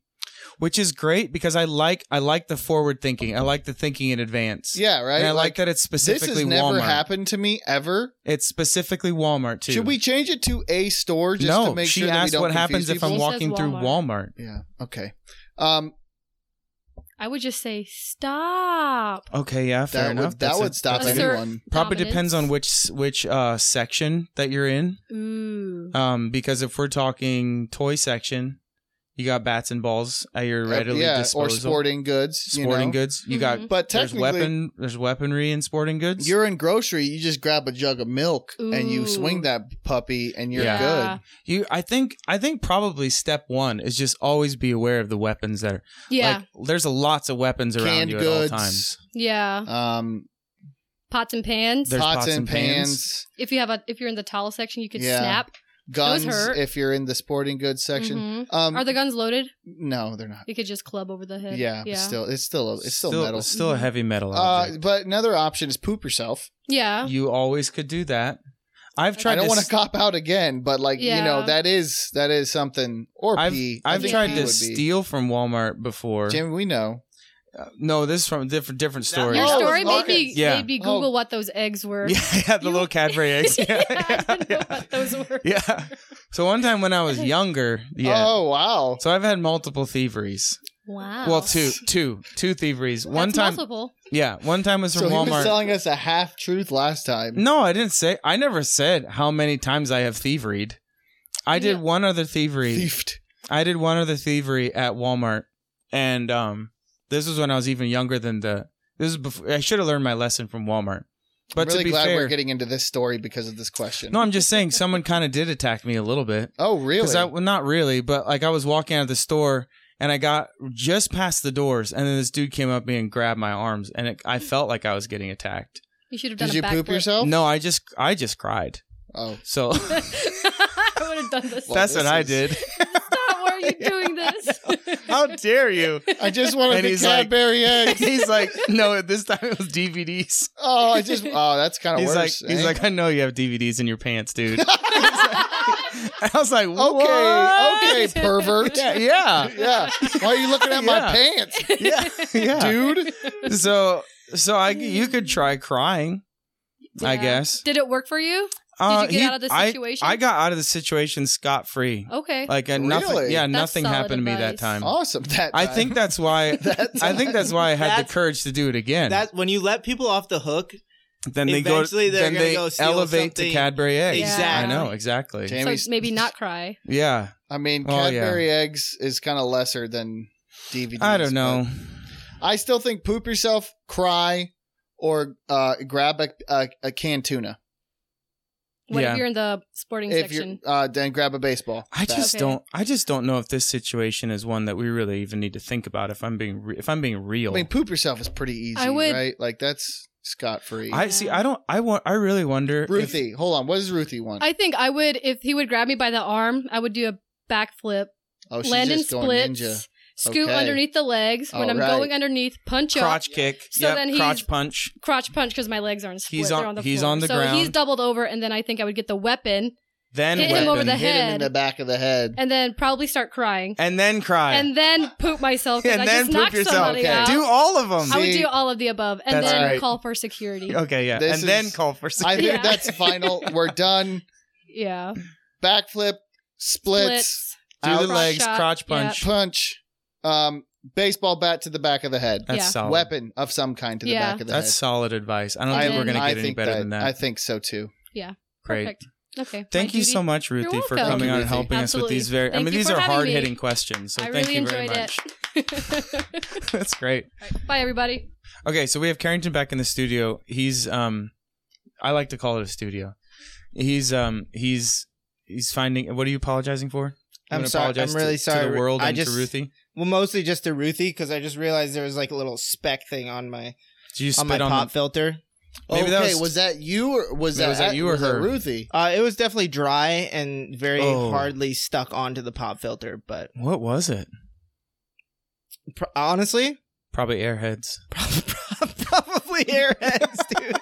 Speaker 2: Which is great because I like I like the forward thinking. I like the thinking in advance.
Speaker 1: yeah. Right.
Speaker 2: and I like, that it's
Speaker 1: This
Speaker 2: specifically
Speaker 1: has never
Speaker 2: Walmart.
Speaker 1: happened to me ever.
Speaker 2: It's specifically Walmart too.
Speaker 1: Should we change it to a store just
Speaker 2: no,
Speaker 1: to make
Speaker 2: she
Speaker 1: sure that we
Speaker 2: asked
Speaker 1: don't
Speaker 2: what
Speaker 1: confuse
Speaker 2: happens if I'm
Speaker 8: She
Speaker 1: people?
Speaker 8: says
Speaker 2: walking through Walmart.
Speaker 8: Walmart.
Speaker 1: Yeah. Okay. Um,
Speaker 8: I would just say stop.
Speaker 2: Okay, yeah, fair
Speaker 1: that
Speaker 2: enough.
Speaker 1: would that
Speaker 2: That's a-
Speaker 1: would stop
Speaker 2: that's a-
Speaker 8: Assert
Speaker 1: anyone.
Speaker 2: Probably depends on
Speaker 8: dominance.
Speaker 2: which which uh section that you're in.
Speaker 8: Ooh.
Speaker 2: Um, because if we're talking toy section, you got bats and balls at your readily
Speaker 1: uh, yeah,
Speaker 2: disposal.
Speaker 1: or sporting goods. you
Speaker 2: sporting
Speaker 1: know?
Speaker 2: goods. You got
Speaker 8: Mhm.
Speaker 1: But
Speaker 2: there's
Speaker 1: technically,
Speaker 2: weapon there's weaponry in sporting goods.
Speaker 1: you're in grocery, you just grab a jug of milk and you
Speaker 8: Ooh.
Speaker 1: swing that puppy and you're
Speaker 2: Yeah.
Speaker 1: good.
Speaker 2: you I think I think probably step one is just always be aware of the weapons that are
Speaker 8: Yeah.
Speaker 2: like there's a lots of weapons around
Speaker 1: Canned
Speaker 2: you at all times.
Speaker 1: goods,
Speaker 8: yeah.
Speaker 1: um,
Speaker 8: Pots and pans.
Speaker 2: There's
Speaker 1: pots,
Speaker 2: pots
Speaker 1: and
Speaker 2: and
Speaker 1: pans,
Speaker 8: if you have a if you're in the towel section, you could
Speaker 1: Yeah.
Speaker 8: snap.
Speaker 1: guns
Speaker 8: Those hurt.
Speaker 1: if you're in the sporting goods section.
Speaker 8: Mhm.
Speaker 1: Um,
Speaker 8: Are the guns loaded?
Speaker 1: no, they're not.
Speaker 8: You could just club over the head.
Speaker 1: Yeah,
Speaker 8: Yeah.
Speaker 1: But still, it's still it's still, metal.
Speaker 2: It's still a
Speaker 8: Mhm.
Speaker 2: heavy metal
Speaker 1: Uh,
Speaker 2: object.
Speaker 1: but another option is poop yourself.
Speaker 8: yeah.
Speaker 2: you always could do that. I've tried
Speaker 1: I don't
Speaker 2: to
Speaker 1: want
Speaker 2: s-
Speaker 1: to cop out again, but like you know
Speaker 8: Yeah.
Speaker 1: that is that is something. Or
Speaker 2: I've
Speaker 1: pee. I
Speaker 2: I've
Speaker 1: think
Speaker 2: tried
Speaker 1: pee
Speaker 2: to
Speaker 1: would be-
Speaker 2: steal from Walmart before.
Speaker 1: Jim, we know.
Speaker 2: Uh, no, this is from a different different
Speaker 7: That-
Speaker 2: story.
Speaker 8: Your
Speaker 5: Oh,
Speaker 8: story
Speaker 5: it's
Speaker 8: made me,
Speaker 5: organs.
Speaker 2: Yeah. Oh.
Speaker 8: made me Google what those eggs were.
Speaker 2: Yeah, yeah, the
Speaker 8: You-
Speaker 2: little Cadbury eggs. Yeah,
Speaker 8: I
Speaker 2: yeah,
Speaker 8: didn't know what those were.
Speaker 2: yeah. So one time when I was younger, yeah.
Speaker 1: Oh wow.
Speaker 2: So I've had multiple thieveries.
Speaker 8: Wow.
Speaker 2: Well, two, two, two thieveries. one
Speaker 8: Oh. That's
Speaker 2: time,
Speaker 8: multiple.
Speaker 2: yeah. One time was
Speaker 1: So
Speaker 2: from
Speaker 1: he was
Speaker 2: Walmart.
Speaker 1: telling us a half truth last time.
Speaker 2: no, I didn't say. I never said how many times I have thieveried. I did
Speaker 8: Yeah.
Speaker 2: one other thievery.
Speaker 1: Thiefed.
Speaker 2: I did one other thievery at Walmart, and um, this was when I was even younger than the. This is before I should have learned my lesson from Walmart. But
Speaker 1: I'm really
Speaker 2: to be
Speaker 1: glad
Speaker 2: fair,
Speaker 1: we're getting into this story because of this question.
Speaker 2: no, I'm just saying someone kind of did attack me a little bit.
Speaker 1: oh really?
Speaker 2: Because I well, not really, but like I was walking out of the store and I got just past the doors, and then this dude came up to me and grabbed my arms, and it, I felt like I was getting attacked.
Speaker 8: You should have done
Speaker 1: Did
Speaker 8: a
Speaker 1: you poop
Speaker 8: backflip.
Speaker 1: yourself?
Speaker 2: No, I just I just cried.
Speaker 1: Oh.
Speaker 2: So
Speaker 8: I would have done this.
Speaker 1: Well,
Speaker 2: that's
Speaker 1: this
Speaker 2: what I
Speaker 1: is-
Speaker 2: did.
Speaker 8: Stop! Why are you doing this?
Speaker 2: How dare you?
Speaker 1: I just wanted
Speaker 2: And
Speaker 1: the
Speaker 2: he's like-
Speaker 1: Cadbury egg.
Speaker 2: He's like, no, this time it was DVDs.
Speaker 1: Oh, I just. Oh, that's kind of
Speaker 2: He's
Speaker 1: worse.
Speaker 2: like, he's
Speaker 1: eh?
Speaker 2: like, I know you have DVDs in your pants, dude. He's like- and I was like, what?
Speaker 1: okay, okay, pervert.
Speaker 2: Yeah, yeah.
Speaker 1: Yeah. Why are you looking at my
Speaker 2: Yeah.
Speaker 1: pants,
Speaker 2: yeah, yeah.
Speaker 1: dude?
Speaker 2: So, so I you could try crying, I
Speaker 8: Yeah.
Speaker 2: guess.
Speaker 8: Did it work for you?
Speaker 2: Uh,
Speaker 8: get out of the
Speaker 2: I-
Speaker 8: situation?
Speaker 2: I, got out of the situation scot free.
Speaker 8: Okay.
Speaker 2: Like uh, nothing.
Speaker 1: Really?
Speaker 2: Yeah,
Speaker 8: That's
Speaker 2: nothing
Speaker 8: solid
Speaker 2: happened to me that
Speaker 8: advice.
Speaker 2: time.
Speaker 1: Awesome. That
Speaker 2: I
Speaker 1: time.
Speaker 2: think that's why.
Speaker 1: That
Speaker 2: I think that's why I had the
Speaker 7: That's-
Speaker 2: courage to do it again.
Speaker 7: That when you let people off the hook,
Speaker 2: then they go.
Speaker 7: eventually they're
Speaker 2: Then
Speaker 7: gonna
Speaker 2: they
Speaker 7: go steal
Speaker 2: elevate to
Speaker 7: something.
Speaker 2: Cadbury eggs. I
Speaker 7: Exactly.
Speaker 2: know exactly.
Speaker 1: Damn.
Speaker 8: so
Speaker 1: Amy's-
Speaker 8: maybe not cry.
Speaker 2: Yeah,
Speaker 1: I mean,
Speaker 2: Oh, yeah.
Speaker 1: Cadbury eggs is kind of lesser than DVDs.
Speaker 2: I don't know.
Speaker 1: but I still think poop yourself, cry, or uh, grab a, a, a canned tuna.
Speaker 8: What
Speaker 2: Yeah.
Speaker 8: if you're in the sporting
Speaker 1: If
Speaker 8: section?
Speaker 1: you uh, then grab a baseball.
Speaker 2: I
Speaker 1: bat.
Speaker 2: just
Speaker 8: Okay.
Speaker 2: don't. I just don't know if this situation is one that we really even need to think about. If I'm being, re- if I'm being real,
Speaker 1: I mean, poop yourself is pretty easy,
Speaker 8: I would-
Speaker 1: right? Like that's scot free.
Speaker 2: I see. I don't. I want. I really wonder. if-
Speaker 1: Ruthie, hold on. What does Ruthie want?
Speaker 8: I think I would if he would grab me by the arm. I would do a backflip,
Speaker 1: oh, she's
Speaker 8: land in
Speaker 1: just going
Speaker 8: splits,
Speaker 1: ninja.
Speaker 8: scoot
Speaker 1: Okay.
Speaker 8: underneath the legs when
Speaker 1: All
Speaker 8: I'm
Speaker 1: right.
Speaker 8: going underneath, punch up,
Speaker 2: crotch kick.
Speaker 8: So
Speaker 2: Yep,
Speaker 8: then he's-
Speaker 2: crotch punch.
Speaker 8: crotch punch because my legs aren't split.
Speaker 2: He's on-
Speaker 8: They're on the
Speaker 2: he's
Speaker 8: floor.
Speaker 2: on the
Speaker 8: so
Speaker 2: ground.
Speaker 8: he's doubled over, and then I think I would get the weapon
Speaker 2: Then
Speaker 8: Hit him
Speaker 2: weapon.
Speaker 8: over the
Speaker 1: Hit him in
Speaker 8: head.
Speaker 1: the back of the head.
Speaker 8: and then probably start crying.
Speaker 2: and then cry.
Speaker 8: and then poop myself because
Speaker 2: and
Speaker 8: I
Speaker 2: then
Speaker 8: just
Speaker 2: poop
Speaker 8: knocked
Speaker 2: yourself.
Speaker 8: somebody
Speaker 1: Okay.
Speaker 8: out.
Speaker 2: Do all of them.
Speaker 8: I would
Speaker 1: See?
Speaker 8: do all of the above and
Speaker 2: That's
Speaker 8: then
Speaker 2: right.
Speaker 8: call for security.
Speaker 2: okay, yeah.
Speaker 1: This
Speaker 2: and then
Speaker 1: is-
Speaker 2: call for security.
Speaker 1: I think
Speaker 8: Yeah.
Speaker 1: that's final. We're done.
Speaker 8: Yeah.
Speaker 1: Backflip, splits,
Speaker 8: Splits.
Speaker 2: Through the
Speaker 1: out,
Speaker 8: Crotch
Speaker 2: legs,
Speaker 8: shot.
Speaker 2: crotch punch.
Speaker 1: punch, um, baseball bat to the back of the head,
Speaker 2: That's
Speaker 8: Yeah.
Speaker 2: solid.
Speaker 1: weapon of some kind to the
Speaker 8: Yeah.
Speaker 1: back of the
Speaker 2: That's
Speaker 1: head.
Speaker 2: solid advice. I don't
Speaker 8: And
Speaker 2: think we're
Speaker 8: then-
Speaker 2: gonna
Speaker 1: I
Speaker 2: get any
Speaker 1: think
Speaker 2: better than that.
Speaker 1: I think so too.
Speaker 2: Great.
Speaker 8: Perfect. Okay.
Speaker 2: Thank
Speaker 8: My
Speaker 2: you
Speaker 8: duty.
Speaker 2: so much, Ruthie, for
Speaker 8: welcome.
Speaker 2: coming
Speaker 1: Thank you,
Speaker 2: on and
Speaker 1: Ruthie.
Speaker 2: helping us with
Speaker 8: Absolutely.
Speaker 2: these very. I
Speaker 8: Thank
Speaker 2: mean,
Speaker 8: you
Speaker 2: these
Speaker 8: for
Speaker 2: are
Speaker 8: having
Speaker 2: hard
Speaker 8: me.
Speaker 2: hitting questions. So
Speaker 8: I
Speaker 2: thank
Speaker 8: really
Speaker 2: you very
Speaker 8: enjoyed
Speaker 2: much.
Speaker 8: it.
Speaker 2: That's great.
Speaker 8: Bye, everybody.
Speaker 2: Okay, so we have Carrington back in the studio. He's um, I like to call it a studio. He's um, he's he's finding. What are you apologizing for? You
Speaker 7: I'm
Speaker 2: wanna
Speaker 7: sorry- I'm
Speaker 2: apologize to-
Speaker 7: really sorry,
Speaker 2: to the
Speaker 7: Ru-
Speaker 2: world
Speaker 7: I
Speaker 2: and to
Speaker 7: just-
Speaker 2: Ruthie.
Speaker 7: well, mostly just to Ruthie because I just realized there was like a little speck thing on my
Speaker 2: Did you spit
Speaker 7: on
Speaker 2: on,
Speaker 7: my pop
Speaker 2: the,
Speaker 7: filter.
Speaker 2: Maybe
Speaker 1: okay,
Speaker 2: that
Speaker 1: was,
Speaker 2: was-
Speaker 1: that you or was
Speaker 2: Maybe
Speaker 1: that,
Speaker 2: was that you or
Speaker 1: was that
Speaker 2: her?
Speaker 1: Ruthie?
Speaker 7: Uh, it was definitely dry and very
Speaker 2: Oh.
Speaker 7: hardly stuck onto the pop filter, but
Speaker 2: What was it?
Speaker 7: pr- honestly,
Speaker 2: Probably airheads.
Speaker 7: probably airheads, dude.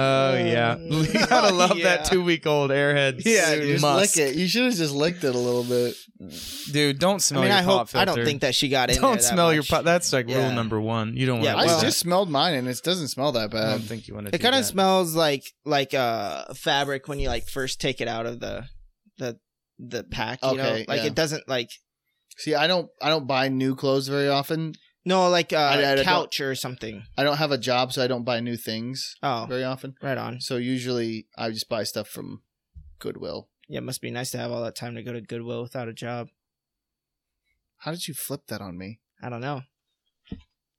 Speaker 2: Oh yeah,
Speaker 7: Mm.
Speaker 2: you gotta love
Speaker 7: Yeah.
Speaker 2: that two week old airhead.
Speaker 7: Yeah,
Speaker 2: dude.
Speaker 1: Just
Speaker 2: must
Speaker 1: lick it. You should have just licked it a little bit.
Speaker 2: dude. Don't
Speaker 7: I
Speaker 2: smell
Speaker 7: mean,
Speaker 2: your
Speaker 7: I
Speaker 2: pop
Speaker 7: hope
Speaker 2: filter.
Speaker 7: I don't think that she got in.
Speaker 2: Don't
Speaker 7: there that
Speaker 2: smell your
Speaker 7: much.
Speaker 2: pop. That's like
Speaker 7: Yeah.
Speaker 2: rule number one. You don't
Speaker 7: Yeah,
Speaker 2: want.
Speaker 7: well-
Speaker 1: I
Speaker 2: to
Speaker 1: just smelled mine and it doesn't smell that
Speaker 2: I
Speaker 1: bad.
Speaker 2: don't think you want to.
Speaker 7: It kind of smells like like uh fabric when you like first take it out of the the the pack. You know,
Speaker 1: Okay,
Speaker 7: like
Speaker 1: yeah.
Speaker 7: it doesn't like
Speaker 1: See, I don't I don't buy new clothes very often.
Speaker 7: no like uh
Speaker 1: I don't-
Speaker 7: couch or something.
Speaker 1: I don't have a job so I don't buy new things
Speaker 7: Oh,
Speaker 1: very often.
Speaker 7: right on.
Speaker 1: So usually I just buy stuff from Goodwill.
Speaker 7: Yeah, it must be nice to have all that time to go to Goodwill without a job.
Speaker 1: How did you flip that on me?
Speaker 7: I don't know.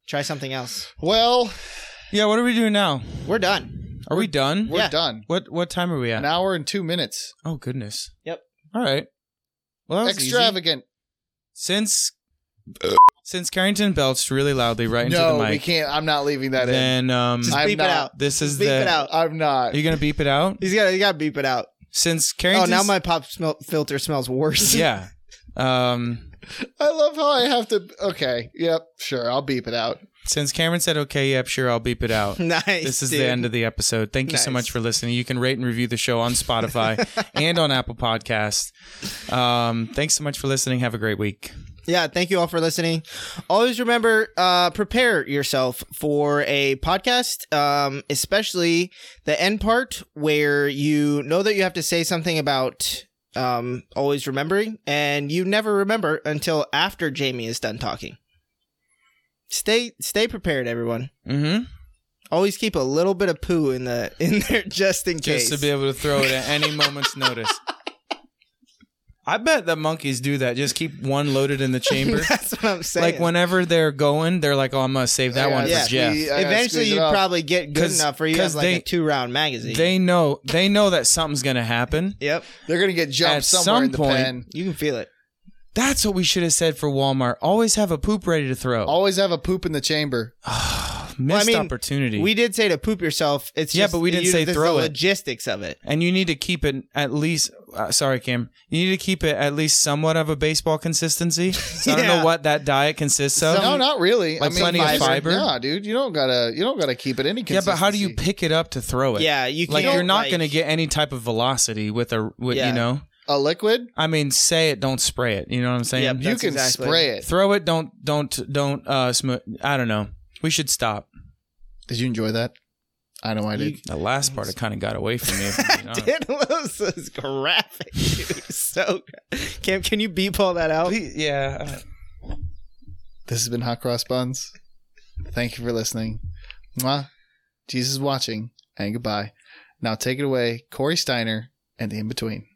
Speaker 7: Try something else.
Speaker 1: Well,
Speaker 2: Yeah. What are we doing now?
Speaker 7: We're done.
Speaker 2: Are we done?
Speaker 1: we're
Speaker 7: Yeah.
Speaker 1: done.
Speaker 2: What What time are we at?
Speaker 1: An hour and two minutes.
Speaker 2: Oh goodness.
Speaker 7: Yep.
Speaker 2: All right. Well, that was easy.
Speaker 1: Extravagant.
Speaker 2: Since since Carrington belched really loudly right into
Speaker 1: No,
Speaker 2: the mic,
Speaker 1: we can't. I'm not leaving that in.
Speaker 2: then um,
Speaker 7: Just
Speaker 1: I'm
Speaker 7: beep
Speaker 1: not-
Speaker 7: it out.
Speaker 2: this is
Speaker 7: beep
Speaker 2: the.
Speaker 7: it out.
Speaker 1: I'm not.
Speaker 2: Are you gonna beep it out?
Speaker 7: He's got. He got to beep it out.
Speaker 2: Since
Speaker 7: Oh,
Speaker 2: Carrington.
Speaker 7: now my pop smell filter smells worse.
Speaker 2: yeah. Um.
Speaker 1: I love how I have to. Okay. Yep. Sure. I'll beep it out.
Speaker 2: Since Cameron said okay, yep, sure, I'll beep it out.
Speaker 7: nice.
Speaker 2: This is the end of the episode. Thank you so
Speaker 7: Nice.
Speaker 2: much for listening. You can rate and review the show on Spotify and on Apple Podcasts. Um, thanks so much for listening. Have a great week.
Speaker 3: Yeah, thank you all for listening. Always remember, uh, prepare yourself for a podcast, um, especially the end part where you know that you have to say something about um, always remembering, and you never remember until after Jamie is done talking. Stay, stay prepared, everyone.
Speaker 2: Mm-hmm.
Speaker 3: Always keep a little bit of poo in the in there just in case.
Speaker 2: Just to be able to throw it at any moment's notice. I bet that monkeys do that. Just keep one loaded in the chamber.
Speaker 3: That's what I'm saying.
Speaker 2: like whenever they're going, they're like, "Oh, I'm gonna save that
Speaker 1: I
Speaker 2: one
Speaker 1: gotta
Speaker 2: for
Speaker 3: yeah. uh,
Speaker 2: Jeff."
Speaker 1: squee- I gotta
Speaker 3: Eventually,
Speaker 1: uh, squeeze it
Speaker 3: you
Speaker 1: out.
Speaker 3: probably get good
Speaker 2: 'Cause-
Speaker 3: enough for you have
Speaker 2: 'cause
Speaker 3: like
Speaker 2: they-
Speaker 3: a two round magazine.
Speaker 2: They know. They know that something's gonna happen.
Speaker 3: yep,
Speaker 1: They're gonna get jumped
Speaker 2: At
Speaker 1: somewhere
Speaker 2: some
Speaker 1: in the
Speaker 2: point-
Speaker 1: pen.
Speaker 3: you can feel it.
Speaker 2: That's what we should have said for Walmart. Always have a poop ready to throw.
Speaker 1: Always have a poop in the chamber.
Speaker 2: Missed
Speaker 3: Well, Oh, I mean,
Speaker 2: opportunity.
Speaker 3: We did say to poop yourself. It's
Speaker 2: Yeah,
Speaker 3: just
Speaker 2: but we didn't
Speaker 3: you-
Speaker 2: say
Speaker 3: this is
Speaker 2: throw
Speaker 3: the
Speaker 2: it.
Speaker 3: Logistics of it.
Speaker 2: and you need to keep it at least. Uh, sorry, Kim. You need to keep it at least somewhat of a baseball consistency. So I don't
Speaker 3: Yeah.
Speaker 2: know what that diet consists of.
Speaker 1: no, not really.
Speaker 2: Like
Speaker 1: I mean,
Speaker 2: plenty of
Speaker 1: fiber-
Speaker 2: fiber?
Speaker 1: Nah, dude, you don't gotta. You don't gotta keep it any.
Speaker 2: yeah, but how do you
Speaker 1: consistency.
Speaker 2: pick it up to throw it?
Speaker 3: Yeah, you can't,
Speaker 2: like you're not going to get any type of velocity with a with,
Speaker 3: Yeah.
Speaker 2: you know
Speaker 1: a liquid?
Speaker 2: i mean say it don't spray it you know what i'm saying
Speaker 3: Yep.
Speaker 1: you
Speaker 3: That's
Speaker 1: can
Speaker 3: exactly-
Speaker 1: spray it.
Speaker 2: throw it don't don't don't uh sm- i don't know we should stop
Speaker 1: Did you enjoy that? I know I did.
Speaker 2: the last part it kind of got away from me if I'm being honest.
Speaker 3: Dude, this is graphic, dude. So, Kim, can you beep all that out?
Speaker 2: yeah
Speaker 1: This has been Hot Cross Buns. Thank you for listening. Mwah. Jesus is watching. And goodbye. Now take it away, Corey Steiner and the in between.